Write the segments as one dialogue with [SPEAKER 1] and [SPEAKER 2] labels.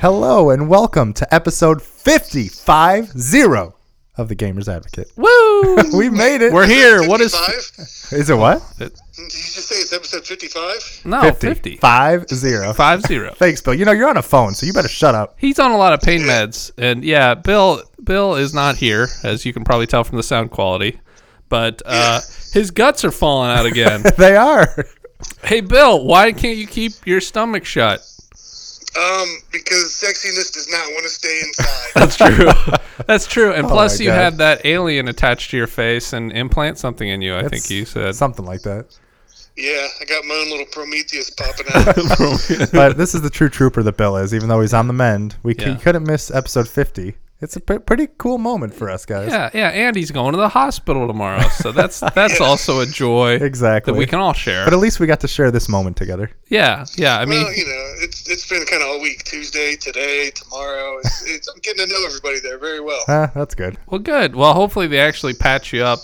[SPEAKER 1] Hello and welcome to episode 550 of the Gamers Advocate.
[SPEAKER 2] Woo!
[SPEAKER 1] We made it.
[SPEAKER 2] We're here. What is
[SPEAKER 3] 55?
[SPEAKER 1] Is it what?
[SPEAKER 3] Did you just say it's episode 55?
[SPEAKER 2] no
[SPEAKER 1] 50.
[SPEAKER 2] 50
[SPEAKER 1] Five zero.
[SPEAKER 2] five zero?
[SPEAKER 1] Thanks, Bill. You know you're on a phone, so you better shut up.
[SPEAKER 2] He's on a lot of pain meds, and yeah, Bill Bill is not here, as you can probably tell from the sound quality. But uh, his guts are falling out again.
[SPEAKER 1] They are.
[SPEAKER 2] hey, Bill, why can't you keep your stomach shut?
[SPEAKER 3] Um, because sexiness does not want to stay inside.
[SPEAKER 2] That's true. Oh That's true. And plus,
[SPEAKER 1] my
[SPEAKER 2] you
[SPEAKER 1] God.
[SPEAKER 2] had that alien attached to your face and implant something in you. I think you said.
[SPEAKER 1] something like that.
[SPEAKER 3] yeah, I got my own little Prometheus popping out.
[SPEAKER 1] But this is the true trooper that Bill is, even though he's on the mend. We c-
[SPEAKER 2] Yeah.
[SPEAKER 1] couldn't miss episode 50. It's a p- pretty cool moment for us, guys.
[SPEAKER 2] yeah, yeah, and he's going to the hospital tomorrow, so that's that's also a joy
[SPEAKER 1] Exactly.
[SPEAKER 2] that we can all share.
[SPEAKER 1] but at least we got to share this moment together.
[SPEAKER 2] Yeah, yeah. I mean,
[SPEAKER 3] well, you know, it's it's been kind of all week Tuesday, today, tomorrow. It's, it's, I'm getting to know everybody there very well.
[SPEAKER 1] Huh, Ah, that's good.
[SPEAKER 2] Well, good. Well, hopefully they actually patch you up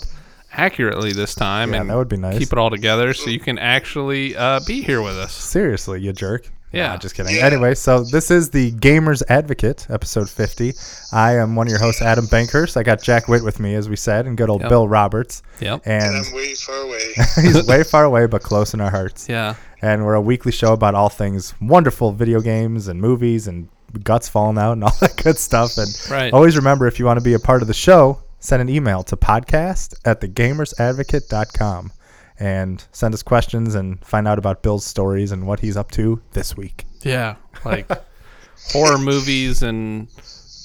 [SPEAKER 2] accurately this time
[SPEAKER 1] Yeah,
[SPEAKER 2] and
[SPEAKER 1] that would be nice.
[SPEAKER 2] keep it all together so you can actually uh, be here with us.
[SPEAKER 1] Seriously, you jerk.
[SPEAKER 2] Yeah.
[SPEAKER 1] Nah, just kidding.
[SPEAKER 3] Yeah.
[SPEAKER 1] Anyway, so this is the Gamers Advocate, episode 50. I am one of your hosts, Adam Bankhurst. I got Jack Witt with me, as we said, and good old Bill Roberts.
[SPEAKER 2] Yep.
[SPEAKER 3] And
[SPEAKER 1] And
[SPEAKER 3] I'm way far away.
[SPEAKER 1] he's way far away, but close in our hearts.
[SPEAKER 2] yeah.
[SPEAKER 1] And we're a weekly show about all things wonderful video games and movies and guts falling out and all that good stuff. And
[SPEAKER 2] Right.
[SPEAKER 1] always remember if you want to be a part of the show, send an email to podcast at thegamersadvocate.com and send us questions and find out about Bill's stories and what he's up to this week.
[SPEAKER 2] Yeah. Like horror movies and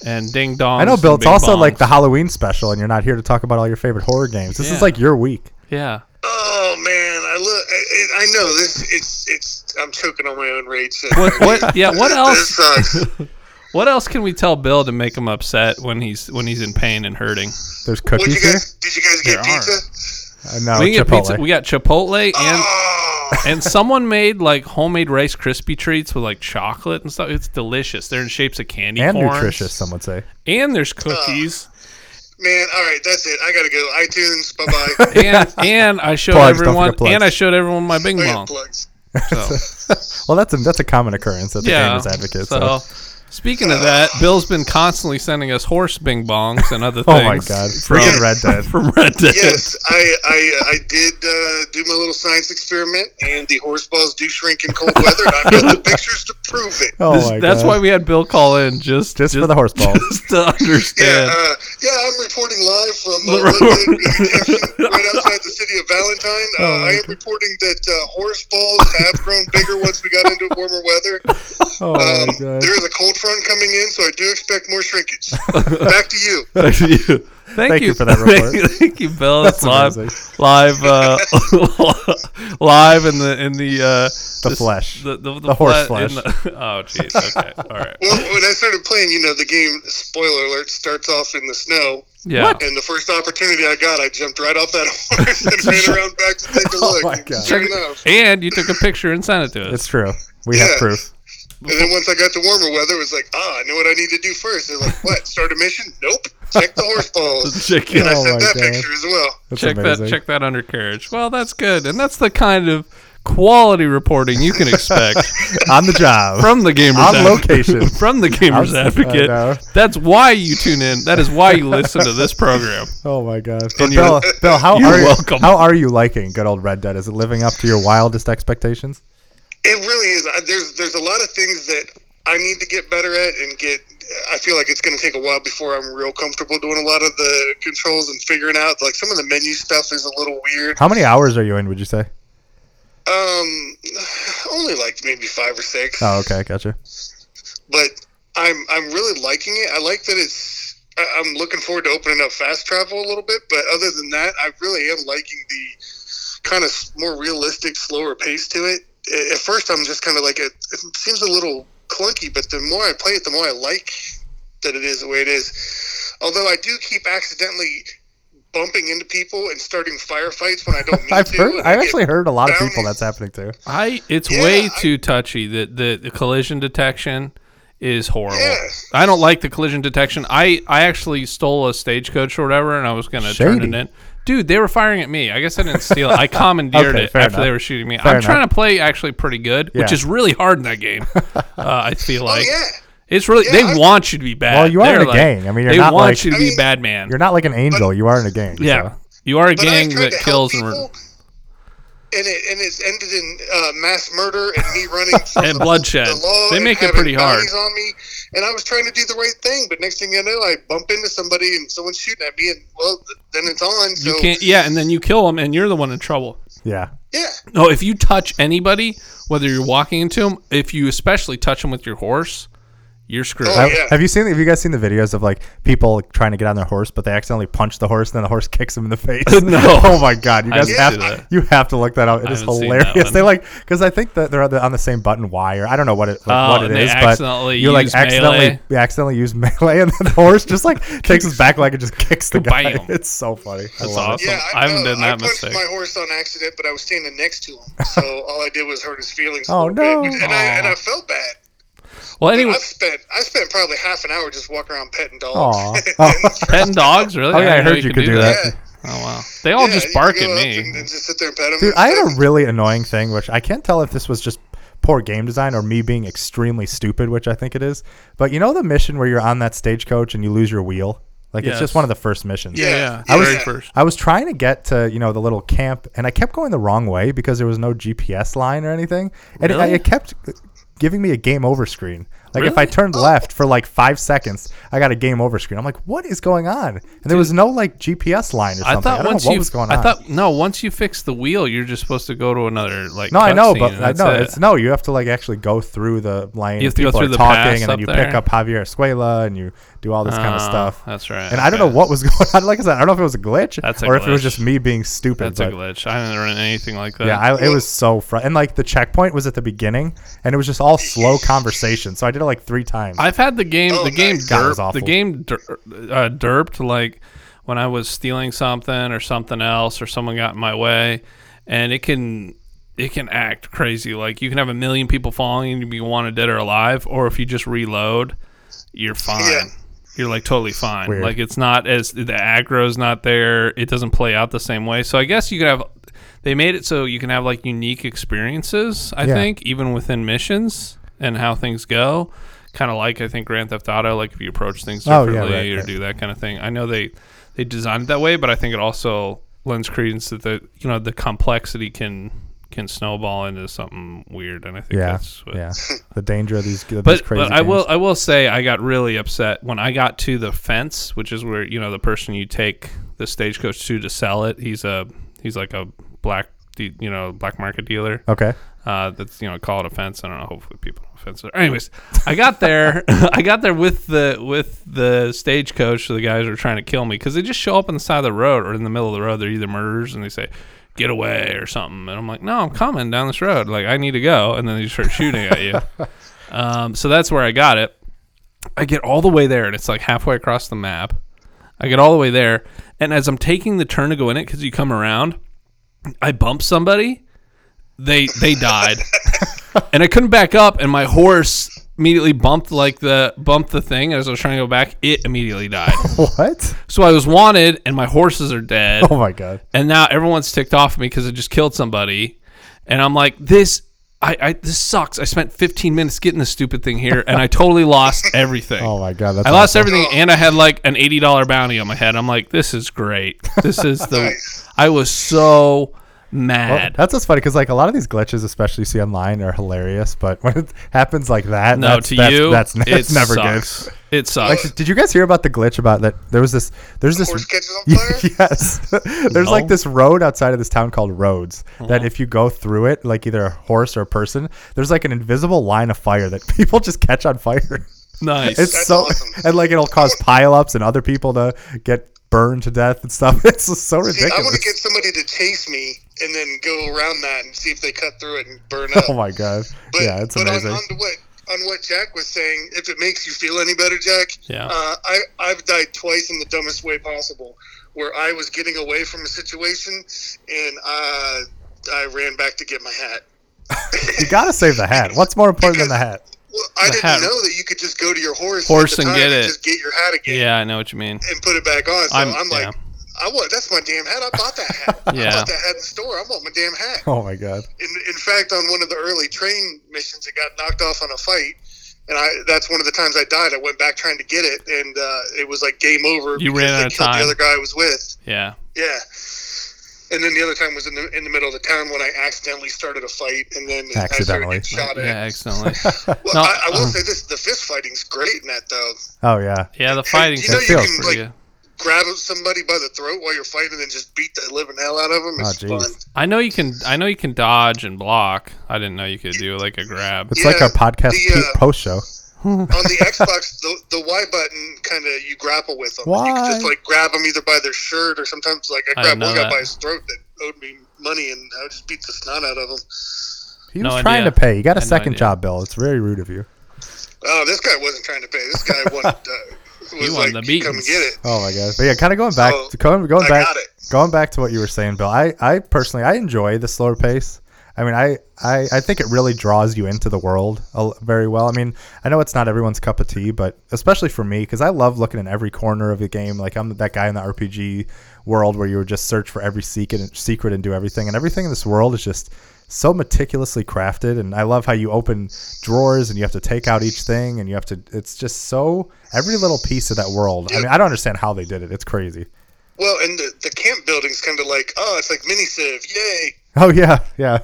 [SPEAKER 2] and ding dong.
[SPEAKER 1] I know, Bill. It's also like the Halloween special, and you're not here to talk about all your favorite horror games. This
[SPEAKER 2] Yeah.
[SPEAKER 1] is like your week.
[SPEAKER 2] yeah.
[SPEAKER 3] oh man, I look. I, I know this. It's it's. I'm choking on my own rage.
[SPEAKER 2] What, what? Yeah. What
[SPEAKER 3] This
[SPEAKER 2] else?
[SPEAKER 3] sucks.
[SPEAKER 2] What else can we tell Bill to make him upset when he's when he's in pain and hurting?
[SPEAKER 1] There's
[SPEAKER 3] What you
[SPEAKER 1] cookies here.
[SPEAKER 3] guys? Did you guys get
[SPEAKER 2] There are.
[SPEAKER 3] pizza?
[SPEAKER 1] Uh, no,
[SPEAKER 2] we can get
[SPEAKER 1] Chipotle.
[SPEAKER 2] pizza. We got Chipotle and
[SPEAKER 3] Oh,
[SPEAKER 2] and someone made like homemade Rice crispy treats with like chocolate and stuff. It's delicious. They're in shapes of candy
[SPEAKER 1] and
[SPEAKER 2] corns.
[SPEAKER 1] nutritious, some would say.
[SPEAKER 2] And there's cookies.
[SPEAKER 3] man. All right, that's it. I gotta go. iTunes. Bye bye.
[SPEAKER 2] and and I showed
[SPEAKER 1] Plugs, don't
[SPEAKER 2] everyone
[SPEAKER 1] forget plugs.
[SPEAKER 2] and I showed everyone my Bing Bong.
[SPEAKER 3] plugs.
[SPEAKER 2] So,
[SPEAKER 1] Well, that's a that's a common occurrence at the
[SPEAKER 2] yeah.
[SPEAKER 1] Gamers Advocate.
[SPEAKER 2] So,
[SPEAKER 1] So.
[SPEAKER 2] speaking of that, Bill's been constantly sending us horse Bing Bongs and other things.
[SPEAKER 1] Oh my God! Freaking Red Dead.
[SPEAKER 2] From Red Dead.
[SPEAKER 3] yes, I I, I did uh, do my little science experiment, and the horse balls do shrink in cold weather. and I've got the pictures to prove it.
[SPEAKER 1] Oh
[SPEAKER 2] This-
[SPEAKER 1] my
[SPEAKER 2] that's
[SPEAKER 1] God.
[SPEAKER 2] why we had Bill call in just
[SPEAKER 1] Just for the horse balls.
[SPEAKER 2] just to
[SPEAKER 3] Yeah,
[SPEAKER 2] understand.
[SPEAKER 3] uh, yeah, I'm reporting live from uh,
[SPEAKER 2] Right.
[SPEAKER 3] London, right outside the city of Valentine.
[SPEAKER 1] Oh,
[SPEAKER 3] Uh, I am reporting that uh, horse balls have grown bigger once we got into warmer weather.
[SPEAKER 1] Oh my
[SPEAKER 3] Um,
[SPEAKER 1] God!
[SPEAKER 3] there is a cold front coming in, so I do expect more shrinkage. Back to you.
[SPEAKER 2] Thank you.
[SPEAKER 1] Thank you for that report.
[SPEAKER 2] Thank you, thank you, Bill.
[SPEAKER 1] That's
[SPEAKER 2] That's live,
[SPEAKER 1] amazing.
[SPEAKER 2] live, uh, live in the in the uh,
[SPEAKER 1] The
[SPEAKER 2] this-
[SPEAKER 1] flesh.
[SPEAKER 2] the, the, the,
[SPEAKER 1] horse
[SPEAKER 2] fle- in
[SPEAKER 1] flesh.
[SPEAKER 2] the- oh, jeez. Okay. All right.
[SPEAKER 3] Well, when I started playing, you know, the game, spoiler alert, starts off in the snow.
[SPEAKER 2] Yeah.
[SPEAKER 3] And the first opportunity I got, I jumped right off that horse and ran around back to take a look.
[SPEAKER 1] Oh my God.
[SPEAKER 3] Sure enough.
[SPEAKER 2] And you took a picture and sent it to
[SPEAKER 1] It's
[SPEAKER 2] us.
[SPEAKER 1] true. We have
[SPEAKER 3] Yeah.
[SPEAKER 1] proof.
[SPEAKER 3] And then once I got to warmer weather, it was like, ah, I know what I need to do first. They're like, what? Start a mission? Nope. Check the horse balls.
[SPEAKER 2] Check,
[SPEAKER 3] And I
[SPEAKER 1] Oh
[SPEAKER 3] sent
[SPEAKER 1] my
[SPEAKER 3] that
[SPEAKER 1] God.
[SPEAKER 3] picture as well.
[SPEAKER 1] That's
[SPEAKER 2] check that
[SPEAKER 1] amazing.
[SPEAKER 2] check that undercarriage. Well, that's good, and that's the kind of quality reporting you can expect
[SPEAKER 1] On the job.
[SPEAKER 2] from the gamers
[SPEAKER 1] On
[SPEAKER 2] Advo-
[SPEAKER 1] location. uh,
[SPEAKER 2] from the gamers
[SPEAKER 1] I
[SPEAKER 2] advocate.
[SPEAKER 1] know.
[SPEAKER 2] That's why you tune in. That is why you listen to this program.
[SPEAKER 1] Oh my God! But
[SPEAKER 2] you're-
[SPEAKER 1] Bill, Bill, how
[SPEAKER 2] You're
[SPEAKER 1] are you-
[SPEAKER 2] welcome.
[SPEAKER 1] how are you liking good old Red Dead? Is it living up to your wildest expectations?
[SPEAKER 3] It really is. I- There's there's a lot of things that I need to get better at and get. I feel like it's going to take a while before I'm real comfortable doing a lot of the controls and figuring out. Like some of the menu stuff is a little weird.
[SPEAKER 1] How many hours are you in? Would you say?
[SPEAKER 3] Um, only like maybe five or six.
[SPEAKER 1] Oh, okay, gotcha.
[SPEAKER 3] but I'm I'm really liking it. I like that it's. I- I'm looking forward to opening up fast travel a little bit, but other than that, I really am liking the kind of more realistic, slower pace to it. A- At first, I'm just kind of like it, it seems a little clunky, but the more I play it, the more I like that it is the way it is. Although I do keep accidentally bumping into people and starting firefights when I don't mean
[SPEAKER 1] I've
[SPEAKER 3] to.
[SPEAKER 1] heard.
[SPEAKER 3] and
[SPEAKER 1] I
[SPEAKER 3] get-
[SPEAKER 1] actually heard a lot of
[SPEAKER 3] down
[SPEAKER 1] people
[SPEAKER 3] in-
[SPEAKER 1] that's happening to.
[SPEAKER 2] I it's
[SPEAKER 3] Yeah,
[SPEAKER 2] way
[SPEAKER 3] I-
[SPEAKER 2] too touchy. The, the the collision detection is horrible.
[SPEAKER 3] Yeah.
[SPEAKER 2] I don't like the collision detection. I I actually stole a stagecoach or whatever, and I was gonna turn
[SPEAKER 1] Shady.
[SPEAKER 2] it in. Dude, they were firing at me. I guess I didn't steal it. I commandeered
[SPEAKER 1] Okay,
[SPEAKER 2] it
[SPEAKER 1] fair
[SPEAKER 2] after they
[SPEAKER 1] enough.
[SPEAKER 2] were shooting me.
[SPEAKER 1] Fair
[SPEAKER 2] I'm trying
[SPEAKER 1] enough.
[SPEAKER 2] to play actually pretty good, which
[SPEAKER 1] Yeah.
[SPEAKER 2] is really hard in that game. uh, I feel
[SPEAKER 3] Oh
[SPEAKER 2] like
[SPEAKER 3] yeah,
[SPEAKER 2] It's really
[SPEAKER 3] Yeah,
[SPEAKER 2] they
[SPEAKER 3] I-
[SPEAKER 2] want you to be bad.
[SPEAKER 1] Well, you are
[SPEAKER 2] They're
[SPEAKER 1] in a
[SPEAKER 2] like-
[SPEAKER 1] gang. I mean, you're
[SPEAKER 2] they
[SPEAKER 1] not
[SPEAKER 2] want
[SPEAKER 1] like
[SPEAKER 2] you to
[SPEAKER 3] I
[SPEAKER 2] be
[SPEAKER 3] mean,
[SPEAKER 2] bad man.
[SPEAKER 1] you're not like an angel. You are in a gang.
[SPEAKER 2] yeah,
[SPEAKER 1] so.
[SPEAKER 2] you are a
[SPEAKER 3] But I
[SPEAKER 2] gang
[SPEAKER 3] tried
[SPEAKER 2] that
[SPEAKER 3] to help
[SPEAKER 2] kills and,
[SPEAKER 3] people,
[SPEAKER 2] mur-
[SPEAKER 3] and it and it's ended in uh, mass murder and me running from
[SPEAKER 2] And
[SPEAKER 3] the-
[SPEAKER 2] bloodshed.
[SPEAKER 3] The law
[SPEAKER 2] They
[SPEAKER 3] and
[SPEAKER 2] make it
[SPEAKER 3] having
[SPEAKER 2] pretty hard.
[SPEAKER 3] bounties on me, and I was trying to do the right thing, but next thing you know, I bump into somebody and someone's shooting at me, and well, th- then it's on. So
[SPEAKER 2] you can't. Yeah, and then you kill them, and you're the one in trouble.
[SPEAKER 1] yeah.
[SPEAKER 3] yeah,
[SPEAKER 2] No, if you touch anybody, whether you're walking into them, if you especially touch them with your horse, you're screwed.
[SPEAKER 3] Oh,
[SPEAKER 1] Have,
[SPEAKER 3] yeah.
[SPEAKER 1] have you seen? Have you guys seen the videos of like people trying to get on their horse, but they accidentally punch the horse, and then the horse kicks them in the face?
[SPEAKER 2] No.
[SPEAKER 1] Oh my god! You
[SPEAKER 2] I
[SPEAKER 1] guys
[SPEAKER 2] didn't
[SPEAKER 1] have
[SPEAKER 2] see that.
[SPEAKER 1] you have to look that up. It
[SPEAKER 2] I
[SPEAKER 1] is
[SPEAKER 2] haven't seen that
[SPEAKER 1] hilarious.
[SPEAKER 2] one.
[SPEAKER 1] They like because I think that they're on the, on the same button wire. I don't know what it like,
[SPEAKER 2] Oh,
[SPEAKER 1] what it
[SPEAKER 2] and they
[SPEAKER 1] is,
[SPEAKER 2] accidentally
[SPEAKER 1] but you like
[SPEAKER 2] use
[SPEAKER 1] accidentally
[SPEAKER 2] melee?
[SPEAKER 1] you accidentally use melee, and then the horse just like takes his back leg and just kicks the guy.
[SPEAKER 2] Kabam.
[SPEAKER 1] It's so funny. I
[SPEAKER 2] That's
[SPEAKER 1] love it.
[SPEAKER 2] awesome.
[SPEAKER 3] yeah.
[SPEAKER 2] Oh, I haven't done that
[SPEAKER 3] I punched
[SPEAKER 2] mistake.
[SPEAKER 3] my horse on accident, but I was standing next to him, so all I did was hurt his feelings. a
[SPEAKER 1] Oh,
[SPEAKER 3] little
[SPEAKER 1] no.
[SPEAKER 3] Bit. And, I, and I felt bad.
[SPEAKER 2] Well, anyway,
[SPEAKER 3] I spent I spent probably half an hour just walking around petting dogs.
[SPEAKER 1] Aw.
[SPEAKER 2] petting dogs really.
[SPEAKER 1] Oh, yeah, I
[SPEAKER 2] didn't know
[SPEAKER 1] heard you could do that.
[SPEAKER 2] Oh wow, they all
[SPEAKER 3] Yeah,
[SPEAKER 2] just
[SPEAKER 3] you
[SPEAKER 2] bark
[SPEAKER 3] go
[SPEAKER 2] at
[SPEAKER 3] up
[SPEAKER 2] me.
[SPEAKER 3] And, and just sit there and pet 'em
[SPEAKER 1] Dude,
[SPEAKER 3] and
[SPEAKER 1] I had
[SPEAKER 3] stuff.
[SPEAKER 1] a really annoying thing, which I can't tell if this was just poor game design or me being extremely stupid, which I think it is. But you know the mission where you're on that stagecoach and you lose your wheel? Like it's
[SPEAKER 2] Yes.
[SPEAKER 1] just one of the first missions.
[SPEAKER 2] yeah,
[SPEAKER 3] Yeah.
[SPEAKER 2] yeah.
[SPEAKER 3] I was-
[SPEAKER 2] very first.
[SPEAKER 1] I was trying to get to, you know, the little camp and I kept going the wrong way because there was no GPS line or anything. And
[SPEAKER 2] Really?
[SPEAKER 1] it, it kept giving me a game over screen. Like if I
[SPEAKER 2] Really? Oh.
[SPEAKER 1] turned left for like 5 seconds, I got a game over screen. I'm like, "What is going on?" And there was no like GPS line or something.
[SPEAKER 2] I
[SPEAKER 1] I,
[SPEAKER 2] thought
[SPEAKER 1] don't
[SPEAKER 2] once
[SPEAKER 1] know what
[SPEAKER 2] you,
[SPEAKER 1] was going on.
[SPEAKER 2] I thought no, once you fix the wheel, you're just supposed to go to another like.
[SPEAKER 1] No, I know,
[SPEAKER 2] cutscene,
[SPEAKER 1] but
[SPEAKER 2] and
[SPEAKER 1] I
[SPEAKER 2] that's
[SPEAKER 1] know
[SPEAKER 2] it.
[SPEAKER 1] it's no. You have to like actually go through the lane.
[SPEAKER 2] You have to go
[SPEAKER 1] people
[SPEAKER 2] through
[SPEAKER 1] are
[SPEAKER 2] the pass
[SPEAKER 1] talking, and
[SPEAKER 2] up
[SPEAKER 1] then you
[SPEAKER 2] there.
[SPEAKER 1] pick up Javier Escuela, and you do all this kind
[SPEAKER 2] Oh,
[SPEAKER 1] of stuff.
[SPEAKER 2] That's right.
[SPEAKER 1] And I don't know
[SPEAKER 2] okay.
[SPEAKER 1] what was going on. Like I said, I don't know if it was a glitch
[SPEAKER 2] That's a
[SPEAKER 1] or if it was
[SPEAKER 2] glitch.
[SPEAKER 1] just me being stupid.
[SPEAKER 2] That's
[SPEAKER 1] but
[SPEAKER 2] a glitch. I haven't run anything like that.
[SPEAKER 1] yeah, I, it was so fr- and like the checkpoint was at the beginning, and it was just all slow conversation. So I did it like three times.
[SPEAKER 2] I've had the game,
[SPEAKER 3] Oh,
[SPEAKER 2] the game
[SPEAKER 3] nice.
[SPEAKER 1] God, it was
[SPEAKER 2] derp, the
[SPEAKER 1] awful.
[SPEAKER 2] game der, uh, derped like when I was stealing something or something else or someone got in my way, and it can it can act crazy. Like you can have a million people following you and be wanted dead or alive, or if you just reload, you're fine.
[SPEAKER 3] Yeah.
[SPEAKER 2] You're like totally fine.
[SPEAKER 1] Weird.
[SPEAKER 2] Like it's not as the aggro's not there. It doesn't play out the same way. So I guess you could have. They made it so you can have like unique experiences. I
[SPEAKER 1] Yeah.
[SPEAKER 2] think even within missions and how things go, kind of like I think Grand Theft Auto. Like if you approach things
[SPEAKER 1] Oh, yeah,
[SPEAKER 2] differently
[SPEAKER 1] right,
[SPEAKER 2] or
[SPEAKER 1] right.
[SPEAKER 2] do that kind of thing. I know they they designed it that way, but I think it also lends credence that the you know the complexity can can snowball into something weird. And I think
[SPEAKER 1] yeah,
[SPEAKER 2] that's what,
[SPEAKER 1] yeah. The danger of these, of these
[SPEAKER 2] but,
[SPEAKER 1] crazy.
[SPEAKER 2] but I will
[SPEAKER 1] games.
[SPEAKER 2] I will say I got really upset when I got to the fence, which is where you know the person you take the stagecoach to to sell it. He's a he's like a black de- you know black market dealer.
[SPEAKER 1] Okay.
[SPEAKER 2] Uh, that's you know call it a fence. I don't know. Hopefully people don't fence it. Anyways, I got there. I got there with the with the stagecoach. So the guys were trying to kill me because they just show up on the side of the road or in the middle of the road. They're either murderers and they say. Get away or something, and I'm like, no, I'm coming down this road. Like I need to go, and then they just start shooting at you. Um, so that's where I got it. I get all the way there, and it's like halfway across the map. I get all the way there, and as I'm taking the turn to go in it, because you come around, I bump somebody. They they died, and I couldn't back up, and my horse immediately bumped like the bumped the thing as I was trying to go back. It immediately died.
[SPEAKER 1] What?
[SPEAKER 2] so I was wanted, and my horses are dead
[SPEAKER 1] Oh my god.
[SPEAKER 2] and now everyone's ticked off at me because I just killed somebody, and I'm like, this, I, I, this sucks. I spent 15 minutes getting this stupid thing here, and I totally lost everything.
[SPEAKER 1] Oh my god. That's
[SPEAKER 2] I lost
[SPEAKER 1] awesome.
[SPEAKER 2] everything, and I had like an eighty dollar bounty on my head. I'm like, this is great. This is the. I was so
[SPEAKER 1] Well,
[SPEAKER 2] mad.
[SPEAKER 1] that's what's funny because like a lot of these glitches, especially you see online, are hilarious. But when it happens like that,
[SPEAKER 2] no,
[SPEAKER 1] that's,
[SPEAKER 2] to
[SPEAKER 1] that's,
[SPEAKER 2] you,
[SPEAKER 1] that's,
[SPEAKER 2] it
[SPEAKER 1] that's never
[SPEAKER 2] sucks.
[SPEAKER 1] good.
[SPEAKER 2] It sucks.
[SPEAKER 1] Did you guys hear about the glitch about that? There was this. There's this.
[SPEAKER 3] Horse catches on fire.
[SPEAKER 1] yes. There's
[SPEAKER 2] No. Uh-huh.
[SPEAKER 1] like this road outside of this town called Rhodes that if you go through it, like either a horse or a person, there's like an invisible line of fire that people just catch on fire.
[SPEAKER 2] nice.
[SPEAKER 1] It's
[SPEAKER 3] That's
[SPEAKER 1] so
[SPEAKER 3] awesome.
[SPEAKER 1] and like it'll cause pileups and other people to get burned to death and stuff. It's just so
[SPEAKER 3] See, I want
[SPEAKER 1] ridiculous.
[SPEAKER 3] to get somebody to chase me and then go around that and see if they cut through it and burn up.
[SPEAKER 1] oh my god.
[SPEAKER 3] but
[SPEAKER 1] yeah, it's
[SPEAKER 3] but
[SPEAKER 1] amazing.
[SPEAKER 3] On, on what on what Jack was saying, if it makes you feel any better, Jack,
[SPEAKER 2] Yeah.
[SPEAKER 3] uh, I I've died twice in the dumbest way possible, where I was getting away from a situation and uh, I ran back to get my hat.
[SPEAKER 1] you gotta save the hat. What's more important than the hat?
[SPEAKER 3] Well, I
[SPEAKER 2] The
[SPEAKER 3] didn't
[SPEAKER 2] hat-
[SPEAKER 3] know that you could just go to your horse, at
[SPEAKER 2] Horse
[SPEAKER 3] the
[SPEAKER 2] and
[SPEAKER 3] time
[SPEAKER 2] get it.
[SPEAKER 3] just get your hat again.
[SPEAKER 2] yeah, I know what you mean.
[SPEAKER 3] and put it back on. So I'm,
[SPEAKER 2] I'm-
[SPEAKER 3] like, I want that's my damn hat. I bought that hat.
[SPEAKER 2] Yeah.
[SPEAKER 3] I bought that hat in the store. I want my damn hat.
[SPEAKER 1] Oh my god.
[SPEAKER 3] In, in fact, on one of the early train missions, it got knocked off on a fight, and I that's one of the times I died. I went back trying to get it, and uh, it was like game over.
[SPEAKER 2] You
[SPEAKER 3] because
[SPEAKER 2] ran
[SPEAKER 3] they
[SPEAKER 2] out of
[SPEAKER 3] killed
[SPEAKER 2] time.
[SPEAKER 3] The other guy I was with,
[SPEAKER 2] Yeah.
[SPEAKER 3] yeah. And then the other time was in the in the middle of the town when I accidentally started a fight, and then I started
[SPEAKER 1] Accidentally.
[SPEAKER 3] getting shot
[SPEAKER 2] Yeah,
[SPEAKER 3] at.
[SPEAKER 2] excellently.
[SPEAKER 3] Well,
[SPEAKER 2] No,
[SPEAKER 3] I, I will
[SPEAKER 2] uh-huh.
[SPEAKER 3] say this: the fist fighting's great in that though.
[SPEAKER 1] Oh yeah.
[SPEAKER 2] Yeah, the fighting
[SPEAKER 3] You know
[SPEAKER 2] sounds
[SPEAKER 1] you
[SPEAKER 2] pretty
[SPEAKER 3] can,
[SPEAKER 2] good.
[SPEAKER 3] like- Grab somebody by the throat while you're fighting, and just beat the living hell out of them.
[SPEAKER 1] Oh,
[SPEAKER 3] It's
[SPEAKER 1] jeez.
[SPEAKER 3] fun.
[SPEAKER 2] I know you can. I know you can dodge and block. I didn't know you could do like a grab.
[SPEAKER 1] It's like
[SPEAKER 3] Yeah,
[SPEAKER 1] our podcast
[SPEAKER 3] the, uh,
[SPEAKER 1] pe- post show.
[SPEAKER 3] on the Xbox, the, the Y button kind of you grapple with them. You can just
[SPEAKER 1] Why?
[SPEAKER 3] like grab them either by their shirt or sometimes like I
[SPEAKER 2] I
[SPEAKER 3] grabbed
[SPEAKER 2] know
[SPEAKER 3] one guy
[SPEAKER 2] that.
[SPEAKER 3] by his throat that owed me money and I would just beat the snot out of him.
[SPEAKER 1] He
[SPEAKER 2] no
[SPEAKER 1] was trying
[SPEAKER 2] idea.
[SPEAKER 1] to pay. You got a
[SPEAKER 2] Had no
[SPEAKER 1] second
[SPEAKER 2] idea.
[SPEAKER 1] job, Bill. It's very rude of you.
[SPEAKER 3] Oh, this guy wasn't trying to pay. This guy wanted. Uh, was
[SPEAKER 2] wanted
[SPEAKER 3] like,
[SPEAKER 2] the
[SPEAKER 3] "You come
[SPEAKER 2] beatings.
[SPEAKER 3] get it.
[SPEAKER 1] Oh my gosh. But yeah, kind of going back
[SPEAKER 3] So,
[SPEAKER 1] to going, going
[SPEAKER 3] I
[SPEAKER 1] back
[SPEAKER 3] got it.
[SPEAKER 1] going back to what you were saying, Bill. I, I personally I enjoy the slower pace. I mean, I, I, I think it really draws you into the world a l- very well. I mean, I know it's not everyone's cup of tea, but especially for me, because I love looking in every corner of the game. Like I'm that guy in the RPG world where you would just search for every secret and, secret and do everything, and everything in this world is just so meticulously crafted. And I love how you open drawers and you have to take out each thing, and you have to. It's just so every little piece of that world. I mean, I don't understand how they did it. It's crazy.
[SPEAKER 3] Well, and the, the camp building's kind of like, oh, it's like mini civ. Yay!
[SPEAKER 1] Oh yeah, yeah.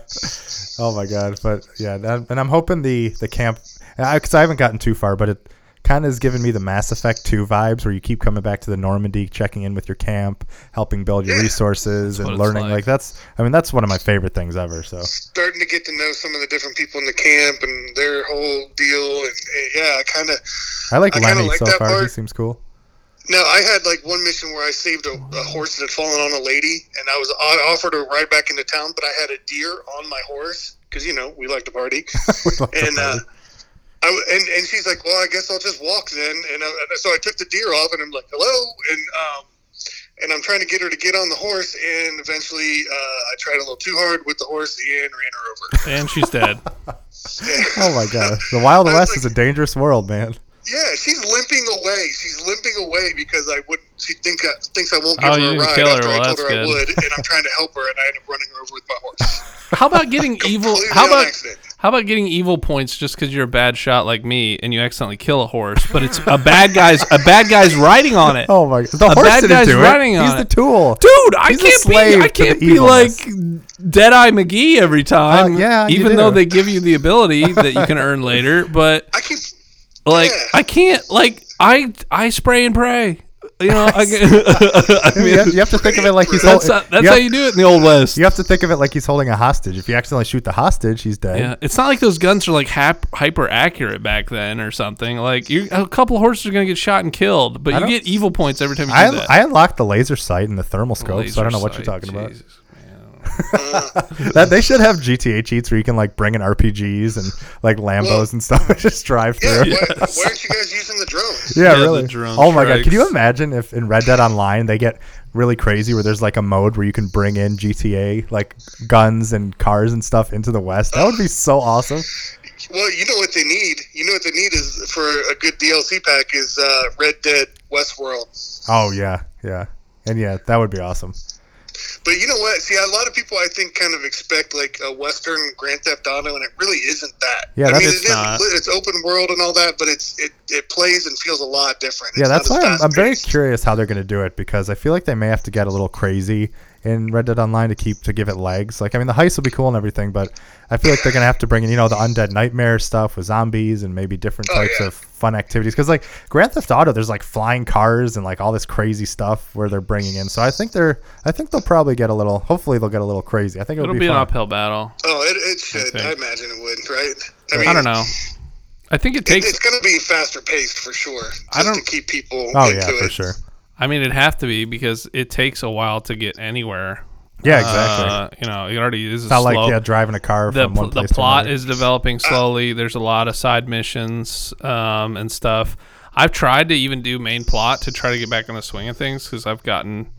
[SPEAKER 1] Oh my god, but yeah, that, and I'm hoping the the camp because I, haven't gotten too far, but it kind of has given me the Mass Effect 2 vibes, where you keep coming back to the Normandy, checking in with your camp, helping build your
[SPEAKER 3] Yeah.
[SPEAKER 1] resources,
[SPEAKER 2] what
[SPEAKER 1] and
[SPEAKER 2] it's
[SPEAKER 1] learning.
[SPEAKER 2] like.
[SPEAKER 1] Like that's, I mean, that's one of my favorite things ever. So
[SPEAKER 3] Starting to get to know some of the different people in the camp and their whole deal. And, and yeah, I kind of
[SPEAKER 1] I like
[SPEAKER 3] I kinda
[SPEAKER 1] Lenny
[SPEAKER 3] like
[SPEAKER 1] so
[SPEAKER 3] that
[SPEAKER 1] far. He
[SPEAKER 3] part.
[SPEAKER 1] seems cool.
[SPEAKER 3] No, I had like one mission where I saved a, a horse that had fallen on a lady, and I was o- offered a ride back into town, but I had a deer on my horse because you know we like to party,
[SPEAKER 1] We love the
[SPEAKER 3] and uh,
[SPEAKER 1] party.
[SPEAKER 3] I w and and she's like, well, I guess I'll just walk then, and I, so I took the deer off, and I'm like, hello, and um, and I'm trying to get her to get on the horse, and eventually uh, I tried a little too hard with the horse and ran her over.
[SPEAKER 2] And she's dead.
[SPEAKER 1] oh my god, the Wild
[SPEAKER 3] I was
[SPEAKER 1] West
[SPEAKER 3] like-
[SPEAKER 1] is a dangerous world, man.
[SPEAKER 3] Yeah, she's limping away. She's limping away because I wouldn't. She think I, thinks I won't give
[SPEAKER 2] Oh, you
[SPEAKER 3] her a
[SPEAKER 2] didn't
[SPEAKER 3] ride
[SPEAKER 2] kill her.
[SPEAKER 3] after
[SPEAKER 2] Well,
[SPEAKER 3] I told
[SPEAKER 2] that's
[SPEAKER 3] her I
[SPEAKER 2] good.
[SPEAKER 3] would, and I'm trying to help her, and I end up running her over with my horse.
[SPEAKER 2] How about getting evil?
[SPEAKER 3] Completely
[SPEAKER 2] How
[SPEAKER 3] on
[SPEAKER 2] about
[SPEAKER 3] accident.
[SPEAKER 2] how about getting evil points just because you're a bad shot like me and you accidentally kill a horse? But it's a bad guy's a bad guy's riding on it.
[SPEAKER 1] Oh my, the
[SPEAKER 2] A
[SPEAKER 1] horse
[SPEAKER 2] bad
[SPEAKER 1] didn't
[SPEAKER 2] guy's
[SPEAKER 1] do it.
[SPEAKER 2] riding
[SPEAKER 1] He's
[SPEAKER 2] on
[SPEAKER 1] the
[SPEAKER 2] it.
[SPEAKER 1] tool.
[SPEAKER 2] Dude, I
[SPEAKER 1] He's a
[SPEAKER 2] can't be
[SPEAKER 1] slave to
[SPEAKER 2] I
[SPEAKER 1] the
[SPEAKER 2] can't be like
[SPEAKER 1] evilness.
[SPEAKER 2] Deadeye McGee every time,
[SPEAKER 1] Uh, yeah, you
[SPEAKER 2] even though
[SPEAKER 1] do.
[SPEAKER 2] they give you the ability that you can earn later. But
[SPEAKER 3] I can.
[SPEAKER 2] like,
[SPEAKER 3] Yeah.
[SPEAKER 2] I can't like I I spray and pray. You know, I, I
[SPEAKER 1] I mean,
[SPEAKER 2] mean,
[SPEAKER 1] you, have, you have to think of it like he's
[SPEAKER 2] that's
[SPEAKER 1] hol-
[SPEAKER 2] how, that's
[SPEAKER 1] you
[SPEAKER 2] how
[SPEAKER 1] have-
[SPEAKER 2] you do it in the old west.
[SPEAKER 1] You have to think of it like he's holding a hostage. If you accidentally shoot the hostage, he's dead.
[SPEAKER 2] Yeah, it's not like those guns are like hap- hyper accurate back then or something. Like you, a couple horses are gonna get shot and killed, but you
[SPEAKER 1] don't-
[SPEAKER 2] get evil points every time you
[SPEAKER 1] I,
[SPEAKER 2] do that.
[SPEAKER 1] I unlocked the laser sight and the thermal scope, so I don't know what you're talking about. That they should have GTA cheats where you can like bring in RPGs and like Lambos
[SPEAKER 3] Well-
[SPEAKER 1] and stuff and just drive
[SPEAKER 3] Yeah,
[SPEAKER 1] through. Yeah,
[SPEAKER 3] why, why aren't you guys using the drones?
[SPEAKER 2] the
[SPEAKER 1] really.
[SPEAKER 2] drone
[SPEAKER 1] Oh my god, can you
[SPEAKER 2] strikes.
[SPEAKER 1] imagine if in Red Dead Online they get really crazy where there's like a mode where you can bring in GTA like guns and cars and stuff into the West? That would be so awesome.
[SPEAKER 3] Well, you know what they need. You know what they need is for a good DLC pack is uh, Red Dead Westworld.
[SPEAKER 1] Oh yeah, yeah, and yeah, that would be awesome.
[SPEAKER 3] But you know what? See, a lot of people I think kind of expect like a Western Grand Theft Auto, and it really isn't that.
[SPEAKER 1] Yeah,
[SPEAKER 3] I
[SPEAKER 1] that's-
[SPEAKER 3] mean,
[SPEAKER 1] It's
[SPEAKER 3] it is-
[SPEAKER 2] not.
[SPEAKER 3] It's open world and all that, but it's it, it plays and feels a lot different.
[SPEAKER 1] Yeah,
[SPEAKER 3] It's
[SPEAKER 1] that's
[SPEAKER 3] not
[SPEAKER 1] why
[SPEAKER 3] as
[SPEAKER 1] I'm, I'm very
[SPEAKER 3] fast-paced.
[SPEAKER 1] curious how they're going to do it because I feel like they may have to get a little crazy in Red Dead Online to keep to give it legs. Like, I mean, the heist will be cool and everything, but I feel like they're going to have to bring in, you know, the undead nightmare stuff with zombies and maybe different
[SPEAKER 3] Oh,
[SPEAKER 1] types
[SPEAKER 3] yeah.
[SPEAKER 1] of fun activities. Because like Grand Theft Auto, there's like flying cars and like all this crazy stuff where they're bringing in. So I think they're, I think they'll probably get a little. Hopefully, they'll get a little crazy. I think it'll,
[SPEAKER 2] It'll
[SPEAKER 1] be,
[SPEAKER 2] be, an
[SPEAKER 1] fun.
[SPEAKER 2] uphill battle.
[SPEAKER 3] Oh, it, it should.
[SPEAKER 2] think.
[SPEAKER 3] I, imagine it would, right?
[SPEAKER 2] I don't know. I think it
[SPEAKER 3] It,
[SPEAKER 2] takes.
[SPEAKER 3] it's going to be faster paced for sure. Just
[SPEAKER 2] I don't-
[SPEAKER 3] to keep people
[SPEAKER 1] Oh
[SPEAKER 3] into
[SPEAKER 1] yeah,
[SPEAKER 3] it.
[SPEAKER 1] for sure.
[SPEAKER 2] I mean, it'd have to be because it takes a while to get anywhere.
[SPEAKER 1] Yeah, exactly.
[SPEAKER 2] Uh, you know, it already is a
[SPEAKER 1] it's not
[SPEAKER 2] slow.
[SPEAKER 1] like yeah, driving a car
[SPEAKER 2] the
[SPEAKER 1] from one
[SPEAKER 2] pl- the
[SPEAKER 1] place
[SPEAKER 2] plot
[SPEAKER 1] to another.
[SPEAKER 2] is developing slowly. There's a lot of side missions um, and stuff. I've tried to even do main plot to try to get back in the swing of things because I've gotten.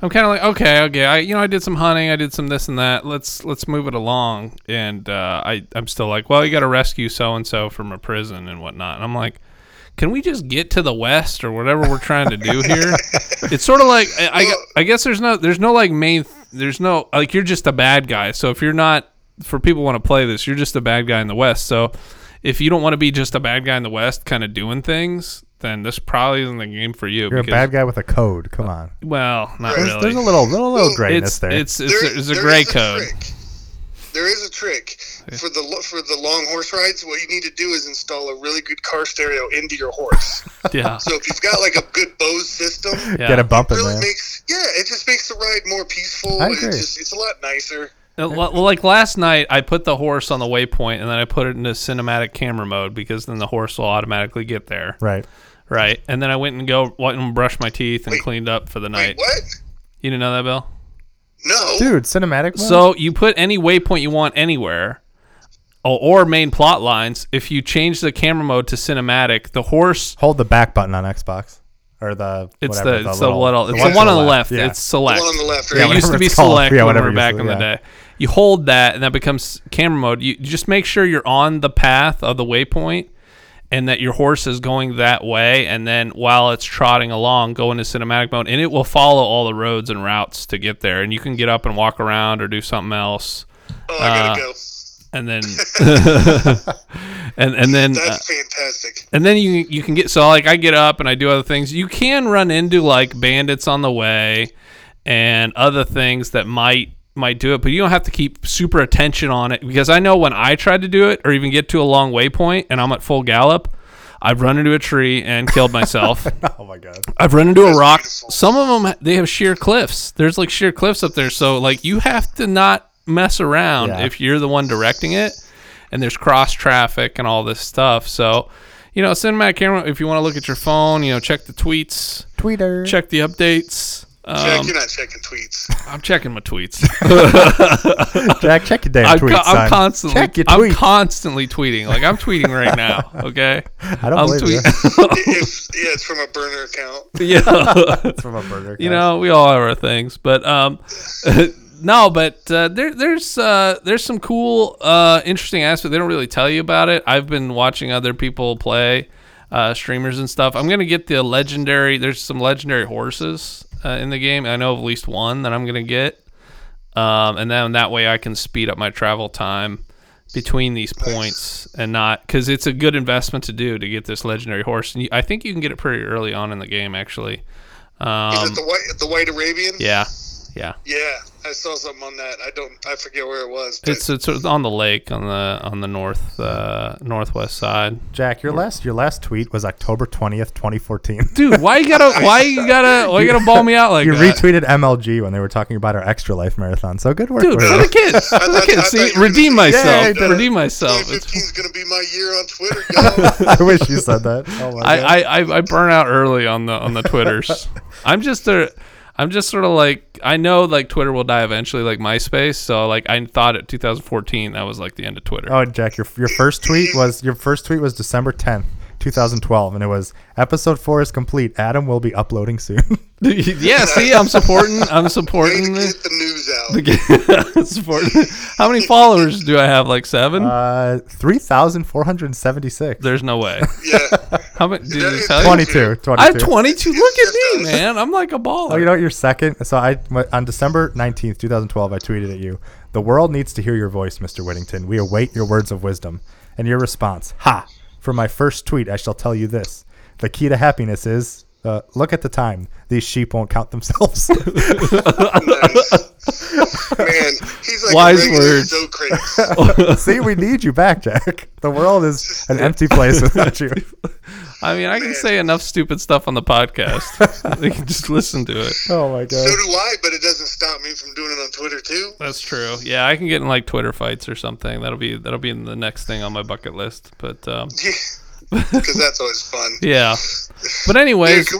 [SPEAKER 2] I'm kind of like okay, okay. I you know I did some hunting, I did some this and that. Let's let's move it along. And uh, I I'm still like, well, you got to rescue so and so from a prison and whatnot. And I'm like, can we just get to the west or whatever we're trying to do here? it's sort of like I, I, I guess there's no there's no like main there's no like you're just a bad guy. So if you're not for people who want to play this, you're just a bad guy in the west. So if you don't want to be just a bad guy in the West, kind of doing things, then this probably isn't the game for you.
[SPEAKER 1] You're a bad guy with a code. Come
[SPEAKER 2] Uh,
[SPEAKER 1] on.
[SPEAKER 2] Well, not
[SPEAKER 1] There's,
[SPEAKER 2] really.
[SPEAKER 1] there's a little little little
[SPEAKER 3] It's-
[SPEAKER 1] grayness
[SPEAKER 2] it's,
[SPEAKER 1] there.
[SPEAKER 2] it's it's
[SPEAKER 3] There-
[SPEAKER 2] it's a
[SPEAKER 3] there
[SPEAKER 2] gray
[SPEAKER 3] is
[SPEAKER 2] code.
[SPEAKER 3] trick. There is a trick for the lo- for the long horse rides. What you need to do is install a really good car stereo into your horse.
[SPEAKER 2] Yeah,
[SPEAKER 3] so if you've got like a good Bose system,
[SPEAKER 2] yeah.
[SPEAKER 1] Get a bump in
[SPEAKER 3] really
[SPEAKER 1] there.
[SPEAKER 3] makes yeah, it just makes the ride more peaceful.
[SPEAKER 1] I
[SPEAKER 3] and
[SPEAKER 1] agree.
[SPEAKER 3] It's, just, it's a lot nicer.
[SPEAKER 2] Uh, li- Like last night, I put the horse on the waypoint and then I put it into cinematic camera mode because then the horse will automatically get there.
[SPEAKER 1] right.
[SPEAKER 2] Right. And then I went and go went and brushed my teeth and
[SPEAKER 3] Wait.
[SPEAKER 2] cleaned up for the
[SPEAKER 3] Wait,
[SPEAKER 2] night.
[SPEAKER 3] what?
[SPEAKER 2] You didn't know that, Bill?
[SPEAKER 3] No,
[SPEAKER 1] Dude, cinematic. mode?
[SPEAKER 2] So you put any waypoint you want anywhere, or, or main plot lines. If you change the camera mode to cinematic, the horse
[SPEAKER 1] hold the back button on Xbox or the
[SPEAKER 2] it's
[SPEAKER 1] whatever,
[SPEAKER 2] the it's the little it's the
[SPEAKER 1] to
[SPEAKER 2] one on the left.
[SPEAKER 1] Yeah.
[SPEAKER 2] It's select.
[SPEAKER 3] The one on the left,
[SPEAKER 2] It
[SPEAKER 3] right?
[SPEAKER 2] used
[SPEAKER 1] whatever
[SPEAKER 2] to be
[SPEAKER 1] it's called.
[SPEAKER 2] select
[SPEAKER 1] Yeah,
[SPEAKER 2] when we
[SPEAKER 1] whatever
[SPEAKER 2] were
[SPEAKER 1] you
[SPEAKER 2] back
[SPEAKER 1] said,
[SPEAKER 2] in the
[SPEAKER 1] yeah.
[SPEAKER 2] day. You hold that, and that becomes camera mode. You you just make sure you're on the path of the waypoint, and that your horse is going that way. And then while it's trotting along, go into cinematic mode, and it will follow all the roads and routes to get there. And you can get up and walk around or do something else,
[SPEAKER 3] oh, I
[SPEAKER 2] uh,
[SPEAKER 3] gotta go.
[SPEAKER 2] and then and and then. uh,
[SPEAKER 3] That's fantastic.
[SPEAKER 2] and then you you can get so like I get up and I do other things. You can run into like bandits on the way and other things that might might do it, but you don't have to keep super attention on it because I know when I tried to do it or even get to a long waypoint and I'm at full gallop, I've run into a tree and killed myself.
[SPEAKER 1] Oh my god.
[SPEAKER 2] I've run into a rock. Some of them they have sheer cliffs. There's like sheer cliffs up there, so like you have to not mess around
[SPEAKER 1] Yeah.
[SPEAKER 2] if you're the one directing it. And there's cross traffic and all this stuff. So, you know, send my camera if you want to look at your phone. You know, check the tweets,
[SPEAKER 1] Tweeter.
[SPEAKER 2] check the updates.
[SPEAKER 3] Jack,
[SPEAKER 2] Um,
[SPEAKER 3] you're not checking tweets.
[SPEAKER 2] I'm checking my tweets.
[SPEAKER 1] Jack, check your damn
[SPEAKER 2] I'm,
[SPEAKER 1] tweets.
[SPEAKER 2] co- I'm
[SPEAKER 1] son.
[SPEAKER 2] constantly,
[SPEAKER 1] check your
[SPEAKER 2] I'm
[SPEAKER 1] tweets.
[SPEAKER 2] constantly tweeting. Like I'm tweeting right now. Okay,
[SPEAKER 1] I don't
[SPEAKER 2] I'm
[SPEAKER 1] believe you.
[SPEAKER 2] tweet-
[SPEAKER 3] if, yeah, it's from a burner account.
[SPEAKER 2] yeah.
[SPEAKER 1] It's from a burger.
[SPEAKER 2] you
[SPEAKER 1] guy.
[SPEAKER 2] know we all have our things but um no but uh, there, there's uh, there's some cool uh, interesting aspects they don't really tell you about it i've been watching other people play uh, streamers and stuff i'm gonna get the legendary there's some legendary horses uh, in the game i know of at least one that i'm gonna get um, and then that way i can speed up my travel time between these points and not because it's a good investment to do to get this legendary horse and you, i think you can get it pretty early on in the game actually um,
[SPEAKER 3] Is it the white the white Arabian?
[SPEAKER 2] yeah, yeah.
[SPEAKER 3] Yeah, I saw something on that. I don't. I forget where it was. But
[SPEAKER 2] It's uh, it's on the lake on the on the north uh, northwest side.
[SPEAKER 1] Jack, your last your last tweet was October twentieth, twenty fourteen.
[SPEAKER 2] Dude, why you gotta why you gotta why you gotta ball me out like
[SPEAKER 1] You
[SPEAKER 2] that?
[SPEAKER 1] retweeted MLG when they were talking about our extra life marathon. So good work.
[SPEAKER 2] Dude,
[SPEAKER 1] Rudy.
[SPEAKER 2] for the kids, for the
[SPEAKER 3] thought- I
[SPEAKER 2] kids.
[SPEAKER 3] thought
[SPEAKER 2] See,
[SPEAKER 3] you were
[SPEAKER 2] redeem
[SPEAKER 3] gonna say-
[SPEAKER 2] myself,
[SPEAKER 1] Yeah, I did.
[SPEAKER 2] redeem myself. It's-
[SPEAKER 3] 2015 is gonna be my year on Twitter, y'all.
[SPEAKER 1] I wish you said that. Oh my
[SPEAKER 2] I,
[SPEAKER 1] god.
[SPEAKER 2] I, I I burn out early on the on the twitters. I'm just a I'm just sort of like I know like Twitter will die eventually, like MySpace. So like I thought at 2014 that was like the end of Twitter.
[SPEAKER 1] Oh, and Jack, your, your first tweet was your first tweet was December tenth, two thousand twelve, and it was episode four is complete. Adam will be uploading soon.
[SPEAKER 2] yeah, see, I'm supporting I'm
[SPEAKER 3] Way to
[SPEAKER 2] supporting the,
[SPEAKER 3] get the news out.
[SPEAKER 2] Support. How many followers do I have? Like seven?
[SPEAKER 1] Uh, three thousand four hundred seventy-six.
[SPEAKER 2] There's no way.
[SPEAKER 3] yeah,
[SPEAKER 2] How many? Did
[SPEAKER 3] That
[SPEAKER 2] it
[SPEAKER 3] is
[SPEAKER 2] tell you?
[SPEAKER 1] 22, 22.
[SPEAKER 2] I have 22. Look at me,
[SPEAKER 3] Just us.
[SPEAKER 2] man. I'm like a baller.
[SPEAKER 1] Oh, you know what? You're second. So I my- on December 19th, 2012, I tweeted at you, "The world needs to hear your voice, Mr. Whittington. We await your words of wisdom." And your response, "Ha! For my first tweet, I shall tell you this: the key to happiness is." Uh, look at the time. These sheep won't count themselves.
[SPEAKER 3] nice. man, he's like
[SPEAKER 2] Wise
[SPEAKER 3] a regular
[SPEAKER 2] words.
[SPEAKER 3] Joe Cricks.
[SPEAKER 1] See, we need you back, Jack. The world is an empty place without you.
[SPEAKER 2] I mean, I can say enough stupid stuff on the podcast. they can just listen to it.
[SPEAKER 1] Oh my god.
[SPEAKER 3] So do I, but it doesn't stop me from doing it on Twitter too.
[SPEAKER 2] That's true. Yeah, I can get in like Twitter fights or something. That'll be that'll be in the next thing on my bucket list. But um,
[SPEAKER 3] Yeah, because that's always fun.
[SPEAKER 2] yeah. But
[SPEAKER 3] Dude,
[SPEAKER 2] anyways,
[SPEAKER 3] can-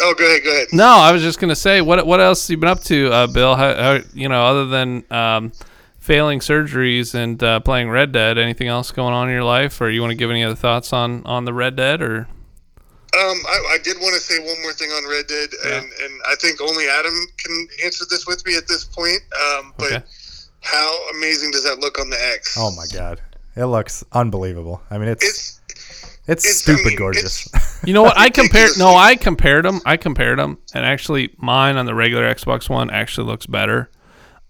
[SPEAKER 3] oh, go ahead, go ahead.
[SPEAKER 2] No, I was just gonna say what what else you been up to, uh, Bill? How, how, you know, other than um, failing surgeries and uh, playing Red Dead, anything else going on in your life, or you want to give any other thoughts on on the Red Dead? Or
[SPEAKER 3] Um, I, I did want to say one more thing on Red Dead, and, and I think only Adam can answer this with me at this point. Um, but
[SPEAKER 2] Okay.
[SPEAKER 3] how amazing does that look on the X?
[SPEAKER 1] Oh my god. It looks unbelievable. I mean, it's it's,
[SPEAKER 3] It's it's- I
[SPEAKER 1] stupid
[SPEAKER 3] mean,
[SPEAKER 1] gorgeous.
[SPEAKER 2] you know what? I compared. No, I compared them. I compared them, and actually, mine on the regular Xbox One actually looks better.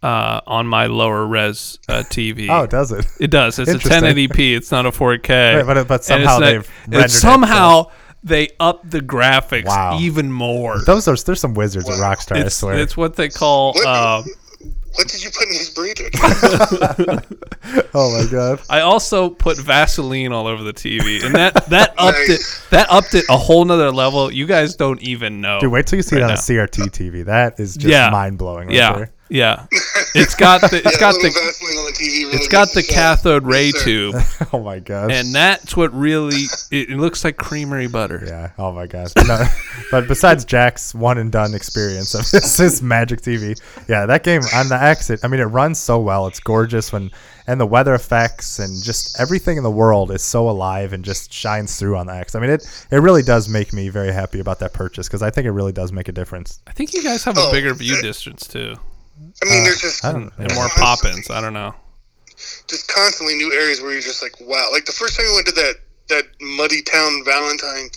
[SPEAKER 2] uh, on my lower res uh, TV.
[SPEAKER 1] Oh, does it?
[SPEAKER 2] It does. It's a
[SPEAKER 1] Interesting.
[SPEAKER 2] 1080p. It's not a 4K.
[SPEAKER 1] Right, but- but
[SPEAKER 2] And it's
[SPEAKER 1] somehow they've
[SPEAKER 2] and
[SPEAKER 1] rendered it, so-
[SPEAKER 2] somehow they up the graphics
[SPEAKER 1] Wow.
[SPEAKER 2] even more.
[SPEAKER 1] Those are there's some wizards at Rockstar. I
[SPEAKER 2] It's,
[SPEAKER 1] swear.
[SPEAKER 2] it's what they call.
[SPEAKER 3] What?
[SPEAKER 2] Uh,
[SPEAKER 3] What did you put in his breather?
[SPEAKER 1] oh my god.
[SPEAKER 2] I also put Vaseline all over the TV, and that that upped
[SPEAKER 3] Nice.
[SPEAKER 2] it. That upped it a whole nother level. You guys don't even know.
[SPEAKER 1] Dude, wait till you see it
[SPEAKER 2] right
[SPEAKER 1] on a
[SPEAKER 2] now.
[SPEAKER 1] CRT TV. That is just
[SPEAKER 2] Yeah.
[SPEAKER 1] mind blowing. Right
[SPEAKER 2] yeah,
[SPEAKER 1] There.
[SPEAKER 2] yeah. It's got the it's
[SPEAKER 3] Yeah,
[SPEAKER 2] got
[SPEAKER 3] a
[SPEAKER 2] the
[SPEAKER 3] little Vaseline on the TV. Really
[SPEAKER 2] it's got the
[SPEAKER 3] makes it sound-
[SPEAKER 2] cathode ray
[SPEAKER 3] sir.
[SPEAKER 2] tube,
[SPEAKER 1] Oh my gosh.
[SPEAKER 2] and that's what really it, it looks like creamery butter.
[SPEAKER 1] yeah. Oh my gosh. No, but besides Jack's one and done experience of this, this Magic TV, yeah, that game on the exit. I mean, it runs so well. It's gorgeous when and the weather effects and just everything in the world is so alive and just shines through on the X. I mean, it it really does make me very happy about that purchase because I think it really does make a difference.
[SPEAKER 2] I think you guys have a
[SPEAKER 3] Oh,
[SPEAKER 2] bigger view distance too,
[SPEAKER 3] I mean,
[SPEAKER 2] Uh,
[SPEAKER 3] there's just
[SPEAKER 1] I don't.
[SPEAKER 2] and more pop ins. I don't know.
[SPEAKER 3] just constantly new areas where you're just like, wow. Like the first time we went to that that muddy town Valentine,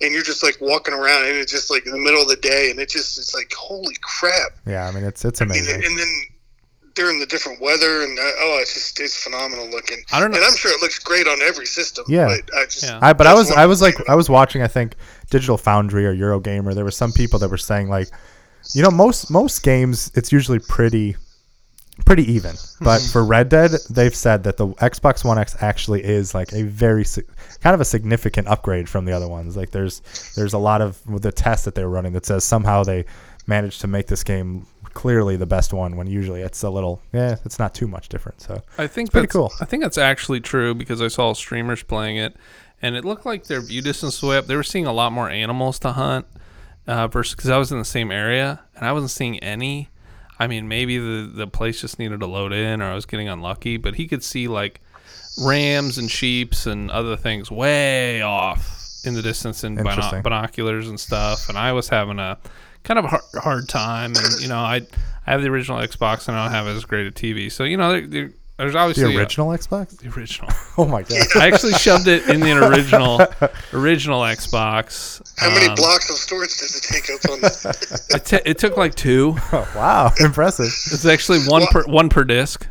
[SPEAKER 3] and you're just like walking around, and it's just like in the middle of the day, and it just it's like, holy crap.
[SPEAKER 1] Yeah, I mean, it's it's
[SPEAKER 3] And,
[SPEAKER 1] amazing.
[SPEAKER 3] then- and then during the different weather, and uh, oh, it's just it's phenomenal looking.
[SPEAKER 2] I don't know.
[SPEAKER 3] And I'm sure it looks great on every system.
[SPEAKER 1] Yeah.
[SPEAKER 3] But I just
[SPEAKER 2] Yeah.
[SPEAKER 1] I, but I was
[SPEAKER 3] that's one
[SPEAKER 1] I was like
[SPEAKER 3] thing.
[SPEAKER 1] I was watching I think Digital Foundry or Eurogamer. There were some people that were saying like, you know, most most games it's usually pretty pretty even.
[SPEAKER 3] Hmm.
[SPEAKER 1] But for Red Dead, they've said that the Xbox One X actually is like a very si- kind of a significant upgrade from the other ones. Like there's there's a lot of the test that they're running that says somehow they managed to make this game clearly the best one when usually it's a little yeah it's not too much different. So
[SPEAKER 2] I think
[SPEAKER 1] pretty
[SPEAKER 2] that's,
[SPEAKER 1] cool.
[SPEAKER 2] I think that's actually true because I saw streamers playing it, and it looked like their view distance was way up. They were seeing a lot more animals to hunt uh, versus because I was in the same area and I wasn't seeing any. I mean, maybe the the place just needed to load in, or I was getting unlucky. But he could see like rams and sheeps and other things way off in the distance in
[SPEAKER 1] Interesting.
[SPEAKER 2] binoc- binoculars and stuff. And I was having a kind of a hard, hard time. And you know, I I have the original Xbox and I don't have as great a TV. So you know, there, there, there's
[SPEAKER 1] the
[SPEAKER 2] obviously a-
[SPEAKER 1] original Xbox.
[SPEAKER 2] the original.
[SPEAKER 1] Oh my god.
[SPEAKER 2] I actually shoved it in the original original Xbox.
[SPEAKER 3] How many
[SPEAKER 2] Um,
[SPEAKER 3] blocks of storage does it take up on the
[SPEAKER 2] It, t- it took like two.
[SPEAKER 1] wow, impressive.
[SPEAKER 2] It's actually one per one per disc.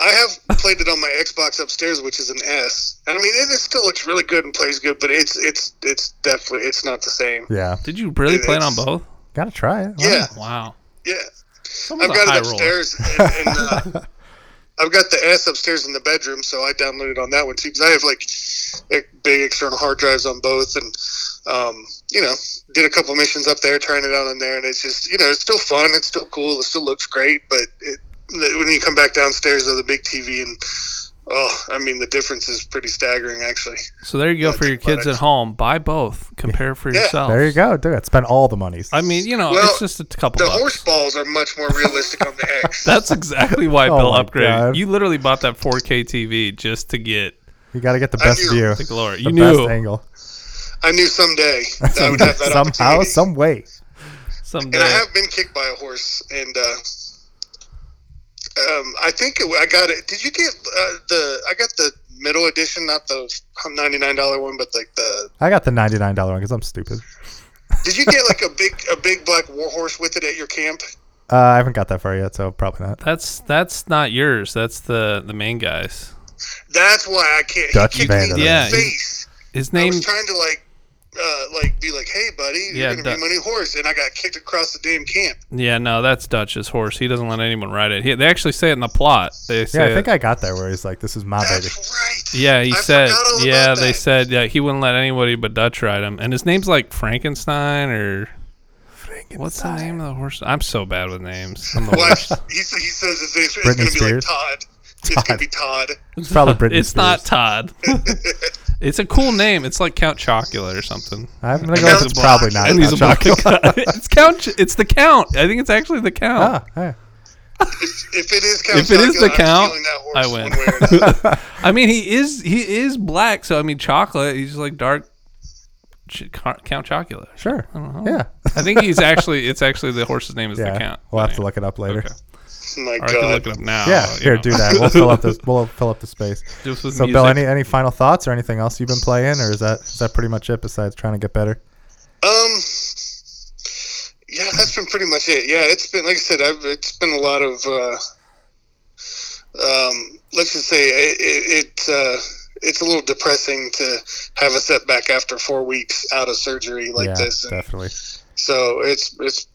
[SPEAKER 3] I have played it on my Xbox upstairs, which is an S. And I mean, it, it still looks really good and plays good, but it's it's it's definitely it's not the same.
[SPEAKER 1] Yeah,
[SPEAKER 2] Did you really play it on both?
[SPEAKER 1] gotta try it.
[SPEAKER 3] Yeah,
[SPEAKER 2] Wow.
[SPEAKER 3] yeah.
[SPEAKER 2] Someone's
[SPEAKER 3] I've
[SPEAKER 2] a
[SPEAKER 3] got
[SPEAKER 2] high
[SPEAKER 3] it
[SPEAKER 2] roller.
[SPEAKER 3] upstairs, and, and uh, I've got the S upstairs in the bedroom, so I downloaded on that one too because I have like e- big external hard drives on both, and um, you know, did a couple missions up there, trying it out on there, and it's just you know, it's still fun, it's still cool, it still looks great, but it, when you come back downstairs to the big TV and oh, I mean, the difference is pretty staggering actually.
[SPEAKER 2] So there you go for your kids at home. Buy both. Compare for
[SPEAKER 3] Yeah.
[SPEAKER 2] yourself.
[SPEAKER 1] There you go. Do it. Spend all the monies.
[SPEAKER 2] I mean, you know,
[SPEAKER 3] Well,
[SPEAKER 2] it's just a couple
[SPEAKER 3] The
[SPEAKER 2] bucks.
[SPEAKER 3] horse balls are much more realistic on the X.
[SPEAKER 2] That's exactly why
[SPEAKER 1] Oh
[SPEAKER 2] Bill
[SPEAKER 1] my
[SPEAKER 2] upgraded.
[SPEAKER 1] God.
[SPEAKER 2] You literally bought that 4K TV just to get
[SPEAKER 1] You gotta get the
[SPEAKER 3] I
[SPEAKER 1] best
[SPEAKER 3] knew.
[SPEAKER 1] view,
[SPEAKER 2] the
[SPEAKER 1] the
[SPEAKER 2] glory. You
[SPEAKER 1] best
[SPEAKER 2] knew
[SPEAKER 1] angle.
[SPEAKER 3] I knew someday that I would have that
[SPEAKER 1] Somehow,
[SPEAKER 3] opportunity.
[SPEAKER 1] some way.
[SPEAKER 2] someday.
[SPEAKER 3] and I have been kicked by a horse, and uh, um, I think it, I got it. Did you get uh, the? I got the middle edition, not the ninety nine dollar one, but like the.
[SPEAKER 1] I got the ninety nine dollar one because I'm stupid.
[SPEAKER 3] Did you get like a big a big black war horse with it at your camp?
[SPEAKER 1] Uh, I haven't got that far yet, so probably not.
[SPEAKER 2] That's that's not yours. That's the the main guy's.
[SPEAKER 3] That's why I can't.
[SPEAKER 1] Dutch
[SPEAKER 3] he kicked me in the
[SPEAKER 1] Vanderlyn.
[SPEAKER 2] Yeah, he-
[SPEAKER 3] face.
[SPEAKER 2] His
[SPEAKER 3] I
[SPEAKER 2] name.
[SPEAKER 3] was trying to like. Uh, like be like, hey buddy,
[SPEAKER 2] Yeah,
[SPEAKER 3] you're
[SPEAKER 2] Du-
[SPEAKER 3] gonna be my new horse, and I got kicked across the damn camp.
[SPEAKER 2] Yeah, no, that's Dutch's horse. He doesn't let anyone ride it. He, they actually say it in the plot. They say
[SPEAKER 1] Yeah, I
[SPEAKER 2] it-
[SPEAKER 1] think I got there where he's like, "This is my baby."
[SPEAKER 3] That's right.
[SPEAKER 2] Yeah, he
[SPEAKER 3] I
[SPEAKER 2] said.
[SPEAKER 3] forgot all
[SPEAKER 2] Yeah,
[SPEAKER 3] about
[SPEAKER 2] they
[SPEAKER 3] that.
[SPEAKER 2] said yeah, he wouldn't let anybody but Dutch ride him. And his name's like Frankenstein or what's the name of the horse? I'm so bad with names. I'm the
[SPEAKER 3] Well,
[SPEAKER 2] worst.
[SPEAKER 3] I- he, he says his name's it's
[SPEAKER 1] Britney
[SPEAKER 3] gonna be
[SPEAKER 1] Spears?
[SPEAKER 3] like Todd. It's gonna be Todd.
[SPEAKER 1] It's probably Britney.
[SPEAKER 2] it's not
[SPEAKER 1] Spears.
[SPEAKER 2] Todd. it's a cool name. It's like Count Chocula or something.
[SPEAKER 1] I'm gonna go. with
[SPEAKER 3] Count
[SPEAKER 1] It's probably not.
[SPEAKER 2] And he's a
[SPEAKER 1] Count
[SPEAKER 2] black
[SPEAKER 1] Chocula.
[SPEAKER 2] guy. it's Count. Ch- It's the Count. I think it's actually the
[SPEAKER 1] Ah,
[SPEAKER 2] Count.
[SPEAKER 1] yeah.
[SPEAKER 3] If it is count,
[SPEAKER 2] If it is
[SPEAKER 3] Chocula,
[SPEAKER 2] the
[SPEAKER 3] I'm
[SPEAKER 2] count,
[SPEAKER 3] stealing that horse
[SPEAKER 2] I win.
[SPEAKER 3] one way or another.
[SPEAKER 2] I mean, he is he is black. So I mean, chocolate. He's like dark. Ch- Count Chocula.
[SPEAKER 1] Sure.
[SPEAKER 2] I don't know.
[SPEAKER 1] Yeah.
[SPEAKER 2] I think he's actually. It's actually the horse's name is the
[SPEAKER 1] Yeah.
[SPEAKER 2] Count.
[SPEAKER 1] We'll have to look it up later.
[SPEAKER 2] Okay.
[SPEAKER 3] My
[SPEAKER 2] Or I can
[SPEAKER 3] God.
[SPEAKER 2] look it up now.
[SPEAKER 1] Yeah.
[SPEAKER 2] you
[SPEAKER 1] Here,
[SPEAKER 2] know.
[SPEAKER 1] do that. We'll fill up this. We'll fill up the space.
[SPEAKER 2] Just with
[SPEAKER 1] So, Bill,
[SPEAKER 2] music.
[SPEAKER 1] any any final thoughts or anything else you've been playing, or is that is that pretty much it besides trying to get better?
[SPEAKER 3] Um, yeah, that's been pretty much it. Yeah, it's been like I said, I've, it's been a lot of. Uh, um, let's just say it, it, it uh, it's a little depressing to have a setback after four weeks out of surgery like
[SPEAKER 1] yeah,
[SPEAKER 3] this. And
[SPEAKER 1] definitely.
[SPEAKER 3] so it's it's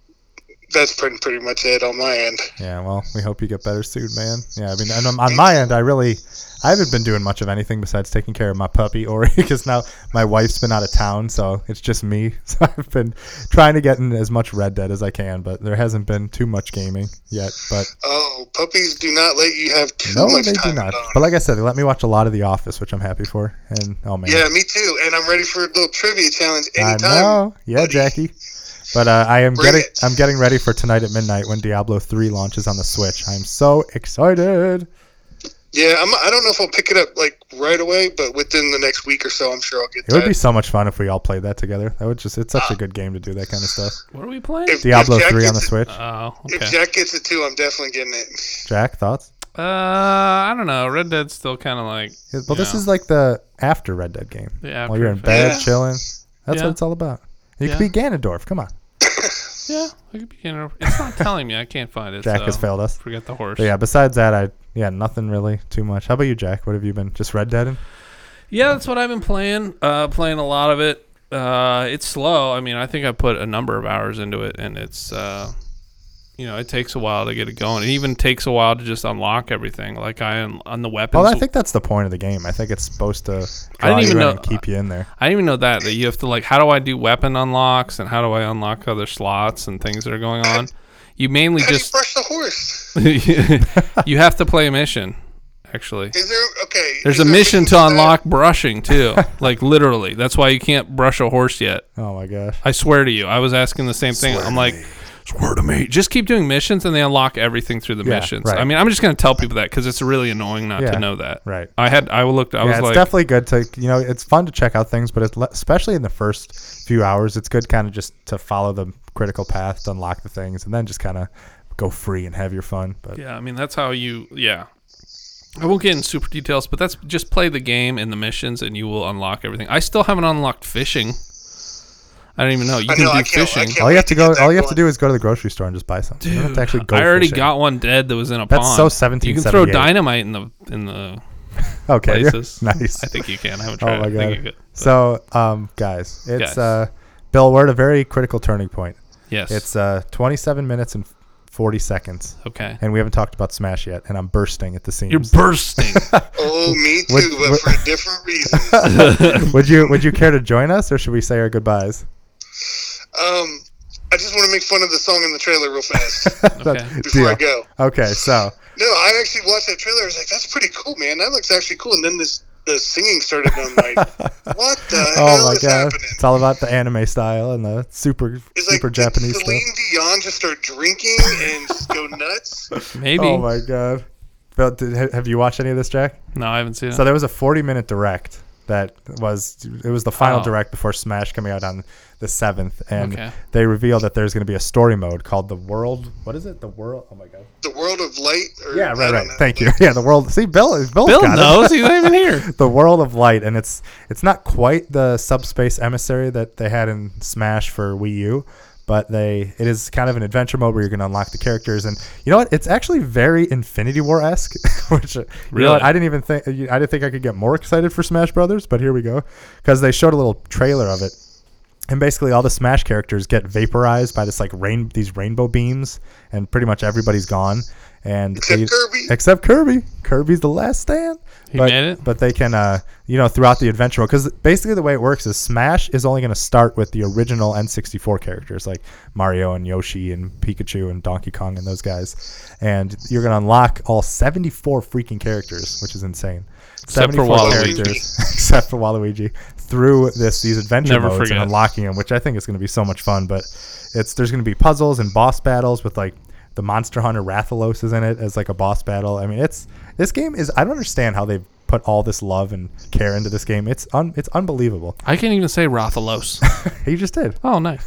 [SPEAKER 3] that's pretty pretty much it on my end.
[SPEAKER 1] Yeah, well, we hope you get better soon, man. Yeah, I mean, and on, on my end, I really, I haven't been doing much of anything besides taking care of my puppy Ori, because now my wife's been out of town, so it's just me. So I've been trying to get in as much Red Dead as I can, but there hasn't been too much gaming yet. But
[SPEAKER 3] Oh, puppies do not let you have too
[SPEAKER 1] no,
[SPEAKER 3] much
[SPEAKER 1] they
[SPEAKER 3] time
[SPEAKER 1] do not.
[SPEAKER 3] alone.
[SPEAKER 1] But like I said, they let me watch a lot of The Office, which I'm happy for. And oh man,
[SPEAKER 3] Yeah, me too. And I'm ready for a little trivia challenge
[SPEAKER 1] I
[SPEAKER 3] anytime.
[SPEAKER 1] know. Yeah,
[SPEAKER 3] buddy.
[SPEAKER 1] Jackie. But uh, I am
[SPEAKER 3] Bring
[SPEAKER 1] getting
[SPEAKER 3] it.
[SPEAKER 1] I'm getting ready for tonight at midnight when Diablo 3 launches on the Switch. I'm so excited.
[SPEAKER 3] Yeah, I'm, I don't know if I'll pick it up like right away, but within the next week or so, I'm sure I'll get
[SPEAKER 1] It would
[SPEAKER 3] that. Ah.
[SPEAKER 1] be so much fun if we all played that together. That would just it's such a good game to do that kind of stuff.
[SPEAKER 2] What are we playing?
[SPEAKER 3] If-
[SPEAKER 1] Diablo
[SPEAKER 3] Jack
[SPEAKER 1] 3 on the
[SPEAKER 3] gets it-
[SPEAKER 1] Switch.
[SPEAKER 2] Oh,
[SPEAKER 3] If
[SPEAKER 2] okay.
[SPEAKER 3] Jack gets it too, I'm definitely getting it.
[SPEAKER 1] Jack, thoughts?
[SPEAKER 2] Uh, I don't know. Red Dead's still kind of like.
[SPEAKER 1] Yeah, Well, this
[SPEAKER 2] Yeah.
[SPEAKER 1] is like the after Red Dead game.
[SPEAKER 2] The
[SPEAKER 1] While you're in
[SPEAKER 2] after
[SPEAKER 1] bed
[SPEAKER 3] effect. Yeah.
[SPEAKER 1] chilling. That's
[SPEAKER 2] Yeah.
[SPEAKER 1] what it's all about. You
[SPEAKER 2] Yeah.
[SPEAKER 1] could be Ganondorf. Come on.
[SPEAKER 2] Yeah, I could be getting. It's not telling me. I can't find it.
[SPEAKER 1] Jack
[SPEAKER 2] so
[SPEAKER 1] has failed us.
[SPEAKER 2] Forget the horse.
[SPEAKER 1] But yeah, besides that, I yeah, nothing really too much. How about you, Jack? What have you been just Red Deading?
[SPEAKER 2] Yeah, that's what I've been playing. Uh, playing a lot of it. Uh, it's slow. I mean, I think I put a number of hours into it, and it's uh, you know, it takes a while to get it going. It even takes a while to just unlock everything. Like I un- on the weapons.
[SPEAKER 1] Well, I think Oh, that's the point of the game. I think it's supposed to
[SPEAKER 2] I
[SPEAKER 1] draw
[SPEAKER 2] didn't
[SPEAKER 1] you
[SPEAKER 2] even
[SPEAKER 1] in
[SPEAKER 2] know-
[SPEAKER 1] and keep you in there.
[SPEAKER 2] I didn't even know that that you have to like. How do I do weapon unlocks and how do I unlock other slots and things that are going on? You mainly
[SPEAKER 3] How
[SPEAKER 2] just
[SPEAKER 3] do you brush the horse?
[SPEAKER 2] you have to play a mission. Actually,
[SPEAKER 3] Is there okay?
[SPEAKER 2] There's
[SPEAKER 3] is
[SPEAKER 2] a
[SPEAKER 3] there
[SPEAKER 2] mission to
[SPEAKER 3] that-
[SPEAKER 2] unlock brushing too. like literally, that's why you can't brush a horse yet.
[SPEAKER 1] Oh my gosh.
[SPEAKER 2] I swear to you, I was asking the same thing. I'm like, swear to me, just keep doing missions, and they unlock everything through the
[SPEAKER 1] Yeah,
[SPEAKER 2] missions.
[SPEAKER 1] right.
[SPEAKER 2] I mean, I'm just gonna tell people that because it's really annoying not
[SPEAKER 1] Yeah,
[SPEAKER 2] to know that.
[SPEAKER 1] right.
[SPEAKER 2] I had I looked. I
[SPEAKER 1] Yeah,
[SPEAKER 2] was
[SPEAKER 1] it's
[SPEAKER 2] like,
[SPEAKER 1] definitely good to you know it's fun to check out things, but it's le- especially in the first few hours, it's good kind of just to follow the critical path to unlock the things, and then just kind of go free and have your fun. But
[SPEAKER 2] yeah. I mean, that's how you. Yeah. I won't get in super details, but that's just play the game and the missions, and you will unlock everything. I still haven't unlocked fishing. I don't even know. You
[SPEAKER 3] I
[SPEAKER 2] can
[SPEAKER 3] know,
[SPEAKER 2] do
[SPEAKER 3] I can't- I
[SPEAKER 2] fishing.
[SPEAKER 3] can't
[SPEAKER 1] all you
[SPEAKER 3] wait
[SPEAKER 1] have to
[SPEAKER 3] get
[SPEAKER 1] go,
[SPEAKER 3] that
[SPEAKER 1] all you have to
[SPEAKER 3] going.
[SPEAKER 1] do is go to the grocery store and just buy something. you don't have to actually go
[SPEAKER 2] I already
[SPEAKER 1] fishing.
[SPEAKER 2] got one dead that was in a
[SPEAKER 1] That's
[SPEAKER 2] pond.
[SPEAKER 1] so 1778.
[SPEAKER 2] You can throw dynamite in the in the.
[SPEAKER 1] okay, you're-
[SPEAKER 2] places.
[SPEAKER 1] nice.
[SPEAKER 2] I think you can. I haven't
[SPEAKER 1] Oh
[SPEAKER 2] tried.
[SPEAKER 1] my
[SPEAKER 2] it. I think you
[SPEAKER 1] god.
[SPEAKER 2] could.
[SPEAKER 1] So, um, guys, it's
[SPEAKER 2] Guys.
[SPEAKER 1] uh, Bill, we're at a very critical turning point.
[SPEAKER 2] Yes.
[SPEAKER 1] It's uh, 27 minutes and 40 seconds,
[SPEAKER 2] okay.
[SPEAKER 1] and we haven't talked about Smash yet, and I'm bursting at the seams.
[SPEAKER 2] You're bursting.
[SPEAKER 3] Oh, me too,
[SPEAKER 1] Would-
[SPEAKER 3] but
[SPEAKER 1] would-
[SPEAKER 3] for different reasons.
[SPEAKER 1] would you would you care to join us or should we say our goodbyes?
[SPEAKER 3] um, I just want to make fun of the song in the trailer real fast
[SPEAKER 2] Okay.
[SPEAKER 3] before I
[SPEAKER 1] Deal.
[SPEAKER 3] go.
[SPEAKER 1] Okay, so
[SPEAKER 3] No, I actually watched that trailer. I was like, "That's pretty cool, man. That looks actually cool." And then this the singing started, and I'm like, "What the
[SPEAKER 1] oh
[SPEAKER 3] hell
[SPEAKER 1] my
[SPEAKER 3] is
[SPEAKER 1] god,
[SPEAKER 3] happening?"
[SPEAKER 1] it's all about the anime style and the super
[SPEAKER 3] It's like
[SPEAKER 1] super
[SPEAKER 3] did
[SPEAKER 1] Japanese stuff.
[SPEAKER 3] Celine Dion just start drinking and just go nuts.
[SPEAKER 2] Maybe.
[SPEAKER 1] Oh my god, Bill, did, ha- have you watched any of this, Jack?
[SPEAKER 2] no, I haven't seen it.
[SPEAKER 1] So there was a 40 minute direct that was it was the final
[SPEAKER 2] Oh.
[SPEAKER 1] direct before Smash coming out on the seventh, and
[SPEAKER 2] Okay.
[SPEAKER 1] they revealed that there's going to be a story mode called the World. What is it? The World. Oh my god.
[SPEAKER 3] The world of light. Or,
[SPEAKER 1] Yeah,
[SPEAKER 3] I
[SPEAKER 1] right,
[SPEAKER 3] don't
[SPEAKER 1] right.
[SPEAKER 3] know.
[SPEAKER 1] Thank you. Yeah, the world. See, Bill, Bill's
[SPEAKER 2] Bill
[SPEAKER 1] got it.
[SPEAKER 2] knows. He's not even here.
[SPEAKER 1] the world of light and it's it's not quite the subspace emissary that they had in smash for wii u but they it is kind of an adventure mode where you're going to unlock the characters and you know what it's actually very infinity war-esque which really you
[SPEAKER 2] Really?
[SPEAKER 1] know what, i didn't even think i didn't think i could get more excited for smash brothers but here we go because they showed a little trailer of it and basically all the smash characters get vaporized by this like rain these rainbow beams and pretty much everybody's gone and
[SPEAKER 3] Except
[SPEAKER 1] they-
[SPEAKER 3] Kirby.
[SPEAKER 1] except kirby kirby's the last stand
[SPEAKER 2] He
[SPEAKER 1] but,
[SPEAKER 2] made it?
[SPEAKER 1] but they can uh you know throughout the adventure because basically the way it works is smash is only going to start with the original n64 characters like mario and yoshi and pikachu and donkey kong and those guys and you're going to unlock all 74 freaking characters which is insane
[SPEAKER 2] Except for
[SPEAKER 1] 74
[SPEAKER 2] Waluigi.
[SPEAKER 1] characters except for waluigi through this these adventure
[SPEAKER 2] Never
[SPEAKER 1] modes
[SPEAKER 2] forget.
[SPEAKER 1] and unlocking them which i think is going to be so much fun but it's there's going to be puzzles and boss battles with like the monster hunter rathalos is in it as like a boss battle i mean it's this game is i don't understand how they've put all this love and care into this game it's un, it's unbelievable
[SPEAKER 2] I can't even say Rathalos.
[SPEAKER 1] he just did
[SPEAKER 2] Oh, nice.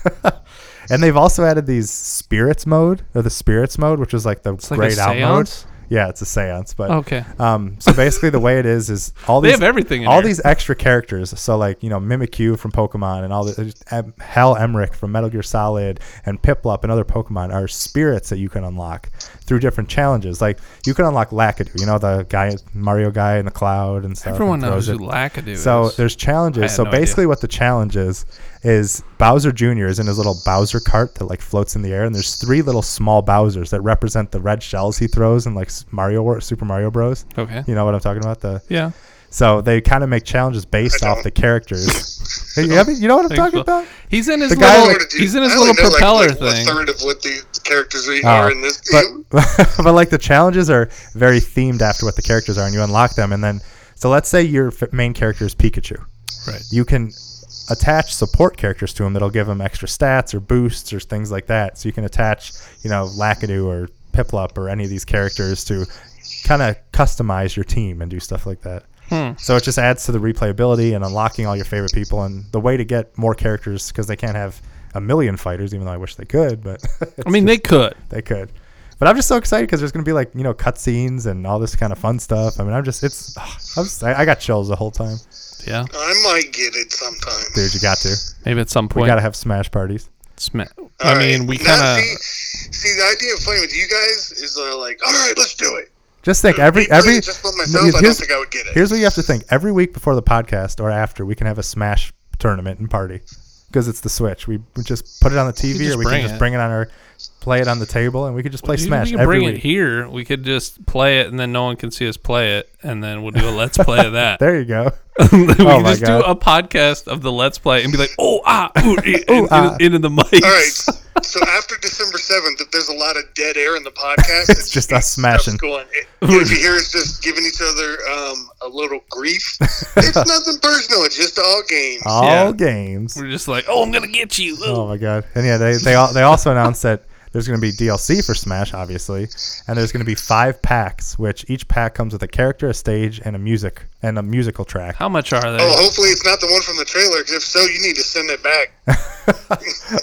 [SPEAKER 1] and they've also added these spirits mode or the spirits mode which is like the
[SPEAKER 2] like a
[SPEAKER 1] grayed out mode
[SPEAKER 2] seance?
[SPEAKER 1] Yeah, it's a séance, but
[SPEAKER 2] Okay.
[SPEAKER 1] Um, so basically, the way it is is all
[SPEAKER 2] They
[SPEAKER 1] these
[SPEAKER 2] have everything in
[SPEAKER 1] all
[SPEAKER 2] here.
[SPEAKER 1] these extra characters. So like you know Mimikyu from Pokemon and all the em, Hal Emrick from Metal Gear Solid and Piplup and other Pokemon are spirits that you can unlock through different challenges. Like you can unlock Lakitu, you know the guy Mario guy in the cloud and stuff. and
[SPEAKER 2] Everyone
[SPEAKER 1] throws
[SPEAKER 2] knows who
[SPEAKER 1] it.
[SPEAKER 2] Lakitu
[SPEAKER 1] So
[SPEAKER 2] is.
[SPEAKER 1] there's
[SPEAKER 2] I
[SPEAKER 1] challenges.
[SPEAKER 2] had
[SPEAKER 1] So
[SPEAKER 2] no idea.
[SPEAKER 1] basically, what the challenge is is Bowser Jr. is in his little Bowser cart that like floats in the air, and there's three little small Bowsers that represent the red shells he throws in like S- Mario War, Super Mario Bros.
[SPEAKER 2] okay.
[SPEAKER 1] You know what I'm talking about? The
[SPEAKER 2] Yeah.
[SPEAKER 1] so they kind of make challenges based
[SPEAKER 3] I
[SPEAKER 1] off
[SPEAKER 3] don't.
[SPEAKER 1] the characters. Hey, you, have it- you know what I'm
[SPEAKER 2] Thanks,
[SPEAKER 1] talking
[SPEAKER 2] Will.
[SPEAKER 1] about?
[SPEAKER 2] He's in his
[SPEAKER 1] The guy
[SPEAKER 2] little.
[SPEAKER 1] that-
[SPEAKER 2] he's in his
[SPEAKER 3] I only
[SPEAKER 2] little
[SPEAKER 3] know, like,
[SPEAKER 2] propeller
[SPEAKER 3] like,
[SPEAKER 2] thing.
[SPEAKER 3] A third of what the characters are,
[SPEAKER 1] Oh,
[SPEAKER 3] are in this
[SPEAKER 1] but
[SPEAKER 3] game.
[SPEAKER 1] but like the challenges are very themed after what the characters are, and you unlock them, and then so let's say your f- main character is Pikachu.
[SPEAKER 2] Right.
[SPEAKER 1] you can attach support characters to them that'll give them extra stats or boosts or things like that. So you can attach, you know, Lakitu or Piplup or any of these characters to kind of customize your team and do stuff like that.
[SPEAKER 2] Hmm.
[SPEAKER 1] So it just adds to the replayability and unlocking all your favorite people and the way to get more characters because they can't have a million fighters, even though I wish they could, but
[SPEAKER 2] I mean, they could.
[SPEAKER 1] they could. But I'm just so excited because there's going to be like you know cutscenes and all this kind of fun stuff. I mean, I'm just it's I'm just, I I got chills the whole time,
[SPEAKER 2] Yeah.
[SPEAKER 3] I might get it sometime.
[SPEAKER 1] dude. You got to
[SPEAKER 2] Maybe at some
[SPEAKER 1] we
[SPEAKER 2] point.
[SPEAKER 1] got to have smash parties.
[SPEAKER 2] Sma-
[SPEAKER 3] All
[SPEAKER 2] I
[SPEAKER 3] right.
[SPEAKER 2] mean, we
[SPEAKER 3] Now,
[SPEAKER 2] kind
[SPEAKER 3] see, see the idea of playing with you guys is uh, like, all right, let's do it.
[SPEAKER 1] Just think every
[SPEAKER 3] Me playing
[SPEAKER 1] every
[SPEAKER 3] just by
[SPEAKER 1] no,
[SPEAKER 3] myself, I don't
[SPEAKER 1] here's,
[SPEAKER 3] think I would get it.
[SPEAKER 1] here's what you have to think. Every week before the podcast or after, we can have a smash tournament and party because it's the Switch. We, we just put it on the TV
[SPEAKER 2] just
[SPEAKER 1] or we can
[SPEAKER 2] bring
[SPEAKER 1] just
[SPEAKER 2] it.
[SPEAKER 1] bring it on our play it on the table and we could just play
[SPEAKER 2] of.
[SPEAKER 1] smash
[SPEAKER 2] we can
[SPEAKER 1] every
[SPEAKER 2] bring
[SPEAKER 1] week.
[SPEAKER 2] it here. We could just play it, and then no one can see us play it, and then we'll do a let's play of that.
[SPEAKER 1] There you go.
[SPEAKER 2] we
[SPEAKER 1] Oh
[SPEAKER 2] can
[SPEAKER 1] my
[SPEAKER 2] just
[SPEAKER 1] God.
[SPEAKER 2] do a podcast of the let's play and be like, oh ah, ooh, eh,
[SPEAKER 1] Ooh,
[SPEAKER 2] in-
[SPEAKER 1] ah.
[SPEAKER 2] in- into the mic.
[SPEAKER 3] All right. So after December seventh, if there's a lot of dead air in the podcast,
[SPEAKER 1] It's just us smashing.
[SPEAKER 3] stuff's Going. It, if you hear us just giving each other um, a little grief, it's nothing personal. It's just all games.
[SPEAKER 1] All
[SPEAKER 2] Yeah.
[SPEAKER 1] games.
[SPEAKER 2] We're just like, oh, I'm gonna get you.
[SPEAKER 1] Oh my god. And yeah, they they al- they also announced that there's going to be DLC for Smash, obviously, and there's going to be five packs, which each pack comes with a character, a stage, and a music and a musical track.
[SPEAKER 2] How much are they?
[SPEAKER 3] Oh, hopefully it's not the one from the trailer. 'cause if so, you need to send it back.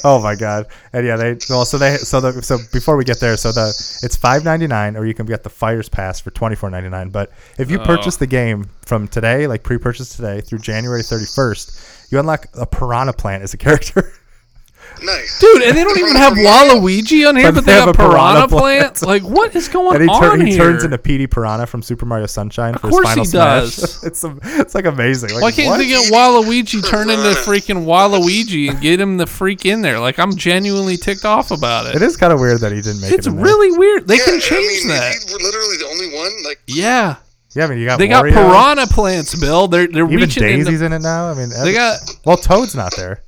[SPEAKER 1] oh my god and yeah they well, so they so the so before we get there so the it's 5.99 or you can get the fighters pass for 24.99 but if you
[SPEAKER 2] Oh.
[SPEAKER 1] purchase the game from today like pre-purchase today through january 31st you unlock a piranha plant as a character
[SPEAKER 3] Nice,
[SPEAKER 2] Dude, and they don't even have Waluigi on here,
[SPEAKER 1] But
[SPEAKER 2] but,
[SPEAKER 1] they
[SPEAKER 2] they,
[SPEAKER 1] have
[SPEAKER 2] have,
[SPEAKER 1] a piranha
[SPEAKER 2] piranha,
[SPEAKER 1] plant.
[SPEAKER 2] plants. Like, what is going
[SPEAKER 1] and he, tur-
[SPEAKER 2] on
[SPEAKER 1] he
[SPEAKER 2] here?
[SPEAKER 1] turns into Petey piranha from super mario sunshine for
[SPEAKER 2] course
[SPEAKER 1] his final
[SPEAKER 2] he
[SPEAKER 1] smash
[SPEAKER 2] does.
[SPEAKER 1] it's a, it's like amazing like,
[SPEAKER 2] Why can't
[SPEAKER 1] what?
[SPEAKER 2] they get Waluigi turned into freaking Waluigi and get him the freak in there? Like, I'm genuinely ticked off about it.
[SPEAKER 1] it is kind of weird that he didn't make
[SPEAKER 2] It's
[SPEAKER 1] it in there.
[SPEAKER 2] really weird. They
[SPEAKER 3] Yeah,
[SPEAKER 2] can change
[SPEAKER 3] I mean,
[SPEAKER 2] that.
[SPEAKER 3] If you were literally the only one, like
[SPEAKER 2] Yeah,
[SPEAKER 1] yeah i mean you got
[SPEAKER 2] they got
[SPEAKER 1] Wario.
[SPEAKER 2] piranha plants, Bill. They're they're
[SPEAKER 1] even
[SPEAKER 2] reaching
[SPEAKER 1] daisy's
[SPEAKER 2] into.
[SPEAKER 1] in it now i mean
[SPEAKER 2] They
[SPEAKER 1] every-
[SPEAKER 2] got
[SPEAKER 1] well toad's not there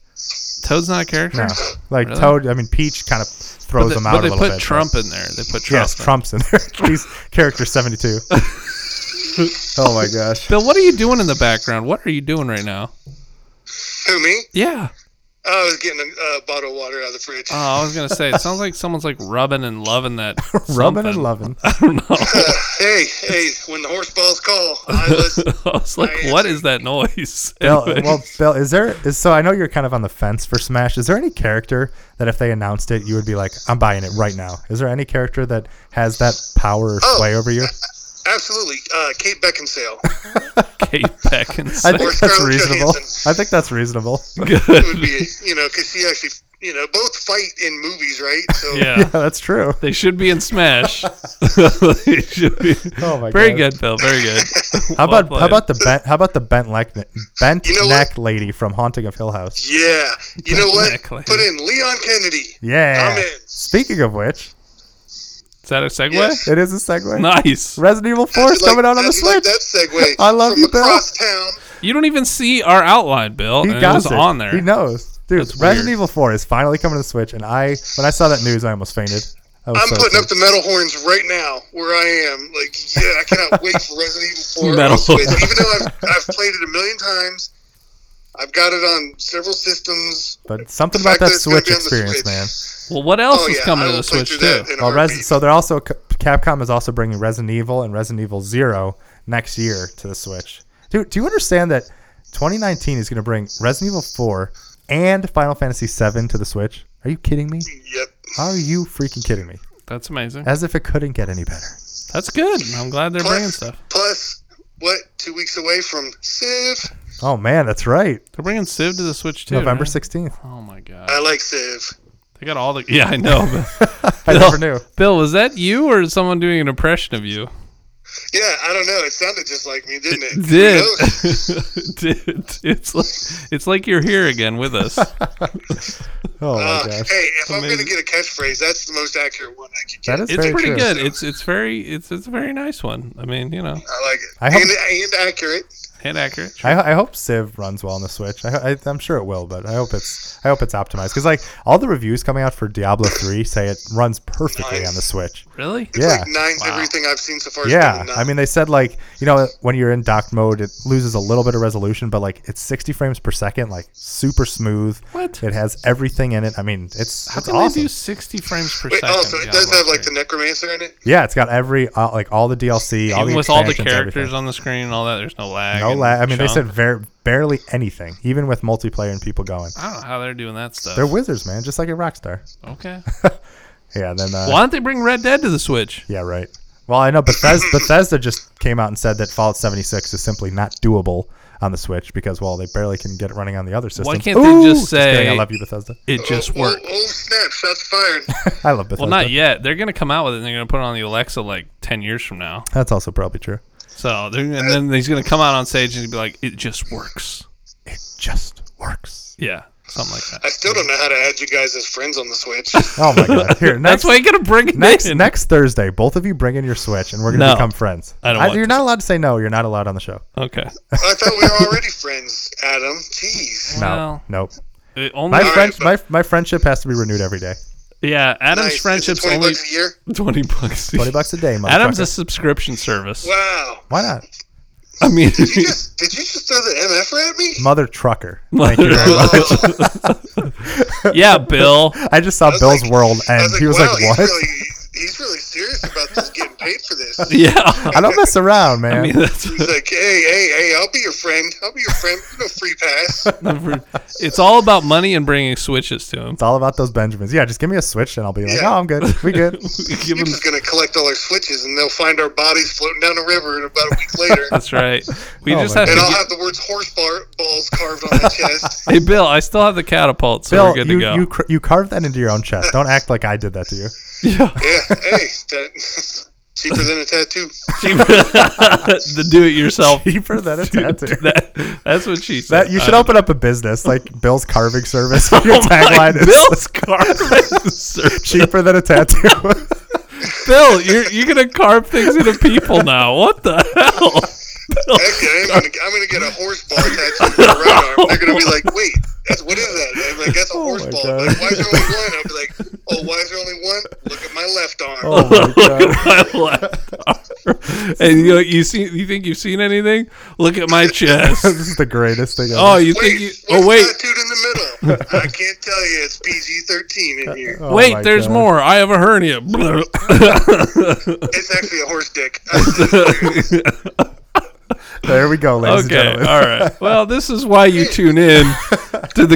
[SPEAKER 2] Toad's not a character.
[SPEAKER 1] No, like
[SPEAKER 2] Really?
[SPEAKER 1] Toad. I mean, Peach kind of throws
[SPEAKER 2] But, they-
[SPEAKER 1] them out
[SPEAKER 2] but
[SPEAKER 1] a
[SPEAKER 2] they
[SPEAKER 1] little
[SPEAKER 2] put
[SPEAKER 1] bit.
[SPEAKER 2] Trump in there. They put Trump.
[SPEAKER 1] Yes,
[SPEAKER 2] in.
[SPEAKER 1] Trump's in there. He's character seventy-two. oh my gosh!
[SPEAKER 2] Bill, what are you doing in the background? What are you doing right now?
[SPEAKER 3] who me?
[SPEAKER 2] Yeah.
[SPEAKER 3] I was getting a uh, bottle of water out of the fridge.
[SPEAKER 2] Oh, I was gonna say it sounds like someone's like rubbing and loving that.
[SPEAKER 1] Rubbing and
[SPEAKER 2] something.
[SPEAKER 1] loving.
[SPEAKER 2] I don't know.
[SPEAKER 3] hey, hey, when the horse balls call, I listen.
[SPEAKER 2] I was like,
[SPEAKER 3] I-
[SPEAKER 2] what is that noise?
[SPEAKER 1] Bill,
[SPEAKER 2] Anyway.
[SPEAKER 1] well, Bill, is there? Is, so I know you're kind of on the fence for Smash. Is there any character that if they announced it, you would be like, "I'm buying it right now"? Is there any character that has that power or
[SPEAKER 3] Oh.
[SPEAKER 1] sway over you?
[SPEAKER 3] Absolutely, uh, Kate Beckinsale.
[SPEAKER 2] Kate Beckinsale.
[SPEAKER 1] I think
[SPEAKER 3] Or
[SPEAKER 1] that's
[SPEAKER 3] Scarlett
[SPEAKER 1] reasonable.
[SPEAKER 3] Johansson.
[SPEAKER 1] I think that's reasonable.
[SPEAKER 3] It
[SPEAKER 2] Good.
[SPEAKER 3] would be, you know, because she actually, you know, both fight in movies, right? So
[SPEAKER 2] Yeah.
[SPEAKER 1] yeah, that's true.
[SPEAKER 2] They should be in Smash. they should be.
[SPEAKER 1] Oh my
[SPEAKER 2] Very
[SPEAKER 1] God.
[SPEAKER 2] good, Bill. Very good.
[SPEAKER 1] How
[SPEAKER 2] Well
[SPEAKER 1] about how
[SPEAKER 2] played.
[SPEAKER 1] about the bent how about the bent neck bent
[SPEAKER 3] You know what?
[SPEAKER 1] neck lady from Haunting of Hill House?
[SPEAKER 3] Yeah. You know what?
[SPEAKER 2] Exactly.
[SPEAKER 3] Put in Leon Kennedy.
[SPEAKER 1] Yeah.
[SPEAKER 3] I'm in.
[SPEAKER 1] Speaking of which,
[SPEAKER 2] Is that a segue?
[SPEAKER 3] Yes.
[SPEAKER 1] it is a segue.
[SPEAKER 2] Nice.
[SPEAKER 1] Resident Evil 4
[SPEAKER 3] How'd
[SPEAKER 1] is
[SPEAKER 3] you like-
[SPEAKER 1] coming out on the
[SPEAKER 3] how'd you like
[SPEAKER 1] Switch.
[SPEAKER 3] that segue.
[SPEAKER 1] I love
[SPEAKER 3] From
[SPEAKER 1] you, Bill.
[SPEAKER 3] across town.
[SPEAKER 2] You don't even see our outline, Bill.
[SPEAKER 1] he
[SPEAKER 2] and
[SPEAKER 1] got
[SPEAKER 2] it was
[SPEAKER 1] it.
[SPEAKER 2] on there.
[SPEAKER 1] He knows. Dude,
[SPEAKER 2] That's
[SPEAKER 1] Resident
[SPEAKER 2] weird.
[SPEAKER 1] Evil 4 is finally coming to the Switch, and I when I saw that news, I almost fainted. I was
[SPEAKER 3] I'm
[SPEAKER 1] so
[SPEAKER 3] putting up
[SPEAKER 1] excited.
[SPEAKER 3] the metal horns right now where I am. Like, yeah, I cannot wait for Resident Evil 4. on
[SPEAKER 2] Metal
[SPEAKER 3] Switch.
[SPEAKER 2] horns.
[SPEAKER 3] Even though I've, I've played it a million times, I've got it on several systems.
[SPEAKER 1] but something about
[SPEAKER 3] the fact
[SPEAKER 1] that
[SPEAKER 3] that it's gonna
[SPEAKER 1] Switch
[SPEAKER 3] be on the
[SPEAKER 1] experience,
[SPEAKER 3] Switch.
[SPEAKER 1] man.
[SPEAKER 2] Well, what else
[SPEAKER 3] Oh,
[SPEAKER 2] is
[SPEAKER 3] yeah.
[SPEAKER 2] coming
[SPEAKER 3] I
[SPEAKER 2] to
[SPEAKER 3] will
[SPEAKER 2] the
[SPEAKER 3] play
[SPEAKER 2] Switch
[SPEAKER 3] through
[SPEAKER 2] too?
[SPEAKER 3] that in a
[SPEAKER 1] Well,
[SPEAKER 3] heartbeat.
[SPEAKER 1] Res- so they're also Capcom is also bringing Resident Evil and Resident Evil 0 next year to the Switch. Dude, do you understand that 2019 is going to bring Resident Evil 4 and Final Fantasy 7 to the Switch? Are you kidding me?
[SPEAKER 3] Yep.
[SPEAKER 1] Are you freaking kidding me?
[SPEAKER 2] That's amazing.
[SPEAKER 1] As if it couldn't get any better.
[SPEAKER 2] That's good. I'm glad they're bringing stuff.
[SPEAKER 3] Plus, what? Two weeks away from Civ.
[SPEAKER 1] Oh man, that's right.
[SPEAKER 2] They're bringing Civ to the Switch too.
[SPEAKER 1] November
[SPEAKER 2] right?
[SPEAKER 1] sixteenth.
[SPEAKER 2] Oh my god.
[SPEAKER 3] I like Civ.
[SPEAKER 2] They got all the. Yeah, I know. but-
[SPEAKER 1] I
[SPEAKER 2] Bill,
[SPEAKER 1] never knew.
[SPEAKER 2] Bill, was that you or is someone doing an impression of you?
[SPEAKER 3] Yeah, I don't know. It sounded just like me, didn't it?
[SPEAKER 2] Did.
[SPEAKER 3] Who knows?
[SPEAKER 2] Did. It's like it's like you're here again with us.
[SPEAKER 1] Oh
[SPEAKER 3] Uh,
[SPEAKER 1] my
[SPEAKER 3] hey,
[SPEAKER 1] gosh.
[SPEAKER 3] if I'm
[SPEAKER 2] Amazing.
[SPEAKER 3] gonna get a catchphrase, that's the most accurate one I can get.
[SPEAKER 1] That is
[SPEAKER 2] It's
[SPEAKER 1] very
[SPEAKER 2] pretty
[SPEAKER 1] true.
[SPEAKER 2] good. It's it's very it's it's a very nice one. I mean, you know,
[SPEAKER 3] I like it.
[SPEAKER 1] I hope-
[SPEAKER 3] and, and accurate.
[SPEAKER 2] hand accurate. Sure.
[SPEAKER 1] I, I hope Civ runs well on the Switch. I, I, I'm sure it will, but I hope it's I hope it's optimized because like all the reviews coming out for Diablo three say it runs perfectly
[SPEAKER 3] Nice.
[SPEAKER 1] on the Switch.
[SPEAKER 2] Really?
[SPEAKER 1] Yeah.
[SPEAKER 3] Like nine,
[SPEAKER 2] Wow.
[SPEAKER 3] everything I've seen so far.
[SPEAKER 1] Yeah,
[SPEAKER 3] is
[SPEAKER 1] I mean they said like you know when you're in docked mode it loses a little bit of resolution, but like it's 60 frames per second, like super smooth.
[SPEAKER 2] What?
[SPEAKER 1] It has everything in it. I mean it's
[SPEAKER 2] How
[SPEAKER 1] it's
[SPEAKER 2] can
[SPEAKER 1] awesome.
[SPEAKER 2] they do 60 frames per
[SPEAKER 3] Wait,
[SPEAKER 2] second?
[SPEAKER 3] oh, so it
[SPEAKER 2] Yeah,
[SPEAKER 3] does
[SPEAKER 2] I
[SPEAKER 3] have
[SPEAKER 2] love
[SPEAKER 3] like the
[SPEAKER 2] it.
[SPEAKER 3] necromancer in it.
[SPEAKER 1] Yeah, it's got every uh, like all the DLC, all
[SPEAKER 2] even
[SPEAKER 1] the
[SPEAKER 2] with all the
[SPEAKER 1] expansions,
[SPEAKER 2] characters
[SPEAKER 1] everything.
[SPEAKER 2] on the screen and all that. There's no lag.
[SPEAKER 1] No
[SPEAKER 2] and
[SPEAKER 1] lag. I mean, they
[SPEAKER 2] chunk.
[SPEAKER 1] said ver- barely anything, even with multiplayer and people going.
[SPEAKER 2] I don't know how they're doing that stuff.
[SPEAKER 1] They're wizards, man, just like at Rockstar.
[SPEAKER 2] okay.
[SPEAKER 1] Yeah, and then uh,
[SPEAKER 2] Why don't they bring Red Dead to the Switch?
[SPEAKER 1] yeah, right. Well, I know Bethesda, Bethesda just came out and said that Fallout 76 is simply not doable on the Switch because, well, they barely can get it running on the other system.
[SPEAKER 2] can't they just
[SPEAKER 1] kidding, I
[SPEAKER 2] say-
[SPEAKER 1] love you, Bethesda.
[SPEAKER 2] It just
[SPEAKER 3] oh,
[SPEAKER 2] worked.
[SPEAKER 3] Oh, oh snap! Shots fired.
[SPEAKER 1] I love Bethesda.
[SPEAKER 2] Well, not yet. They're gonna come out with it. and They're gonna put it on the Alexa like ten years from now.
[SPEAKER 1] That's also probably true.
[SPEAKER 2] So they're, and then he's gonna come out on stage and be like, "It just works."
[SPEAKER 1] It just works.
[SPEAKER 2] Yeah, something like that.
[SPEAKER 3] I still don't know how to add you guys as friends on the Switch.
[SPEAKER 1] Oh my god! Here, next,
[SPEAKER 2] That's why you're gonna bring it
[SPEAKER 1] next
[SPEAKER 2] in.
[SPEAKER 1] next Thursday, both of you bring in your Switch, and we're gonna
[SPEAKER 2] No.
[SPEAKER 1] become friends.
[SPEAKER 2] I don't want
[SPEAKER 1] you're
[SPEAKER 2] to.
[SPEAKER 1] not allowed to say no. You're not allowed on the show.
[SPEAKER 2] Okay.
[SPEAKER 3] I thought we were already friends, Adam. Jeez.
[SPEAKER 2] Well,
[SPEAKER 1] no, nope.
[SPEAKER 2] it only
[SPEAKER 1] My
[SPEAKER 3] right,
[SPEAKER 1] friend,
[SPEAKER 3] but-
[SPEAKER 1] my my friendship has to be renewed every day.
[SPEAKER 2] yeah. Adam's
[SPEAKER 3] Nice.
[SPEAKER 2] friendship's
[SPEAKER 3] Is it
[SPEAKER 2] only
[SPEAKER 3] twenty bucks a year.
[SPEAKER 2] twenty bucks.
[SPEAKER 1] Twenty bucks a day,
[SPEAKER 2] Adam's a
[SPEAKER 1] motherfucker.
[SPEAKER 2] subscription service.
[SPEAKER 3] Wow.
[SPEAKER 1] Why not,
[SPEAKER 2] I mean,
[SPEAKER 3] Did you just did you just throw the MF at me?
[SPEAKER 1] mother trucker? Thank you. very much.
[SPEAKER 3] Oh.
[SPEAKER 2] yeah, Bill.
[SPEAKER 1] I just saw
[SPEAKER 3] was
[SPEAKER 1] Bill's
[SPEAKER 3] like-
[SPEAKER 1] world, and he was
[SPEAKER 3] wow,
[SPEAKER 1] like, "What?
[SPEAKER 3] He's really, he's really serious about this getting paid for this. He's
[SPEAKER 2] Yeah.
[SPEAKER 1] I don't mess around, man."
[SPEAKER 2] I mean, that's
[SPEAKER 3] like, hey, hey, hey, I'll be your friend. I'll be your friend. No free pass.
[SPEAKER 2] it's all about money and bringing switches to him.
[SPEAKER 1] it's all about those Benjamins. Yeah, just give me a switch, and I'll be like,
[SPEAKER 3] Yeah.
[SPEAKER 1] "Oh, I'm good. We good."
[SPEAKER 2] Give
[SPEAKER 3] You're
[SPEAKER 2] him
[SPEAKER 3] just gonna collect all our switches, and they'll find our bodies floating down a river. And about a week later,
[SPEAKER 2] That's right. We
[SPEAKER 1] Oh
[SPEAKER 2] just
[SPEAKER 1] my
[SPEAKER 2] have
[SPEAKER 3] and I'll
[SPEAKER 2] to.
[SPEAKER 3] have the words horse bar- balls carved on my chest.
[SPEAKER 2] Get, hey, Bill, I still have the catapult, so
[SPEAKER 1] Bill,
[SPEAKER 2] we're good
[SPEAKER 1] you
[SPEAKER 2] to go.
[SPEAKER 1] you cr- you carved that into your own chest. Don't act like I did that to you.
[SPEAKER 2] yeah.
[SPEAKER 3] Yeah, hey, that, cheaper than a tattoo.
[SPEAKER 2] the do-it-yourself.
[SPEAKER 1] Deeper than a tattoo.
[SPEAKER 2] That, that's what she said.
[SPEAKER 1] That you should
[SPEAKER 2] Uh, Oh
[SPEAKER 1] open up a business like Bill's Carving Service. Your
[SPEAKER 2] my
[SPEAKER 1] tagline is
[SPEAKER 2] Bill's carving service.
[SPEAKER 1] cheaper than a tattoo.
[SPEAKER 2] Bill, you're you're gonna carve things into people now. What the hell?
[SPEAKER 3] Actually, I'm gonna, I'm gonna get a horse ball tattoo on my right arm. They're gonna be like, wait, that's, what is that? I'm like, that's a horse
[SPEAKER 1] Oh my
[SPEAKER 3] ball.
[SPEAKER 1] God.
[SPEAKER 3] Like, why is there only one? I'll be like, oh, why is there only one? Look at my left arm.
[SPEAKER 1] oh my
[SPEAKER 2] Look
[SPEAKER 1] god.
[SPEAKER 2] at my left arm. And you know, you see you think you've seen anything? Look at my chest.
[SPEAKER 1] this is the greatest thing ever.
[SPEAKER 2] Oh, you
[SPEAKER 3] Wait,
[SPEAKER 2] think you?
[SPEAKER 3] what's
[SPEAKER 2] Oh, wait,
[SPEAKER 3] tattooed in the middle? I can't tell you. It's PG-13 in here.
[SPEAKER 1] Oh my
[SPEAKER 2] wait. There's
[SPEAKER 1] God.
[SPEAKER 2] more. I have a hernia.
[SPEAKER 3] It's actually a horse dick.
[SPEAKER 1] There we go, ladies and
[SPEAKER 2] Okay,
[SPEAKER 1] gentlemen.
[SPEAKER 2] all right. Well, this is why you tune in to the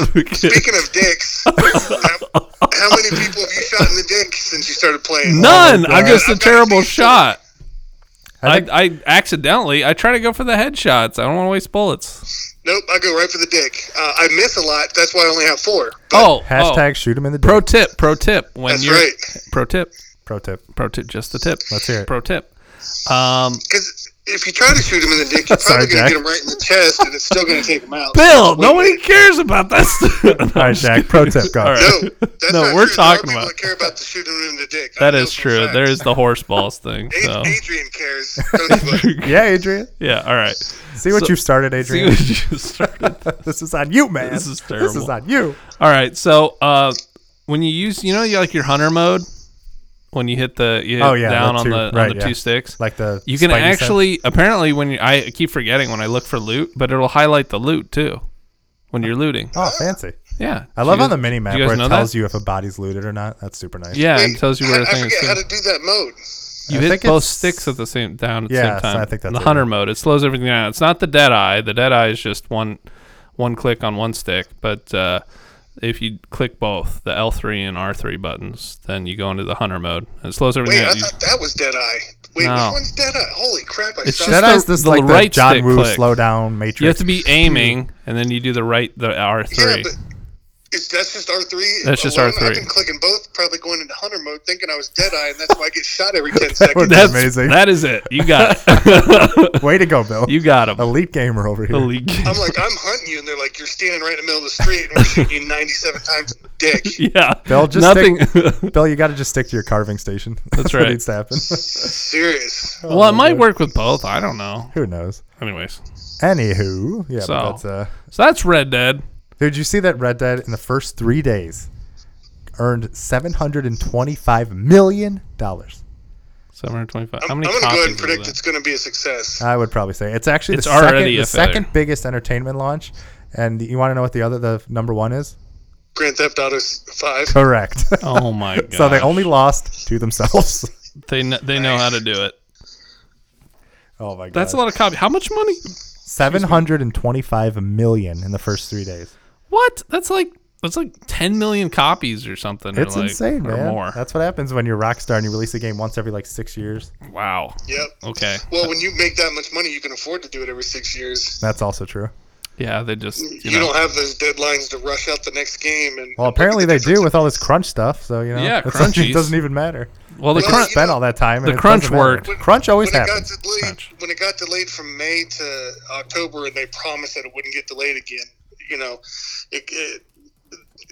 [SPEAKER 2] Advocate.
[SPEAKER 3] Speaking of dicks, how, how many people have you shot in the dick since you started playing?
[SPEAKER 2] None.
[SPEAKER 1] Oh my
[SPEAKER 2] I'm
[SPEAKER 1] God.
[SPEAKER 2] just a
[SPEAKER 3] I've got
[SPEAKER 2] terrible
[SPEAKER 3] these two.
[SPEAKER 2] shot.
[SPEAKER 1] I
[SPEAKER 2] I,
[SPEAKER 1] think-
[SPEAKER 2] I, accidentally I try to go for the headshots. I don't want to waste bullets.
[SPEAKER 3] Nope, I go right for the dick. Uh, I miss a lot. That's why I only have four. But
[SPEAKER 2] Oh,
[SPEAKER 1] Hashtag
[SPEAKER 2] oh.
[SPEAKER 1] shoot him in the dick.
[SPEAKER 2] pro tip, pro tip. When
[SPEAKER 3] That's
[SPEAKER 2] you're
[SPEAKER 3] right.
[SPEAKER 2] pro tip,
[SPEAKER 1] Pro tip.
[SPEAKER 2] pro tip, just the tip.
[SPEAKER 1] Let's hear it.
[SPEAKER 2] Pro tip. Um,
[SPEAKER 3] Because if you try to shoot him in the dick, you're
[SPEAKER 1] Sorry,
[SPEAKER 3] probably going
[SPEAKER 1] Jack.
[SPEAKER 3] to get him right in the chest, and it's still going to take him out.
[SPEAKER 2] Bill,
[SPEAKER 3] Wait,
[SPEAKER 2] nobody
[SPEAKER 3] wait.
[SPEAKER 2] cares about that stuff.
[SPEAKER 1] All right, Jack. Pro tip. Go.
[SPEAKER 2] All right.
[SPEAKER 3] No, that's
[SPEAKER 2] No,
[SPEAKER 3] not
[SPEAKER 2] we're
[SPEAKER 3] true.
[SPEAKER 2] talking
[SPEAKER 3] there are people
[SPEAKER 2] about-
[SPEAKER 3] that care about the shooting in the dick. I
[SPEAKER 2] That
[SPEAKER 3] know
[SPEAKER 2] is
[SPEAKER 3] for a
[SPEAKER 2] true.
[SPEAKER 3] fact.
[SPEAKER 2] There is the horse balls thing.
[SPEAKER 3] Ad-
[SPEAKER 2] So
[SPEAKER 3] Adrian cares. Don't you, bud?
[SPEAKER 1] Yeah, Adrian.
[SPEAKER 2] yeah, all right.
[SPEAKER 1] See what
[SPEAKER 2] So-
[SPEAKER 1] you've started,
[SPEAKER 2] See
[SPEAKER 1] Adrian.
[SPEAKER 2] what you started.
[SPEAKER 1] this is on you, man.
[SPEAKER 2] This is
[SPEAKER 1] This is
[SPEAKER 2] terrible.
[SPEAKER 1] on you.
[SPEAKER 2] All right. So uh, when you use, you know, you like your hunter mode when you hit the you hit
[SPEAKER 1] Oh, yeah,
[SPEAKER 2] down
[SPEAKER 1] the
[SPEAKER 2] on
[SPEAKER 1] two-
[SPEAKER 2] the on
[SPEAKER 1] right,
[SPEAKER 2] the
[SPEAKER 1] yeah.
[SPEAKER 2] two sticks.
[SPEAKER 1] Like the
[SPEAKER 2] You can
[SPEAKER 1] Spidey sense.
[SPEAKER 2] actually apparently when you, I keep forgetting when I look for loot, but it'll highlight the loot too when you're looting.
[SPEAKER 1] Oh, fancy.
[SPEAKER 2] Yeah,
[SPEAKER 1] I love
[SPEAKER 2] You
[SPEAKER 1] on the
[SPEAKER 2] guys-
[SPEAKER 1] mini map
[SPEAKER 2] you guys
[SPEAKER 1] where it
[SPEAKER 2] know
[SPEAKER 1] tells
[SPEAKER 2] that?
[SPEAKER 1] you if a body's looted or not. That's super nice.
[SPEAKER 2] Yeah,
[SPEAKER 3] Wait,
[SPEAKER 2] it tells you where
[SPEAKER 3] I,
[SPEAKER 2] the
[SPEAKER 3] I
[SPEAKER 2] thing
[SPEAKER 3] forget how
[SPEAKER 2] is.
[SPEAKER 3] to do that mode.
[SPEAKER 2] You
[SPEAKER 1] I
[SPEAKER 2] hit
[SPEAKER 1] think
[SPEAKER 2] both
[SPEAKER 1] it's-
[SPEAKER 2] sticks at the same down at
[SPEAKER 1] Yeah,
[SPEAKER 2] the
[SPEAKER 1] so
[SPEAKER 2] same time.
[SPEAKER 1] I think
[SPEAKER 2] In
[SPEAKER 1] that's
[SPEAKER 2] the
[SPEAKER 1] it.
[SPEAKER 2] hunter mode. It slows everything down. It's not the dead eye. The dead eye is just one one click on one stick, but uh, If you click both the L3 and R3 buttons, then you go into the hunter mode. It slows
[SPEAKER 3] Wait,
[SPEAKER 2] everything
[SPEAKER 3] I
[SPEAKER 2] down. You-
[SPEAKER 3] thought that was Dead Eye. Wait,
[SPEAKER 2] No.
[SPEAKER 3] which one's Dead Eye? Holy crap! I
[SPEAKER 2] It's
[SPEAKER 3] saw
[SPEAKER 2] just
[SPEAKER 1] That
[SPEAKER 2] the-
[SPEAKER 1] is this
[SPEAKER 2] the
[SPEAKER 1] like the
[SPEAKER 2] right
[SPEAKER 1] John
[SPEAKER 2] stick
[SPEAKER 1] Woo
[SPEAKER 2] click.
[SPEAKER 1] slow down matrix.
[SPEAKER 2] You have to be aiming, and then you do the right the R
[SPEAKER 3] Yeah,
[SPEAKER 2] three.
[SPEAKER 3] but is that's just R three?
[SPEAKER 2] That's just R3.
[SPEAKER 3] I've been clicking both, probably going into hunter mode, thinking I was dead eye, and that's why I get shot every ten seconds.
[SPEAKER 1] That's amazing.
[SPEAKER 2] That is it. You got it.
[SPEAKER 1] Way to go, Bill.
[SPEAKER 2] you got him.
[SPEAKER 1] Elite gamer over here.
[SPEAKER 2] Elite.
[SPEAKER 3] I'm like, I'm hunting you, and they're like, you're standing right in the middle of the street, and we're shooting you 97 times in the dick.
[SPEAKER 2] yeah.
[SPEAKER 1] Bill, just
[SPEAKER 2] Nothing.
[SPEAKER 1] Bill, you got to just stick to your carving station. That's,
[SPEAKER 2] right.
[SPEAKER 1] what needs to happen.
[SPEAKER 3] Serious.
[SPEAKER 2] well,
[SPEAKER 1] Oh,
[SPEAKER 2] it might work with both. I don't know.
[SPEAKER 1] Who knows?
[SPEAKER 2] Anyways,
[SPEAKER 1] Anywho, yeah,
[SPEAKER 2] So.
[SPEAKER 1] but that's uh.
[SPEAKER 2] so that's Red Dead.
[SPEAKER 1] Dude, you see that Red Dead in the first three days earned seven hundred and twenty-five million dollars.
[SPEAKER 2] Seven hundred twenty-five.
[SPEAKER 3] I'm,
[SPEAKER 2] How
[SPEAKER 3] I'm
[SPEAKER 2] many
[SPEAKER 3] gonna
[SPEAKER 2] copies
[SPEAKER 3] go ahead and
[SPEAKER 2] is
[SPEAKER 3] predict
[SPEAKER 2] that?
[SPEAKER 3] it's gonna be a success.
[SPEAKER 1] I would probably say it's actually
[SPEAKER 2] It's
[SPEAKER 1] the second,
[SPEAKER 2] already
[SPEAKER 1] the
[SPEAKER 2] a failure.
[SPEAKER 1] second biggest entertainment launch. And you want to know what the other, the number one is?
[SPEAKER 3] Grand Theft Auto s- Five.
[SPEAKER 1] Correct.
[SPEAKER 2] Oh my god.
[SPEAKER 1] so they only lost to themselves.
[SPEAKER 2] they kn- they know how to do it.
[SPEAKER 1] Oh my god,
[SPEAKER 2] That's a lot of copy. How much money?
[SPEAKER 1] Seven hundred and twenty-five million in the first three days.
[SPEAKER 2] What? That's like that's like ten million copies or something. or
[SPEAKER 1] It's
[SPEAKER 2] like-
[SPEAKER 1] insane,
[SPEAKER 2] or
[SPEAKER 1] man.
[SPEAKER 2] More.
[SPEAKER 1] That's what happens when you're Rockstar and you release a game once every like six years.
[SPEAKER 2] wow.
[SPEAKER 3] Yep.
[SPEAKER 2] Okay.
[SPEAKER 3] Well, when you make that much money, you can afford to do it every six years.
[SPEAKER 1] That's also true.
[SPEAKER 2] Yeah. They just you,
[SPEAKER 3] You,
[SPEAKER 2] know.
[SPEAKER 3] don't have those deadlines to rush out the next game. And
[SPEAKER 1] Well, apparently they do with all this crunch stuff. So you know,
[SPEAKER 2] Yeah,
[SPEAKER 1] it's like-
[SPEAKER 2] crunchies.
[SPEAKER 1] it doesn't even matter.
[SPEAKER 2] well, the
[SPEAKER 3] Well,
[SPEAKER 2] current.
[SPEAKER 3] you
[SPEAKER 1] Spend
[SPEAKER 3] know,
[SPEAKER 1] all that time. and
[SPEAKER 2] the
[SPEAKER 1] it
[SPEAKER 2] crunch
[SPEAKER 1] doesn't matter.
[SPEAKER 2] worked.
[SPEAKER 1] Crunch always
[SPEAKER 3] when it got
[SPEAKER 1] happens.
[SPEAKER 3] delayed,
[SPEAKER 2] Crunch.
[SPEAKER 3] when it got delayed from May to October, and they promised that it wouldn't get delayed again, you know, it, it,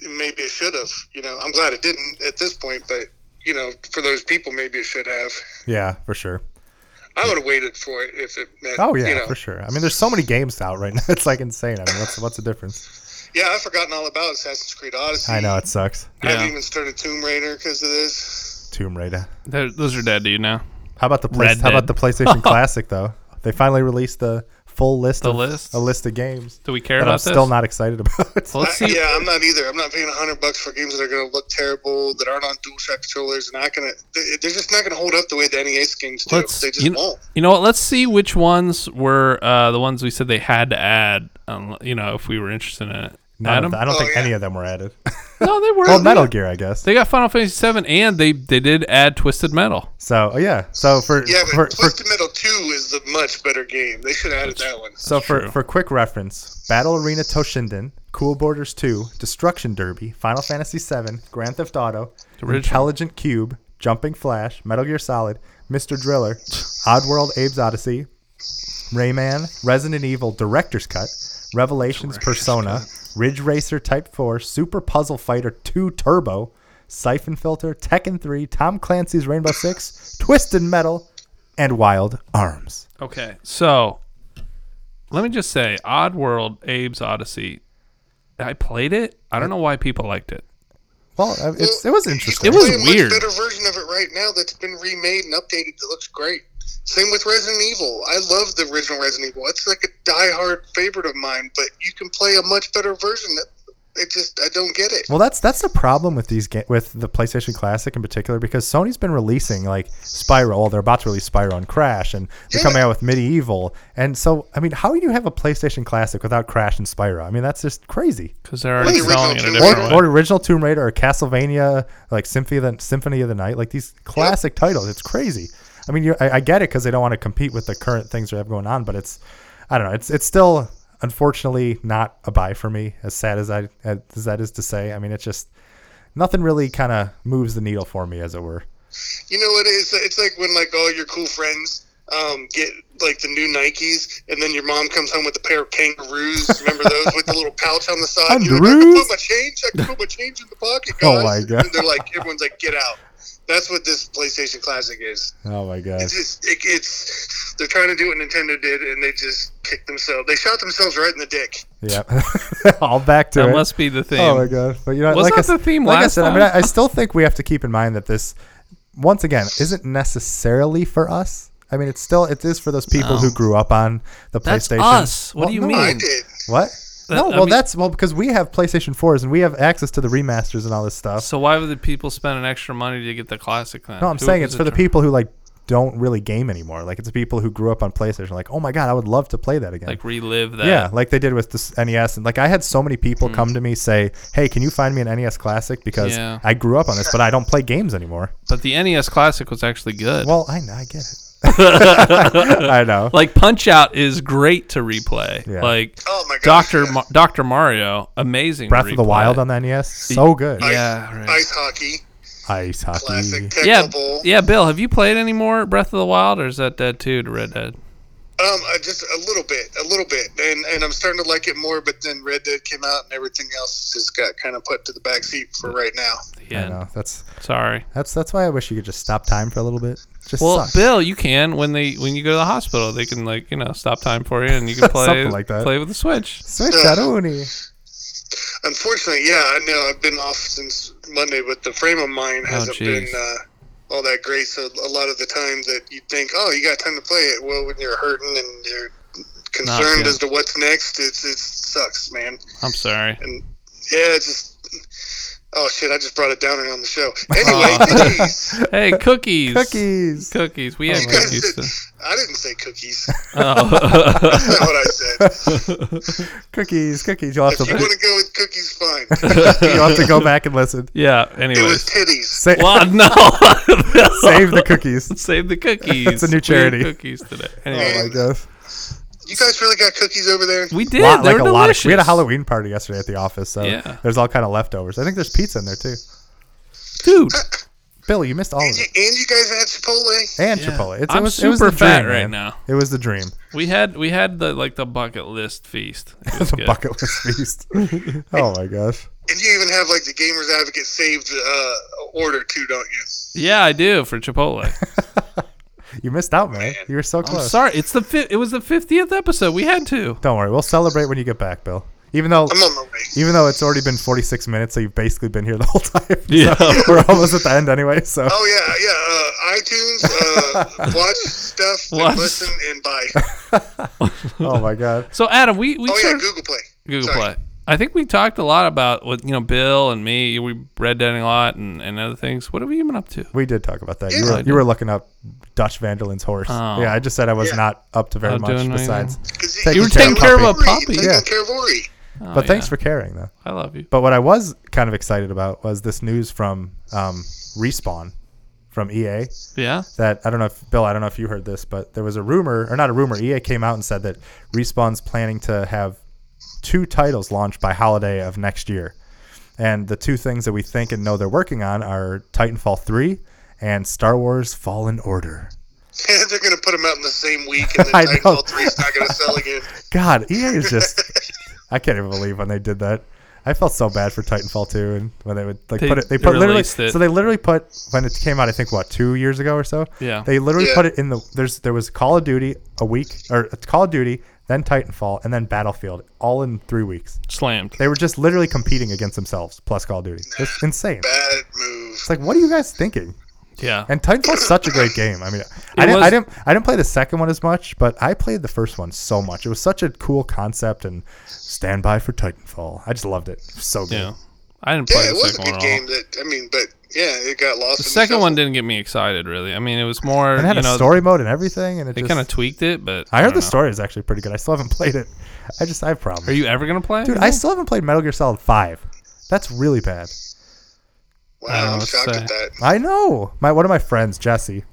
[SPEAKER 3] maybe it should have. You know, I'm glad it didn't at this point, but you know, for those people, maybe it should have.
[SPEAKER 1] Yeah, for sure.
[SPEAKER 3] I would have waited for it if it meant.
[SPEAKER 1] Oh yeah,
[SPEAKER 3] you know.
[SPEAKER 1] for sure. I mean, there's so many games out right now. It's like insane. I mean, what's what's the difference?
[SPEAKER 3] yeah. I've forgotten all about Assassin's Creed Odyssey.
[SPEAKER 1] I know it sucks.
[SPEAKER 3] I haven't
[SPEAKER 2] Yeah.
[SPEAKER 3] even started Tomb Raider because of this.
[SPEAKER 1] Tomb Raider.
[SPEAKER 2] They're- Those are dead, dude. Now
[SPEAKER 1] How about the
[SPEAKER 2] Red
[SPEAKER 1] place, how about the
[SPEAKER 2] Dead.
[SPEAKER 1] PlayStation Classic though? They finally released the full list
[SPEAKER 2] The
[SPEAKER 1] of
[SPEAKER 2] list?
[SPEAKER 1] a list of games
[SPEAKER 2] do we care
[SPEAKER 1] that
[SPEAKER 2] about
[SPEAKER 1] I'm
[SPEAKER 2] this?
[SPEAKER 1] still not excited about.
[SPEAKER 2] Well, let's
[SPEAKER 3] I-
[SPEAKER 2] see.
[SPEAKER 3] yeah, I'm not either. I'm not paying 100 bucks for games that are going to look terrible, that aren't on DualShock controllers, and not going to. They're just not going to hold up the way the NES games do.
[SPEAKER 2] Let's-
[SPEAKER 3] they just
[SPEAKER 2] you know-
[SPEAKER 3] won't.
[SPEAKER 2] You know what? Let's see which ones were uh, the ones we said they had to add. Um, you know, if we were interested in it.
[SPEAKER 1] None of
[SPEAKER 2] Adam?
[SPEAKER 1] th- I don't
[SPEAKER 3] Oh,
[SPEAKER 1] think
[SPEAKER 3] yeah.
[SPEAKER 1] any of them were added.
[SPEAKER 2] No, they were.
[SPEAKER 1] well,
[SPEAKER 2] they-
[SPEAKER 1] Metal Gear, I guess.
[SPEAKER 2] They got Final Fantasy Seven, and they they did add Twisted Metal.
[SPEAKER 1] So oh, yeah, so for
[SPEAKER 3] Yeah, but
[SPEAKER 1] for, for
[SPEAKER 3] Twisted Metal 2 is the much better game. They should have added that one.
[SPEAKER 1] so for,
[SPEAKER 2] true.
[SPEAKER 1] for quick reference, Battle Arena Toshinden, Cool Borders 2, Destruction Derby, Final Fantasy VII, Grand Theft Auto,
[SPEAKER 2] original.
[SPEAKER 1] Intelligent Cube, Jumping Flash, Metal Gear Solid, Mr. Driller, Oddworld: Abe's Odyssey, Rayman, Resident Evil Director's Cut, Revelations Persona, Ridge Racer Type 4, Super Puzzle Fighter 2 Turbo, Siphon Filter, Tekken 3, Tom Clancy's Rainbow Six, Twisted Metal, and Wild Arms.
[SPEAKER 2] Okay, so let me just say, Odd World, Abe's Odyssey. I played it. I don't know why people liked it.
[SPEAKER 1] Well, uh, it's, it was
[SPEAKER 3] You
[SPEAKER 1] interesting.
[SPEAKER 2] It
[SPEAKER 3] can
[SPEAKER 2] was
[SPEAKER 3] play a
[SPEAKER 2] weird.
[SPEAKER 3] much better version of it right now that's been remade and updated that looks great. Same with Resident Evil. I love the original Resident Evil. It's like a diehard favorite of mine, but you can play a much better version. That it just I don't get it.
[SPEAKER 1] Well, that's that's the problem with these ga- with the PlayStation Classic in particular because Sony's been releasing like Spyro. Well, they're about to release Spyro and Crash, and they're coming out with Medieval. And so, I mean, how do you have a PlayStation Classic without Crash and Spyro? I mean, that's just crazy.
[SPEAKER 2] Because they're already
[SPEAKER 3] Well, the original
[SPEAKER 2] selling it a
[SPEAKER 3] Tomb
[SPEAKER 1] Or,
[SPEAKER 2] different way.
[SPEAKER 1] or original Tomb Raider or Castlevania, like Symphony of the, Symphony of the Night, like these classic titles. It's crazy. I mean, you, I, I get it because they don't want to compete with the current things that have going on, but it's, I don't know, it's it's still unfortunately not a buy for me. As sad as I as that is to say, I mean, it's just nothing really kind of moves the needle for me, as it were.
[SPEAKER 3] You know what it is? It's like when like all your cool friends um, get like the new Nikes, and then your mom comes home with a pair of kangaroos. Remember those with the little pouch on the side? You're like, I can
[SPEAKER 1] Kangaroos?
[SPEAKER 3] put my change. I can put my change in the pocket, guys.
[SPEAKER 1] Oh, my God.
[SPEAKER 3] And they're like, everyone's like, get out. That's what this PlayStation Classic is.
[SPEAKER 1] Oh my gosh.
[SPEAKER 3] It's just, it, it's they're trying to do what Nintendo did, and they just kicked themselves. They shot themselves right in the dick.
[SPEAKER 1] Yeah, all back to
[SPEAKER 2] That
[SPEAKER 1] it.
[SPEAKER 2] must be the thing.
[SPEAKER 1] Oh my god! But you know,
[SPEAKER 2] Was
[SPEAKER 1] like
[SPEAKER 2] that
[SPEAKER 1] I, s-
[SPEAKER 2] the theme
[SPEAKER 1] like I
[SPEAKER 2] last
[SPEAKER 1] said, I mean,
[SPEAKER 2] time?
[SPEAKER 1] I, I still think we have to keep in mind that this, once again, isn't necessarily for us. I mean, it's still it is for those people who grew up on the
[SPEAKER 2] That's
[SPEAKER 1] PlayStation.
[SPEAKER 2] us. What
[SPEAKER 1] Well,
[SPEAKER 2] do you
[SPEAKER 1] no,
[SPEAKER 2] mean?
[SPEAKER 3] I did.
[SPEAKER 1] What?
[SPEAKER 2] That-
[SPEAKER 1] no,
[SPEAKER 2] I
[SPEAKER 1] well,
[SPEAKER 2] mean-
[SPEAKER 1] that's well because we have PlayStation fours and we have access to the remasters and all this stuff.
[SPEAKER 2] So why would the people spend an extra money to get the classic then?
[SPEAKER 1] no, I'm
[SPEAKER 2] Who
[SPEAKER 1] saying
[SPEAKER 2] was
[SPEAKER 1] it's
[SPEAKER 2] it
[SPEAKER 1] for the
[SPEAKER 2] to-
[SPEAKER 1] people who like don't really game anymore. Like it's people who grew up on PlayStation. Like, oh my god, I would love to play that again.
[SPEAKER 2] Like relive that.
[SPEAKER 1] yeah, like they did with this NES, and like I had so many
[SPEAKER 2] Hmm.
[SPEAKER 1] people come to me say, "Hey, can you find me an NES classic?" Because
[SPEAKER 2] Yeah.
[SPEAKER 1] I grew up on this, but I don't play games anymore.
[SPEAKER 2] But the NES Classic was actually good.
[SPEAKER 1] Well, I know, I get it. I know.
[SPEAKER 2] like Punch Out is great to replay.
[SPEAKER 1] Yeah.
[SPEAKER 2] Like
[SPEAKER 3] Oh my gosh,
[SPEAKER 2] Doctor
[SPEAKER 3] yeah.
[SPEAKER 2] Ma- Doctor Mario, amazing. to
[SPEAKER 1] Breath of the
[SPEAKER 2] replay.
[SPEAKER 1] Wild on the NES, so good.
[SPEAKER 2] Yeah, right.
[SPEAKER 3] Ice hockey,
[SPEAKER 1] Ice hockey.
[SPEAKER 3] classic
[SPEAKER 2] yeah,
[SPEAKER 3] pickleball.
[SPEAKER 2] yeah. Bill, have you played any more Breath of the Wild, or is that Dead Two to Red Dead?
[SPEAKER 3] Um, I just a little bit, a little bit, and and I'm starting to like it more. But then Red Dead came out, and everything else just got kind of put to the back seat for right now.
[SPEAKER 1] I
[SPEAKER 2] Yeah.
[SPEAKER 1] know. That's
[SPEAKER 2] Sorry.
[SPEAKER 1] that's that's why I wish you could just stop time for a little bit. Just
[SPEAKER 2] Well,
[SPEAKER 1] sucks.
[SPEAKER 2] Bill, you can when they when you go to the hospital, they can like you know stop time for you, and you can play
[SPEAKER 1] Something like that.
[SPEAKER 2] play with the Switch.
[SPEAKER 1] Switch that uni.
[SPEAKER 3] Unfortunately, yeah, I know I've been off since Monday, but the frame of mind
[SPEAKER 2] Oh,
[SPEAKER 3] hasn't been
[SPEAKER 2] geez.
[SPEAKER 3] uh, all that great. So a lot of the time that you think, oh, you got time to play it, well, when you're hurting and you're concerned
[SPEAKER 2] yeah.
[SPEAKER 3] as to what's next, it's it sucks, man.
[SPEAKER 2] I'm sorry.
[SPEAKER 3] And yeah, it's just oh shit, I just brought it down on the show. Anyway, cookies.
[SPEAKER 2] Hey, cookies.
[SPEAKER 1] Cookies. Oh,
[SPEAKER 2] Cookies. We had
[SPEAKER 3] You guys
[SPEAKER 2] cookies.
[SPEAKER 3] did-
[SPEAKER 2] Oh, To,
[SPEAKER 3] I didn't say cookies.
[SPEAKER 2] oh.
[SPEAKER 3] That's not what I said.
[SPEAKER 1] Cookies, cookies. You'll have
[SPEAKER 3] If you want
[SPEAKER 1] to
[SPEAKER 3] to go with cookies, fine.
[SPEAKER 1] you'll have to go back and listen.
[SPEAKER 2] yeah.
[SPEAKER 3] It was
[SPEAKER 2] Anyways.
[SPEAKER 3] titties.
[SPEAKER 1] Sa-
[SPEAKER 2] Well, no.
[SPEAKER 1] Save the cookies.
[SPEAKER 2] Save the cookies.
[SPEAKER 1] It's a new
[SPEAKER 2] We had
[SPEAKER 1] charity.
[SPEAKER 2] Cookies today.
[SPEAKER 1] Oh
[SPEAKER 2] Anyway,
[SPEAKER 1] my gosh.
[SPEAKER 3] You guys really got cookies over there?
[SPEAKER 2] we did.
[SPEAKER 1] Lot-
[SPEAKER 2] they
[SPEAKER 1] like
[SPEAKER 2] were
[SPEAKER 1] a lot of
[SPEAKER 2] delicious.
[SPEAKER 1] we had a Halloween party yesterday at the office, so
[SPEAKER 2] Yeah.
[SPEAKER 1] there's all kind of leftovers. I think there's pizza in there too.
[SPEAKER 2] dude.
[SPEAKER 1] Bill, you missed all of
[SPEAKER 3] And you,
[SPEAKER 1] it.
[SPEAKER 3] and you guys had Chipotle.
[SPEAKER 1] And
[SPEAKER 2] Yeah.
[SPEAKER 1] Chipotle. It's, it
[SPEAKER 2] I'm
[SPEAKER 1] was, it was
[SPEAKER 2] super
[SPEAKER 1] the
[SPEAKER 2] fat
[SPEAKER 1] dream,
[SPEAKER 2] right
[SPEAKER 1] man.
[SPEAKER 2] now.
[SPEAKER 1] It was the dream.
[SPEAKER 2] We had we had the like the bucket list feast. It was
[SPEAKER 1] The
[SPEAKER 2] good.
[SPEAKER 1] bucket list feast. oh my gosh.
[SPEAKER 3] And you even have like the Gamers Advocate saved uh, order too, don't you?
[SPEAKER 2] Yeah, I do for Chipotle.
[SPEAKER 1] You missed out, man. You were so
[SPEAKER 2] I'm
[SPEAKER 1] close.
[SPEAKER 2] sorry. It's the fi- it was the 50th episode. We had to.
[SPEAKER 1] Don't worry, we'll celebrate when you get back, Bill. Even though
[SPEAKER 3] I'm on my way.
[SPEAKER 1] even though it's already been 46 minutes, so you've basically been here the whole time.
[SPEAKER 2] Yeah.
[SPEAKER 1] So we're almost at the end anyway. So
[SPEAKER 3] Oh yeah, yeah. Uh, iTunes, uh, watch stuff, and
[SPEAKER 2] Watch.
[SPEAKER 3] listen, and buy.
[SPEAKER 1] oh my god,
[SPEAKER 2] So Adam, we we
[SPEAKER 3] Oh yeah,
[SPEAKER 2] sort of-
[SPEAKER 3] Google Play.
[SPEAKER 2] Google
[SPEAKER 3] Sorry.
[SPEAKER 2] Play. I think we talked a lot about what you know, Bill and me. We read that a lot and, and other things. What have we even up to?
[SPEAKER 1] we did talk about that. You
[SPEAKER 3] Yeah.
[SPEAKER 1] were, you were looking up Dutch Vanderlyn's horse.
[SPEAKER 2] Oh.
[SPEAKER 1] Yeah, I just said I was
[SPEAKER 3] Yeah.
[SPEAKER 1] not up to very
[SPEAKER 2] Not
[SPEAKER 1] much
[SPEAKER 2] doing
[SPEAKER 1] besides.
[SPEAKER 3] Because
[SPEAKER 1] Take
[SPEAKER 2] You were taking care of a puppy,
[SPEAKER 3] Taking
[SPEAKER 1] yeah.
[SPEAKER 3] care of Ori.
[SPEAKER 2] Oh,
[SPEAKER 1] But thanks
[SPEAKER 2] yeah.
[SPEAKER 1] for caring though.
[SPEAKER 2] I love you.
[SPEAKER 1] But what I was kind of excited about was this news from um, Respawn from EA.
[SPEAKER 2] Yeah.
[SPEAKER 1] that I don't know if Bill, I don't know if you heard this, but there was a rumor or not a rumor. EA came out and said that Respawn's planning to have two titles launched by holiday of next year, and the two things that we think and know they're working on are Titanfall three and Star Wars Fallen Order.
[SPEAKER 3] They're gonna put them out in the same week, and
[SPEAKER 1] I
[SPEAKER 3] then
[SPEAKER 1] know.
[SPEAKER 3] Titanfall three is not gonna sell again.
[SPEAKER 1] God, EA is just I can't even believe when they did that. I felt so bad for Titanfall 2 and when they would like
[SPEAKER 2] They
[SPEAKER 1] put it they put literally
[SPEAKER 2] released it.
[SPEAKER 1] so they literally put when it came out I think what 2 years ago or so.
[SPEAKER 2] Yeah.
[SPEAKER 1] They literally
[SPEAKER 3] Yeah.
[SPEAKER 1] put it in the there's there was Call of Duty a week or Call of Duty then Titanfall and then Battlefield all in 3 weeks.
[SPEAKER 2] Slammed.
[SPEAKER 1] They were just literally competing against themselves plus Call of Duty. It's insane.
[SPEAKER 3] Bad move.
[SPEAKER 1] It's like what are you guys thinking?
[SPEAKER 2] Yeah.
[SPEAKER 1] And Titanfall's such a great game. I mean, I didn't, I
[SPEAKER 2] was-
[SPEAKER 1] didn't, I didn't play the second one as much, but I played the first one so much. It was such a cool concept, and stand by for Titanfall. I just loved it. So good.
[SPEAKER 2] yeah. I didn't play
[SPEAKER 3] Yeah,
[SPEAKER 2] the
[SPEAKER 3] it was a
[SPEAKER 2] second
[SPEAKER 3] good
[SPEAKER 2] one at
[SPEAKER 3] game.
[SPEAKER 2] all.
[SPEAKER 3] That I mean, but yeah, it got lost.
[SPEAKER 2] The
[SPEAKER 3] in
[SPEAKER 2] second
[SPEAKER 3] shuffle.
[SPEAKER 2] one didn't get me excited really. I mean, it was more
[SPEAKER 1] And it
[SPEAKER 2] you
[SPEAKER 1] had a
[SPEAKER 2] know
[SPEAKER 1] story mode and everything, and it
[SPEAKER 2] they
[SPEAKER 1] just.
[SPEAKER 2] kind of tweaked it, but
[SPEAKER 1] I heard
[SPEAKER 2] don't
[SPEAKER 1] the
[SPEAKER 2] know.
[SPEAKER 1] story is actually pretty good. I still haven't played it. I just I have problems.
[SPEAKER 2] Are you ever gonna play? it?
[SPEAKER 1] Dude, I still haven't played Metal Gear Solid Five. That's really bad.
[SPEAKER 2] I don't know
[SPEAKER 3] Wow, I'm
[SPEAKER 2] what to
[SPEAKER 3] shocked
[SPEAKER 2] say.
[SPEAKER 3] at that.
[SPEAKER 1] I know. My one of my friends, Jesse,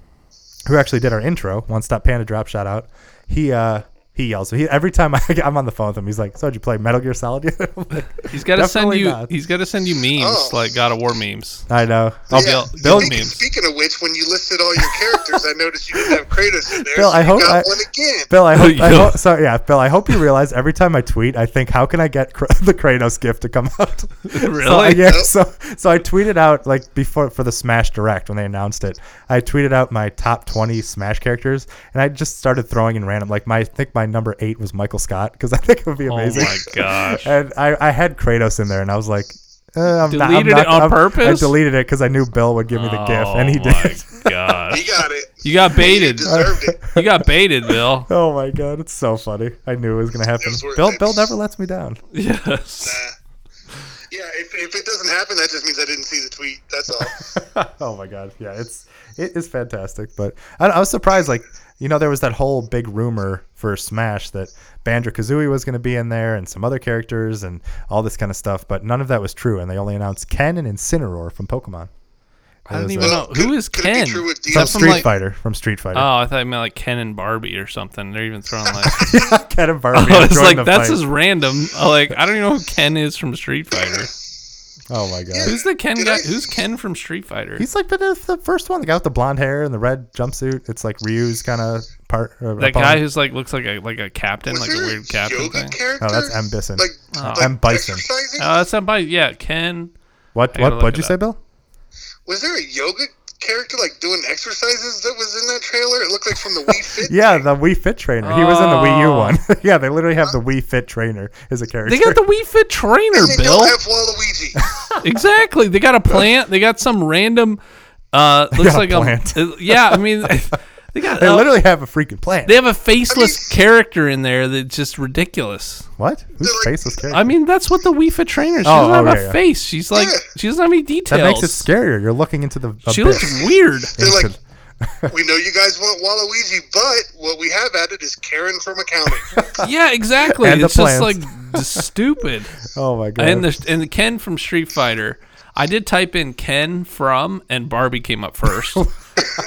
[SPEAKER 1] who actually did our intro, one stop panda drop shout out. He uh he yells. He every time I, I'm on the phone with him, he's like, "So did you play Metal Gear Solid yet?" I'm like,
[SPEAKER 2] he's got to send
[SPEAKER 1] definitely
[SPEAKER 2] you.
[SPEAKER 1] not.
[SPEAKER 2] He's got to send you memes
[SPEAKER 3] Oh.
[SPEAKER 2] like God of War memes.
[SPEAKER 1] I know. Oh,
[SPEAKER 2] Yeah. Bill- Bill
[SPEAKER 3] speaking,
[SPEAKER 2] memes.
[SPEAKER 3] speaking of which, when you listed all your characters, I noticed you didn't have Kratos in there.
[SPEAKER 1] Bill,
[SPEAKER 3] so
[SPEAKER 1] I
[SPEAKER 3] you
[SPEAKER 1] hope
[SPEAKER 3] got
[SPEAKER 1] I-
[SPEAKER 3] one again.
[SPEAKER 1] Bill, I hope, I
[SPEAKER 2] Yo.
[SPEAKER 1] hope so. Yeah, Bill, I hope you realize every time I tweet, I think, how can I get Kr- the Kratos gift to come out?
[SPEAKER 2] Really?
[SPEAKER 1] So, I- yeah. So, so I tweeted out like before for the Smash Direct when they announced it. I tweeted out my top twenty Smash characters, and I just started throwing in random. Like my, I think my number eight was Michael Scott because I think it would be
[SPEAKER 2] Oh
[SPEAKER 1] amazing.
[SPEAKER 2] my gosh.
[SPEAKER 1] and I, I had Kratos in there, and I was like. eh, I'm not, I'm
[SPEAKER 2] Deleted
[SPEAKER 1] not-
[SPEAKER 2] it on
[SPEAKER 1] I'm-
[SPEAKER 2] purpose?
[SPEAKER 1] I deleted it because I knew Bill would give me the GIF, and he
[SPEAKER 2] oh
[SPEAKER 1] did.
[SPEAKER 2] my gosh.
[SPEAKER 3] You got it.
[SPEAKER 2] You got
[SPEAKER 3] You
[SPEAKER 2] baited.
[SPEAKER 3] deserved it.
[SPEAKER 2] You got baited, Bill.
[SPEAKER 1] Oh my god, it's so funny. I knew it was gonna happen.
[SPEAKER 3] was worth
[SPEAKER 1] Bill,
[SPEAKER 3] it.
[SPEAKER 1] Bill never lets me down.
[SPEAKER 2] Yes.
[SPEAKER 3] Nah. Yeah, if, if it doesn't happen, that just means I didn't see the tweet. That's all.
[SPEAKER 1] oh my god, yeah, it's it is fantastic. But I, I was surprised, like you know, there was that whole big rumor for Smash that Banjo Kazooie was going to be in there and some other characters and all this kind of stuff, but none of that was true, and they only announced Ken and Incineroar from Pokemon.
[SPEAKER 2] I don't
[SPEAKER 1] It was,
[SPEAKER 2] even
[SPEAKER 1] uh,
[SPEAKER 2] know who is
[SPEAKER 3] Could it be
[SPEAKER 2] Ken.
[SPEAKER 3] true with
[SPEAKER 2] Is
[SPEAKER 3] Dio?
[SPEAKER 1] From
[SPEAKER 2] that
[SPEAKER 1] Street
[SPEAKER 2] like-
[SPEAKER 1] Fighter, from Street Fighter.
[SPEAKER 2] Oh, I thought you meant like Ken and Barbie or something. They're even throwing like.
[SPEAKER 1] Ken and Barbie.
[SPEAKER 2] I was
[SPEAKER 1] joined
[SPEAKER 2] like,
[SPEAKER 1] the
[SPEAKER 2] that's
[SPEAKER 1] fight.
[SPEAKER 2] as random. Uh, Like, I don't even know who Ken is from Street Fighter.
[SPEAKER 1] Oh my god.
[SPEAKER 2] Who's the Ken
[SPEAKER 3] Did
[SPEAKER 2] guy?
[SPEAKER 3] I-
[SPEAKER 2] Who's Ken from Street Fighter?
[SPEAKER 1] He's like been the the first one, the guy with the blonde hair and the red jumpsuit. It's like Ryu's kind of part. Uh,
[SPEAKER 2] That
[SPEAKER 1] opponent.
[SPEAKER 2] guy who's like looks like a like a captain,
[SPEAKER 3] Was
[SPEAKER 2] like a
[SPEAKER 3] there
[SPEAKER 2] weird captain
[SPEAKER 3] yoga
[SPEAKER 2] thing.
[SPEAKER 3] character?
[SPEAKER 1] Oh, that's M. Bison.
[SPEAKER 3] Like,
[SPEAKER 2] Oh.
[SPEAKER 3] like
[SPEAKER 1] M. Bison.
[SPEAKER 3] exercising?
[SPEAKER 2] Oh, that's not by yeah, Ken.
[SPEAKER 1] what?
[SPEAKER 2] I gotta
[SPEAKER 1] What? What'd
[SPEAKER 2] look
[SPEAKER 1] you
[SPEAKER 2] it
[SPEAKER 1] say,
[SPEAKER 2] up.
[SPEAKER 1] Bill?
[SPEAKER 3] Was there a yoga character like doing exercises that was in that trailer? It looked like from the Wii Fit.
[SPEAKER 1] Yeah, the Wii Fit trainer. He was in the Wii U
[SPEAKER 2] Oh.
[SPEAKER 1] one. yeah, they literally have the Wii Fit trainer as a character.
[SPEAKER 2] They got the Wii Fit trainer,
[SPEAKER 3] And they
[SPEAKER 2] Bill.
[SPEAKER 3] don't have Waluigi.
[SPEAKER 2] exactly. They got a plant. They got some random. Uh, looks
[SPEAKER 1] got a
[SPEAKER 2] like a
[SPEAKER 1] plant.
[SPEAKER 2] uh, yeah. I mean, they got.
[SPEAKER 1] They
[SPEAKER 2] uh,
[SPEAKER 1] literally have a freaking plan.
[SPEAKER 2] they have a faceless character in there that's just ridiculous.
[SPEAKER 1] what? Who's
[SPEAKER 3] like-
[SPEAKER 1] faceless character?
[SPEAKER 2] I mean, that's what the Wii Fit trainer. She
[SPEAKER 1] Oh,
[SPEAKER 2] doesn't have
[SPEAKER 1] oh,
[SPEAKER 2] a
[SPEAKER 1] yeah, yeah.
[SPEAKER 2] face. She's like
[SPEAKER 3] Yeah.
[SPEAKER 2] she doesn't have any details.
[SPEAKER 1] that makes it scarier. You're looking into the abyss.
[SPEAKER 2] she looks weird.
[SPEAKER 3] They're like,
[SPEAKER 1] Into-
[SPEAKER 3] we know you guys want Waluigi, but what we have added is Karen from accounting.
[SPEAKER 1] Uh-huh.
[SPEAKER 2] yeah, exactly.
[SPEAKER 1] And the
[SPEAKER 2] it's just like
[SPEAKER 1] plans.
[SPEAKER 2] just stupid.
[SPEAKER 1] oh my god.
[SPEAKER 2] And the and the Ken from Street Fighter. I did type in Ken from, and Barbie came up first.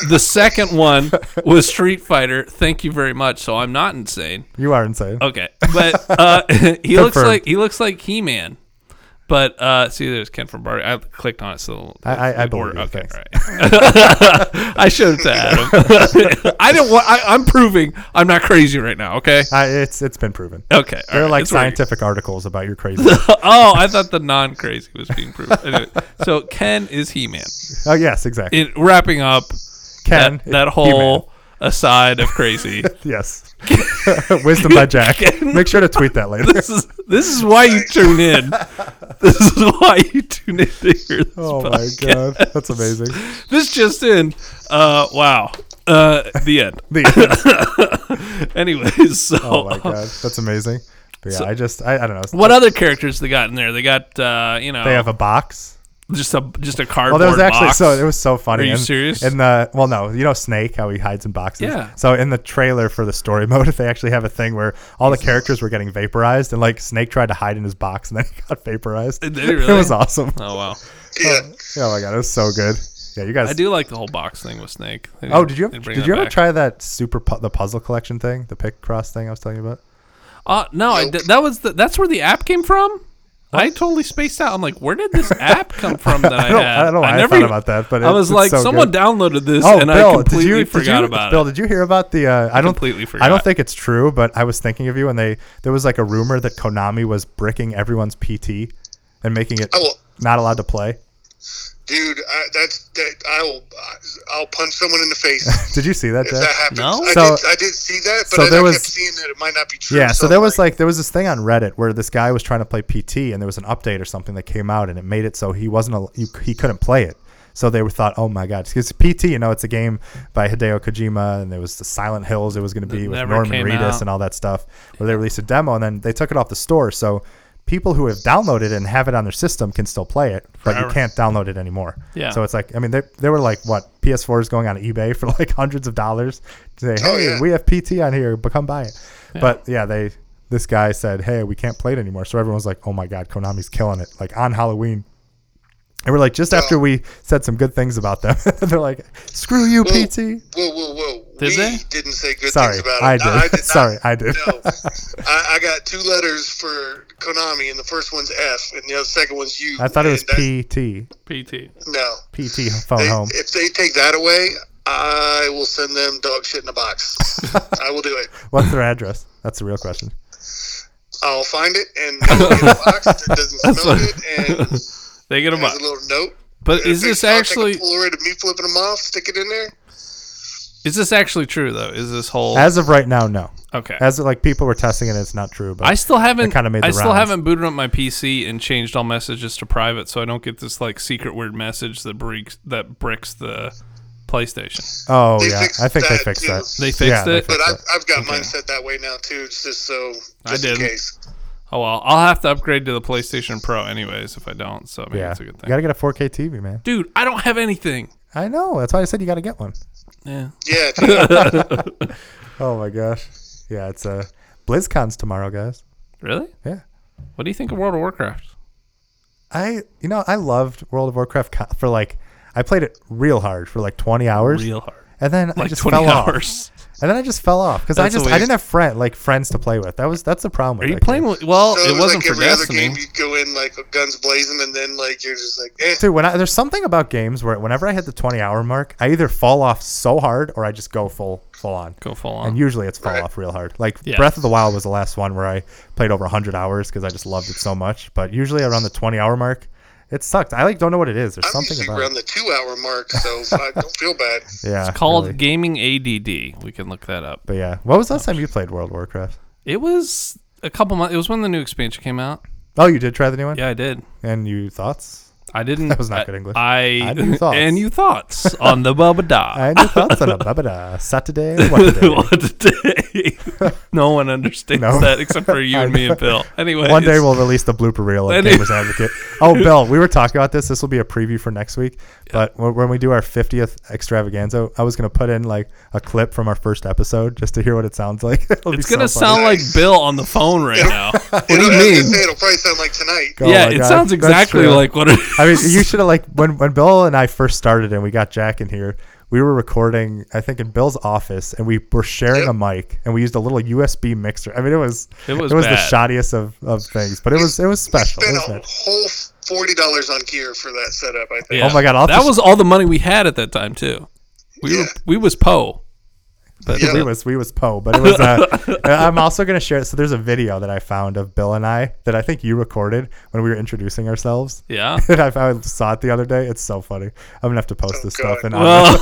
[SPEAKER 2] the second one was Street Fighter. Thank you very much. So I'm not insane.
[SPEAKER 1] you are insane.
[SPEAKER 2] Okay, but uh, he looks
[SPEAKER 1] Confirmed.
[SPEAKER 2] like he looks like He Man. But uh, see, there's Ken from Barbie. I clicked on it, so
[SPEAKER 1] I- I- I
[SPEAKER 2] the
[SPEAKER 1] believe
[SPEAKER 2] order-
[SPEAKER 1] you,
[SPEAKER 2] Okay,
[SPEAKER 1] thanks.
[SPEAKER 2] all right. I showed it to Adam. I don't. wa- I, I'm proving I'm not crazy right now. Okay.
[SPEAKER 1] I, it's it's been proven.
[SPEAKER 2] Okay. all
[SPEAKER 1] They're
[SPEAKER 2] right,
[SPEAKER 1] like
[SPEAKER 2] that's weird.
[SPEAKER 1] scientific articles about your crazy.
[SPEAKER 2] oh, I thought the non crazy was being proven. Anyway, so Ken is He Man.
[SPEAKER 1] oh yes, exactly.
[SPEAKER 2] It wrapping up
[SPEAKER 1] Ken
[SPEAKER 2] that, that
[SPEAKER 1] He-Man.
[SPEAKER 2] whole aside of crazy.
[SPEAKER 1] Yes. Wisdom by Jack. Make sure to tweet that later.
[SPEAKER 2] This is this is why you tune in. This is why you tune in to hear this.
[SPEAKER 1] Oh
[SPEAKER 2] pod-
[SPEAKER 1] my god, that's amazing.
[SPEAKER 2] This just in. Uh, wow. Uh, the end.
[SPEAKER 1] The,
[SPEAKER 2] Anyways, so
[SPEAKER 1] oh my god, that's amazing. But yeah, I just I, I don't know.
[SPEAKER 2] what other characters they got in there? They got uh, you know,
[SPEAKER 1] They have a box.
[SPEAKER 2] just a just a
[SPEAKER 1] Well,
[SPEAKER 2] cardboard
[SPEAKER 1] there was actually
[SPEAKER 2] box.
[SPEAKER 1] so it was so funny.
[SPEAKER 2] Are you
[SPEAKER 1] and,
[SPEAKER 2] serious?
[SPEAKER 1] In the well, no, you know Snake, how he hides in boxes.
[SPEAKER 2] Yeah.
[SPEAKER 1] So in the trailer for the story mode, they actually have a thing where all the characters were getting vaporized, and like Snake tried to hide in his box, and then he got vaporized.
[SPEAKER 2] Did he
[SPEAKER 1] It
[SPEAKER 2] really?
[SPEAKER 1] was awesome.
[SPEAKER 2] oh wow.
[SPEAKER 3] yeah.
[SPEAKER 1] Oh my god, it was so good. Yeah, you guys.
[SPEAKER 2] I do like the whole box thing with Snake. They
[SPEAKER 1] Oh,
[SPEAKER 2] didn't-
[SPEAKER 1] did you
[SPEAKER 2] they
[SPEAKER 1] did
[SPEAKER 2] bring
[SPEAKER 1] you
[SPEAKER 2] that
[SPEAKER 1] ever
[SPEAKER 2] back.
[SPEAKER 1] try that super pu- the puzzle collection thing, the pick cross thing I was telling you about?
[SPEAKER 2] Uh, no, I d- that was the, that's where the app came from. I totally spaced out. I'm like, where did this app come from that I,
[SPEAKER 1] I don't,
[SPEAKER 2] had?
[SPEAKER 1] I don't know why I,
[SPEAKER 2] never
[SPEAKER 1] thought
[SPEAKER 2] even-
[SPEAKER 1] about that, but
[SPEAKER 2] I
[SPEAKER 1] it-
[SPEAKER 2] was
[SPEAKER 1] it's
[SPEAKER 2] like,
[SPEAKER 1] so
[SPEAKER 2] someone
[SPEAKER 1] good.
[SPEAKER 2] downloaded this
[SPEAKER 1] Oh,
[SPEAKER 2] and
[SPEAKER 1] Bill,
[SPEAKER 2] I completely
[SPEAKER 1] did you,
[SPEAKER 2] forgot
[SPEAKER 1] did you,
[SPEAKER 2] about
[SPEAKER 1] Bill,
[SPEAKER 2] it.
[SPEAKER 1] did you hear about the? Uh, I, don't
[SPEAKER 2] completely
[SPEAKER 1] I
[SPEAKER 2] forgot.
[SPEAKER 1] don't think it's true, but I was thinking of you, and they there was like a rumor that Konami was bricking everyone's PT and making it
[SPEAKER 3] I will,
[SPEAKER 1] not allowed to play.
[SPEAKER 3] dude. I, that's that. I will. I'll punch someone in the face
[SPEAKER 1] Did you see that,
[SPEAKER 3] if
[SPEAKER 1] Jack?
[SPEAKER 3] that happens.
[SPEAKER 2] No?
[SPEAKER 3] I,
[SPEAKER 1] So-
[SPEAKER 3] did, I did see that, but
[SPEAKER 1] so
[SPEAKER 3] I,
[SPEAKER 1] there
[SPEAKER 3] I
[SPEAKER 1] was-
[SPEAKER 3] kept seeing that it might not be true.
[SPEAKER 1] Yeah, so
[SPEAKER 3] I'm
[SPEAKER 1] there was like there was this thing on Reddit where this guy was trying to play PT, and there was an update or something that came out, and it made it so he wasn't al- you, he couldn't play it. So they were thought, oh my god, because PT, you know, it's a game by Hideo Kojima, and there was the Silent Hills it was going to be with
[SPEAKER 2] never
[SPEAKER 1] Norman
[SPEAKER 2] came
[SPEAKER 1] Reedus
[SPEAKER 2] out.
[SPEAKER 1] and all that stuff, where they released a demo, and then they took it off the store. So people who have downloaded it and have it on their system can still play it, but you
[SPEAKER 2] Forever.
[SPEAKER 1] can't download it anymore.
[SPEAKER 2] Yeah.
[SPEAKER 1] So it's like, I mean, they, they were like, what PS4s going on eBay for like hundreds of dollars to say, hey,
[SPEAKER 3] Oh, yeah.
[SPEAKER 1] we have PT on here, but come buy it. But yeah, they this guy said, hey, we can't play it anymore. So everyone was like, oh my god, Konami's killing it, like on Halloween. And we're like, just after we said some good things about them, they're like, screw you,
[SPEAKER 3] Well,
[SPEAKER 1] PT.
[SPEAKER 3] Whoa, whoa, whoa!
[SPEAKER 2] Did
[SPEAKER 3] we
[SPEAKER 2] they?
[SPEAKER 3] didn't say good
[SPEAKER 1] Sorry,
[SPEAKER 3] things about it.
[SPEAKER 1] I
[SPEAKER 3] No,
[SPEAKER 1] did.
[SPEAKER 3] I did not.
[SPEAKER 1] Sorry, I did.
[SPEAKER 3] No, I, I got two letters for Konami, and the first one's F, and the other- second one's U.
[SPEAKER 1] I thought it was
[SPEAKER 3] and that-
[SPEAKER 1] PT.
[SPEAKER 2] PT.
[SPEAKER 3] No,
[SPEAKER 1] PT phone
[SPEAKER 3] They-
[SPEAKER 1] home.
[SPEAKER 3] if they take that away, I will send them dog shit in a box. I will do it.
[SPEAKER 1] What's their address? That's the real question.
[SPEAKER 3] I'll find it and mail it in a box that doesn't smell
[SPEAKER 2] what-
[SPEAKER 3] good and has
[SPEAKER 2] They get a
[SPEAKER 3] a
[SPEAKER 2] box.
[SPEAKER 3] little note.
[SPEAKER 2] But is this
[SPEAKER 3] I'll
[SPEAKER 2] actually
[SPEAKER 3] take a Polaroid of me flipping them off? Stick it in there.
[SPEAKER 2] is this actually true though? Is this whole
[SPEAKER 1] As of right now, no.
[SPEAKER 2] okay?
[SPEAKER 1] As of, like people were testing it, it's not true. But
[SPEAKER 2] I still haven't.
[SPEAKER 1] kinda made
[SPEAKER 2] I
[SPEAKER 1] the
[SPEAKER 2] still
[SPEAKER 1] rounds.
[SPEAKER 2] haven't booted up my PC and changed all messages to private, so I don't get this like secret weird message that breaks that bricks the PlayStation.
[SPEAKER 1] oh
[SPEAKER 3] They
[SPEAKER 1] yeah,
[SPEAKER 3] fixed
[SPEAKER 1] I think they
[SPEAKER 3] that,
[SPEAKER 1] fixed
[SPEAKER 3] too.
[SPEAKER 1] that.
[SPEAKER 2] They fixed
[SPEAKER 1] Yeah, they
[SPEAKER 2] it.
[SPEAKER 1] fixed it.
[SPEAKER 3] But I've, I've got mine set that way now too, just so just
[SPEAKER 2] I didn't.
[SPEAKER 3] in case.
[SPEAKER 2] Oh well, I'll have to upgrade to the PlayStation Pro anyways if I don't. So maybe
[SPEAKER 1] yeah,
[SPEAKER 2] that's a good
[SPEAKER 1] you
[SPEAKER 2] thing.
[SPEAKER 1] gotta get a 4K TV, man.
[SPEAKER 2] Dude, I don't have anything.
[SPEAKER 1] I know. That's why I said you gotta get one.
[SPEAKER 2] Yeah.
[SPEAKER 3] Yeah, dude.
[SPEAKER 1] Oh my gosh. Yeah, it's uh, BlizzCon's tomorrow, guys.
[SPEAKER 2] Really?
[SPEAKER 1] Yeah.
[SPEAKER 2] What do you think of World of Warcraft?
[SPEAKER 1] I you know I loved World of Warcraft co- for like I played it real hard for like 20 hours,
[SPEAKER 2] Real hard.
[SPEAKER 1] and then I
[SPEAKER 2] Like
[SPEAKER 1] just
[SPEAKER 2] 20
[SPEAKER 1] fell off.
[SPEAKER 2] hours.
[SPEAKER 1] And then I just fell off because I
[SPEAKER 2] That's
[SPEAKER 1] just
[SPEAKER 2] the way
[SPEAKER 1] I
[SPEAKER 2] you-
[SPEAKER 1] didn't have friend like friends to play with. That was that's the problem.
[SPEAKER 2] Are
[SPEAKER 1] With
[SPEAKER 2] you
[SPEAKER 1] that
[SPEAKER 2] playing
[SPEAKER 1] game.
[SPEAKER 2] with. Well,
[SPEAKER 3] So
[SPEAKER 2] it,
[SPEAKER 3] was
[SPEAKER 2] wasn't
[SPEAKER 3] like
[SPEAKER 2] for
[SPEAKER 3] every other
[SPEAKER 2] Destiny.
[SPEAKER 3] game you'd go in like guns blazing, and then like you're just like, eh.
[SPEAKER 1] Dude, when I, there's something about games where whenever I hit the 20 hour mark, I either fall off so hard or I just go full full on.
[SPEAKER 2] Go full on.
[SPEAKER 1] And usually it's fall off real hard. Like
[SPEAKER 2] Yeah.
[SPEAKER 1] Breath of the Wild was the last one where I played over 100 hours because I just loved it so much. But usually around the 20 hour mark, it sucked. I like don't know what it is. There's
[SPEAKER 3] I'm
[SPEAKER 1] something
[SPEAKER 3] usually
[SPEAKER 1] about
[SPEAKER 3] around
[SPEAKER 1] it.
[SPEAKER 3] the two-hour mark, so I don't feel bad.
[SPEAKER 1] Yeah,
[SPEAKER 2] It's called
[SPEAKER 1] really.
[SPEAKER 2] Gaming ADD. We can look that up.
[SPEAKER 1] But yeah, what was the last time you played World of Warcraft?
[SPEAKER 2] It was a couple months. It was when the new expansion came out.
[SPEAKER 1] Oh, you did try the new one.
[SPEAKER 2] Yeah, I did.
[SPEAKER 1] And you thoughts?
[SPEAKER 2] I didn't.
[SPEAKER 1] That was not
[SPEAKER 2] I-
[SPEAKER 1] good English.
[SPEAKER 2] I,
[SPEAKER 1] And you thoughts.
[SPEAKER 2] and you thoughts on the Bubba Da.
[SPEAKER 1] And your thoughts on a blah, blah, blah, Saturday? and Wednesday?
[SPEAKER 2] What today? no one understands
[SPEAKER 1] No.
[SPEAKER 2] that except for you
[SPEAKER 1] I
[SPEAKER 2] and me
[SPEAKER 1] know.
[SPEAKER 2] and Bill. Anyway,
[SPEAKER 1] One day we'll release the blooper reel of
[SPEAKER 2] Any-
[SPEAKER 1] Gamers Advocate. Oh, Bill, we were talking about this. This will be a preview for next week. But wh- when we do our 50th extravaganza, I was going to put in like a clip from our first episode just to hear what it sounds like. It'll be
[SPEAKER 2] it's gonna
[SPEAKER 1] so funny.
[SPEAKER 2] sound like Bill on the phone right now. What do you
[SPEAKER 3] It'll- I was gonna
[SPEAKER 2] mean?
[SPEAKER 3] Say, it'll probably sound like tonight.
[SPEAKER 1] Oh
[SPEAKER 2] yeah,
[SPEAKER 1] my
[SPEAKER 2] it
[SPEAKER 1] God,
[SPEAKER 2] sounds
[SPEAKER 1] that's
[SPEAKER 2] exactly
[SPEAKER 1] true.
[SPEAKER 2] like what. It
[SPEAKER 1] I mean, you should have like when when Bill and I first started and we got Jack in here. We were recording, I think, in Bill's office, and we were sharing a mic, and we used a little USB mixer. I mean, it was
[SPEAKER 2] It was
[SPEAKER 1] the
[SPEAKER 2] bad.
[SPEAKER 1] shoddiest of, of things, but it was it was special. It
[SPEAKER 3] Spent
[SPEAKER 1] was
[SPEAKER 3] a
[SPEAKER 1] nice.
[SPEAKER 3] whole forty dollars on gear for that setup. I think.
[SPEAKER 2] Yeah.
[SPEAKER 1] Oh my God, I'll have
[SPEAKER 2] that
[SPEAKER 1] to-
[SPEAKER 2] was all the money we had at that time too. We
[SPEAKER 3] Yeah.
[SPEAKER 2] were, we was Poe. But
[SPEAKER 3] Yeah.
[SPEAKER 1] we was we was Poe, but it was. Uh, I'm also gonna share it. So there's a video that I found of Bill and I that I think you recorded when we were introducing ourselves.
[SPEAKER 2] yeah.
[SPEAKER 1] And I, I saw it the other day. It's so funny. I'm gonna have to post this
[SPEAKER 3] God.
[SPEAKER 1] stuff. And
[SPEAKER 2] Well,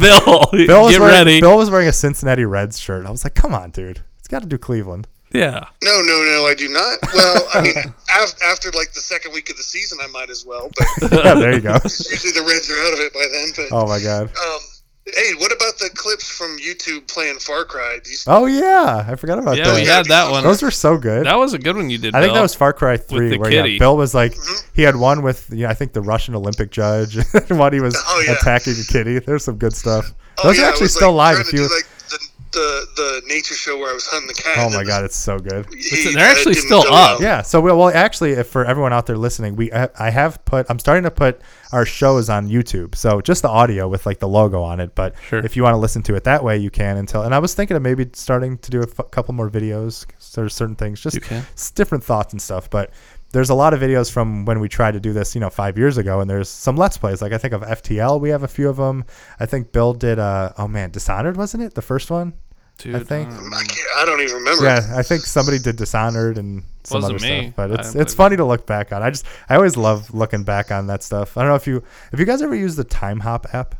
[SPEAKER 2] Bill,
[SPEAKER 1] Bill was
[SPEAKER 2] Oh, get
[SPEAKER 1] wearing,
[SPEAKER 2] ready.
[SPEAKER 1] Bill was wearing a Cincinnati Reds shirt. I was like, come on, dude. It's got to do Cleveland.
[SPEAKER 2] Yeah.
[SPEAKER 3] No, no, no, I do not. Well, I mean, af- after like the second week of the season, I might as well. But
[SPEAKER 1] yeah, there you go.
[SPEAKER 3] usually the Reds are out of it by then. But
[SPEAKER 1] Oh my god.
[SPEAKER 3] um, hey, what about the clips from YouTube playing Far Cry? Do you
[SPEAKER 1] Oh yeah, I forgot about
[SPEAKER 2] Yeah,
[SPEAKER 1] that.
[SPEAKER 2] we had that one.
[SPEAKER 1] uh, Those were so good.
[SPEAKER 2] That was a good one you did.
[SPEAKER 1] I think
[SPEAKER 2] Bill.
[SPEAKER 1] that was Far Cry Three,
[SPEAKER 2] the
[SPEAKER 1] where yeah,
[SPEAKER 2] kitty.
[SPEAKER 1] Bill was like,
[SPEAKER 3] Mm-hmm.
[SPEAKER 1] he had one with yeah, I think the Russian Olympic judge, and one he was
[SPEAKER 3] Oh, yeah.
[SPEAKER 1] attacking a kitty. There's some good stuff.
[SPEAKER 3] Oh,
[SPEAKER 1] Those
[SPEAKER 3] yeah,
[SPEAKER 1] are
[SPEAKER 3] I
[SPEAKER 1] actually
[SPEAKER 3] was,
[SPEAKER 1] still
[SPEAKER 3] like,
[SPEAKER 1] live. If
[SPEAKER 3] trying to
[SPEAKER 1] you,
[SPEAKER 3] do, like the, the the nature show where I was hunting the cat.
[SPEAKER 1] oh
[SPEAKER 3] and
[SPEAKER 1] my
[SPEAKER 3] it
[SPEAKER 1] god, it's so good.
[SPEAKER 3] was-
[SPEAKER 2] It's-
[SPEAKER 3] he-
[SPEAKER 2] they're
[SPEAKER 3] uh,
[SPEAKER 2] actually
[SPEAKER 3] didn't
[SPEAKER 2] still
[SPEAKER 3] go
[SPEAKER 2] up.
[SPEAKER 3] well.
[SPEAKER 1] Yeah. So well, well, actually, if for everyone out there listening, we I, I have put I'm starting to put our shows on YouTube. So just the audio with like the logo on it. But
[SPEAKER 2] Sure.
[SPEAKER 1] if you want to listen to it that way, you can until. And I was thinking of maybe starting to do a f- couple more videos. There's certain things, just
[SPEAKER 2] You can.
[SPEAKER 1] s- different thoughts and stuff. But there's a lot of videos from when we tried to do this, you know, five years ago. And there's some let's plays. Like I think of FTL, we have a few of them. I think Bill did. Uh, oh man, Dishonored wasn't it the first one?
[SPEAKER 2] Dude,
[SPEAKER 1] I think.
[SPEAKER 2] uh,
[SPEAKER 3] I, can't, I don't even remember.
[SPEAKER 1] Yeah, I think somebody did Dishonored and some
[SPEAKER 2] Wasn't
[SPEAKER 1] other
[SPEAKER 2] me.
[SPEAKER 1] stuff. But
[SPEAKER 2] I
[SPEAKER 1] it's
[SPEAKER 2] didn't
[SPEAKER 1] it's
[SPEAKER 2] play
[SPEAKER 1] funny to look back on. I just I always love looking back on that stuff. I don't know if you if you guys ever use the Time Hop app.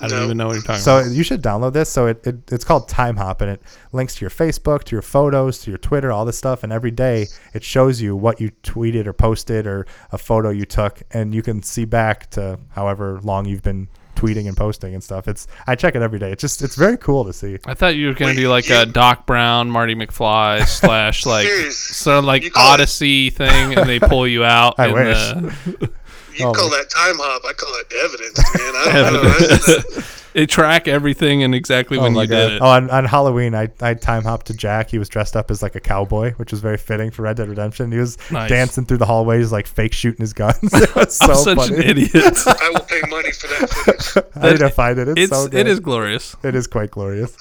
[SPEAKER 2] I don't
[SPEAKER 3] No.
[SPEAKER 2] even know what you're talking
[SPEAKER 1] So you should download this. So it, it it's called Time Hop and it links to your Facebook, to your photos, to your Twitter, all this stuff. And every day it shows you what you tweeted or posted or a photo you took, and you can see back to however long you've been tweeting and posting and stuff. It's I check it every day. It's just it's very cool to see.
[SPEAKER 2] I thought you were gonna
[SPEAKER 3] Wait,
[SPEAKER 2] do like
[SPEAKER 3] you-
[SPEAKER 2] a Doc Brown, Marty McFly slash like
[SPEAKER 3] Serious.
[SPEAKER 2] sort of
[SPEAKER 3] You
[SPEAKER 2] like
[SPEAKER 3] call it-
[SPEAKER 2] Odyssey thing, and they pull you out.
[SPEAKER 1] I
[SPEAKER 2] in
[SPEAKER 1] wish.
[SPEAKER 2] the-
[SPEAKER 3] You
[SPEAKER 1] Oh,
[SPEAKER 3] call that time hop? I call it evidence, man. I don't, I don't know. That's the-
[SPEAKER 2] they track everything and exactly when
[SPEAKER 1] my
[SPEAKER 2] you
[SPEAKER 1] God.
[SPEAKER 2] did it.
[SPEAKER 1] Oh, on, on Halloween, I, I time hopped to Jack. He was dressed up as like a cowboy, which was very fitting for Red Dead Redemption. He was
[SPEAKER 2] Nice.
[SPEAKER 1] dancing through the hallways, like fake shooting his guns. It was so
[SPEAKER 2] I'm such
[SPEAKER 1] funny.
[SPEAKER 2] an idiot.
[SPEAKER 3] I will pay money for that footage.
[SPEAKER 1] I need to find it. It's,
[SPEAKER 2] it's
[SPEAKER 1] so good.
[SPEAKER 2] it is glorious.
[SPEAKER 1] It is quite glorious.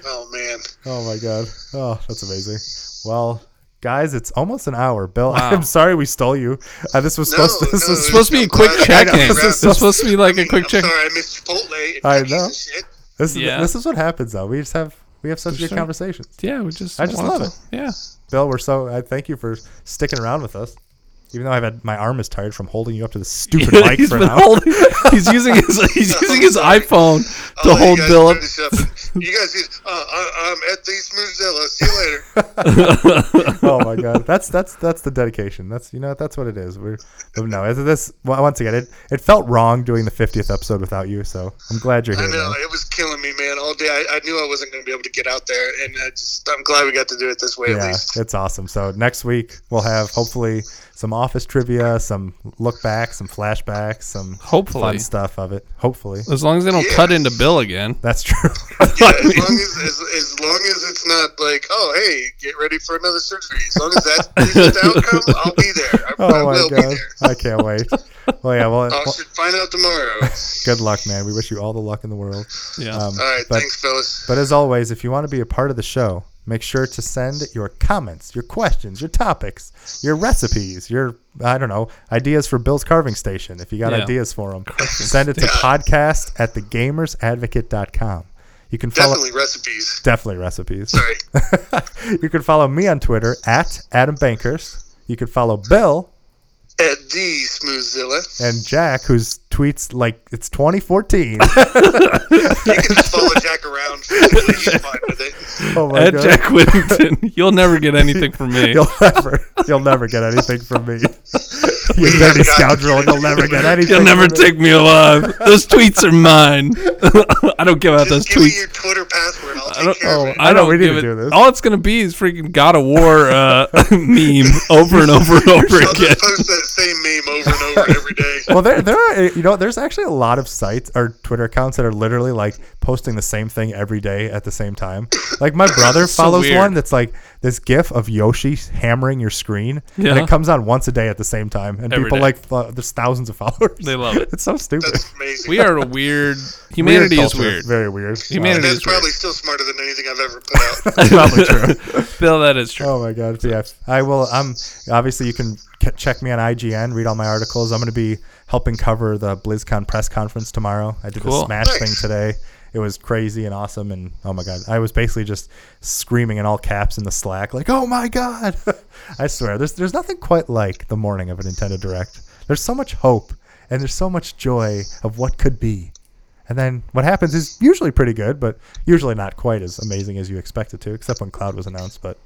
[SPEAKER 3] Oh man,
[SPEAKER 1] oh my god. Oh, that's amazing. Well, guys, it's almost an hour. Bill,
[SPEAKER 2] Wow.
[SPEAKER 1] I'm sorry we stole you. Uh, this was
[SPEAKER 3] No,
[SPEAKER 1] supposed to. This
[SPEAKER 3] no,
[SPEAKER 1] was
[SPEAKER 3] it's-
[SPEAKER 2] Supposed to be a quick
[SPEAKER 3] I
[SPEAKER 2] check
[SPEAKER 3] know.
[SPEAKER 2] in.
[SPEAKER 1] This is
[SPEAKER 2] It's
[SPEAKER 1] so-
[SPEAKER 2] supposed to be like a
[SPEAKER 3] I'm
[SPEAKER 2] quick check.
[SPEAKER 3] sorry I missed Chipotle. and
[SPEAKER 1] I
[SPEAKER 3] Chuck E.
[SPEAKER 1] know.
[SPEAKER 3] and Shit.
[SPEAKER 1] This, is-
[SPEAKER 2] Yeah.
[SPEAKER 1] this is what happens though. We just have we have such good
[SPEAKER 2] sure.
[SPEAKER 1] conversations.
[SPEAKER 2] Yeah, we just
[SPEAKER 1] I just
[SPEAKER 2] wanted
[SPEAKER 1] love
[SPEAKER 2] to- Yeah.
[SPEAKER 1] uh, Bill, we're so. I thank you for sticking around with us. Even though I've had my arm is tired from holding you up to the stupid
[SPEAKER 2] Yeah,
[SPEAKER 1] mic
[SPEAKER 2] he's
[SPEAKER 1] for
[SPEAKER 2] been
[SPEAKER 1] an hour.
[SPEAKER 2] holding. He's using his. He's using his iPhone to
[SPEAKER 3] I'll let
[SPEAKER 2] hold
[SPEAKER 3] you guys
[SPEAKER 2] Bill up.
[SPEAKER 3] finish up. and- You guys, get- uh, I, I'm at the Smoozella. See you later.
[SPEAKER 1] oh my god, that's that's that's the dedication. That's you know that's what it is. We're but no, it's- this well, once again it it felt wrong doing the 50th episode without you. So I'm glad you're
[SPEAKER 3] I
[SPEAKER 1] here.
[SPEAKER 3] know
[SPEAKER 1] man.
[SPEAKER 3] it was killing me, man. All day, I, I knew I wasn't going to be able to get out there, and I just, I'm glad we got to do it this way at
[SPEAKER 1] Yeah,
[SPEAKER 3] least.
[SPEAKER 1] it's awesome. So next week we'll have hopefully some office trivia, some look back, some flashbacks, some
[SPEAKER 2] Hopefully.
[SPEAKER 1] fun stuff of it. Hopefully,
[SPEAKER 2] As long as they don't
[SPEAKER 3] Yeah.
[SPEAKER 2] cut into Bill again.
[SPEAKER 1] that's true.
[SPEAKER 3] Yeah,
[SPEAKER 2] I
[SPEAKER 3] as
[SPEAKER 2] mean-
[SPEAKER 3] long as, as as long as it's not like, oh hey, get ready for another surgery. As long as that's the outcome, I'll be there. I, I
[SPEAKER 1] Oh my
[SPEAKER 3] will be
[SPEAKER 1] god,
[SPEAKER 3] there.
[SPEAKER 1] I can't wait. Well, yeah, well,
[SPEAKER 3] I
[SPEAKER 1] well,
[SPEAKER 3] should find out tomorrow.
[SPEAKER 1] good luck, man. We wish you all the luck in the world.
[SPEAKER 2] Yeah.
[SPEAKER 1] Um,
[SPEAKER 3] All right,
[SPEAKER 1] but
[SPEAKER 3] thanks, fellas.
[SPEAKER 1] But as always, if you want to be a part of the show, make sure to send your comments, your questions, your topics, your recipes, your I don't know ideas for Bill's carving station. If you got
[SPEAKER 2] Yeah.
[SPEAKER 1] ideas for them, send it to podcast at thegamersadvocate.com. You can follow
[SPEAKER 3] Definitely recipes.
[SPEAKER 1] definitely recipes.
[SPEAKER 3] Sorry.
[SPEAKER 1] you can follow me on Twitter at Adam Bankhurst. You can follow Bill
[SPEAKER 3] At the Smoozilla.
[SPEAKER 1] and Jack, whose tweets like it's 2014.
[SPEAKER 3] You can just follow Jack around. He's fine with it.
[SPEAKER 1] oh my
[SPEAKER 2] At
[SPEAKER 1] god.
[SPEAKER 2] Jack Whittington, you'll never get anything from me.
[SPEAKER 1] You'll never, you'll never get anything from me. You
[SPEAKER 3] have
[SPEAKER 1] dirty
[SPEAKER 3] got-
[SPEAKER 1] scoundrel! You'll never get anything.
[SPEAKER 2] You'll never
[SPEAKER 1] from me.
[SPEAKER 2] take me alive. Those tweets are mine. I don't care about those
[SPEAKER 3] Just give me
[SPEAKER 2] tweets.
[SPEAKER 3] your Twitter password. I'll
[SPEAKER 2] I don't,
[SPEAKER 3] take care of it.
[SPEAKER 2] I
[SPEAKER 1] I know,
[SPEAKER 2] don't
[SPEAKER 1] we need
[SPEAKER 2] give
[SPEAKER 1] to
[SPEAKER 2] it-
[SPEAKER 1] do this.
[SPEAKER 2] All it's gonna be is freaking God of War uh, meme over and over and over
[SPEAKER 3] I'll
[SPEAKER 2] again.
[SPEAKER 3] just post that same meme over and over every day.
[SPEAKER 1] Well, there, there are, you know, there's actually a lot of sites or Twitter accounts that are literally like posting the same thing every day at the same time. Like my brother
[SPEAKER 2] so
[SPEAKER 1] follows
[SPEAKER 2] weird.
[SPEAKER 1] one that's like this GIF of Yoshi hammering your screen, and
[SPEAKER 2] Yeah.
[SPEAKER 1] it comes on once a day at the same time, and
[SPEAKER 2] Every
[SPEAKER 1] people
[SPEAKER 2] day.
[SPEAKER 1] like fo- there's thousands of followers.
[SPEAKER 2] They love it.
[SPEAKER 1] It's so stupid.
[SPEAKER 3] That's amazing.
[SPEAKER 2] We are a weird
[SPEAKER 1] Weird
[SPEAKER 2] humanity is
[SPEAKER 1] culture.
[SPEAKER 2] weird.
[SPEAKER 1] Very weird.
[SPEAKER 2] Humanity-
[SPEAKER 3] And
[SPEAKER 2] It
[SPEAKER 3] that's
[SPEAKER 2] is weird.
[SPEAKER 3] probably still smarter than anything I've ever put out.
[SPEAKER 1] Wow, probably true.
[SPEAKER 2] Bill, that is true.
[SPEAKER 1] Oh my god! But yeah, I will. I'm obviously you can c- check me on IGN, read all my articles. I'm going to be helping cover the BlizzCon press conference tomorrow. I did
[SPEAKER 2] Cool.
[SPEAKER 1] the Smash
[SPEAKER 3] Nice.
[SPEAKER 1] thing today. It was crazy and awesome, and oh my god, I was basically just screaming in all caps in the Slack, like, "Oh my god!" I swear, there's there's nothing quite like the morning of a Nintendo Direct. There's so much hope, and there's so much joy of what could be. And then what happens is usually pretty good, but usually not quite as amazing as you expect it to, except when Cloud was announced. But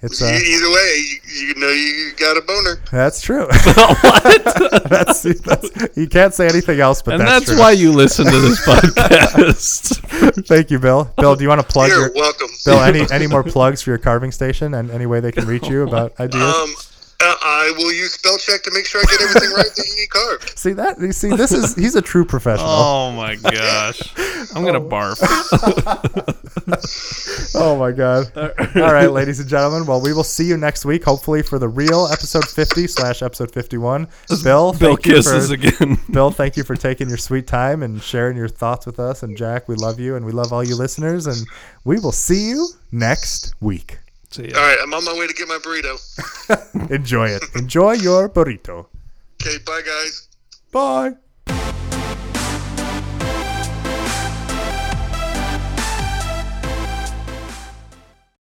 [SPEAKER 1] it's uh,
[SPEAKER 3] E- Either way, you, you know you got a boner.
[SPEAKER 1] that's true.
[SPEAKER 2] what?
[SPEAKER 1] that's, that's you can't say anything else, but
[SPEAKER 2] And
[SPEAKER 1] that's,
[SPEAKER 2] that's,
[SPEAKER 1] true.
[SPEAKER 2] why you listen to this podcast.
[SPEAKER 1] Thank you, Bill. Bill, do you want to plug
[SPEAKER 3] You're
[SPEAKER 1] your
[SPEAKER 3] welcome.
[SPEAKER 1] Bill? Any any more plugs for your carving station and any way they can reach you about ideas?
[SPEAKER 3] Um, uh, I will use spell check to make sure I get everything right that you carved.
[SPEAKER 1] see that? You see, this is he's a true professional. Oh,
[SPEAKER 2] oh my gosh. I'm gonna barf.
[SPEAKER 1] Oh my god! All right, ladies and gentlemen. Well, we will see you next week, hopefully for the real episode fifty slash episode fifty one. Bill,
[SPEAKER 2] Bill
[SPEAKER 1] thank you
[SPEAKER 2] kisses
[SPEAKER 1] for-
[SPEAKER 2] again.
[SPEAKER 1] Bill, thank you for taking your sweet time and sharing your thoughts with us. And Jack, we love you and we love all you listeners. And we will see you next week.
[SPEAKER 2] See
[SPEAKER 3] All
[SPEAKER 2] ya.
[SPEAKER 3] right, I'm on my way to get my burrito.
[SPEAKER 1] Enjoy it. Enjoy your burrito.
[SPEAKER 3] Okay, bye guys.
[SPEAKER 1] Bye.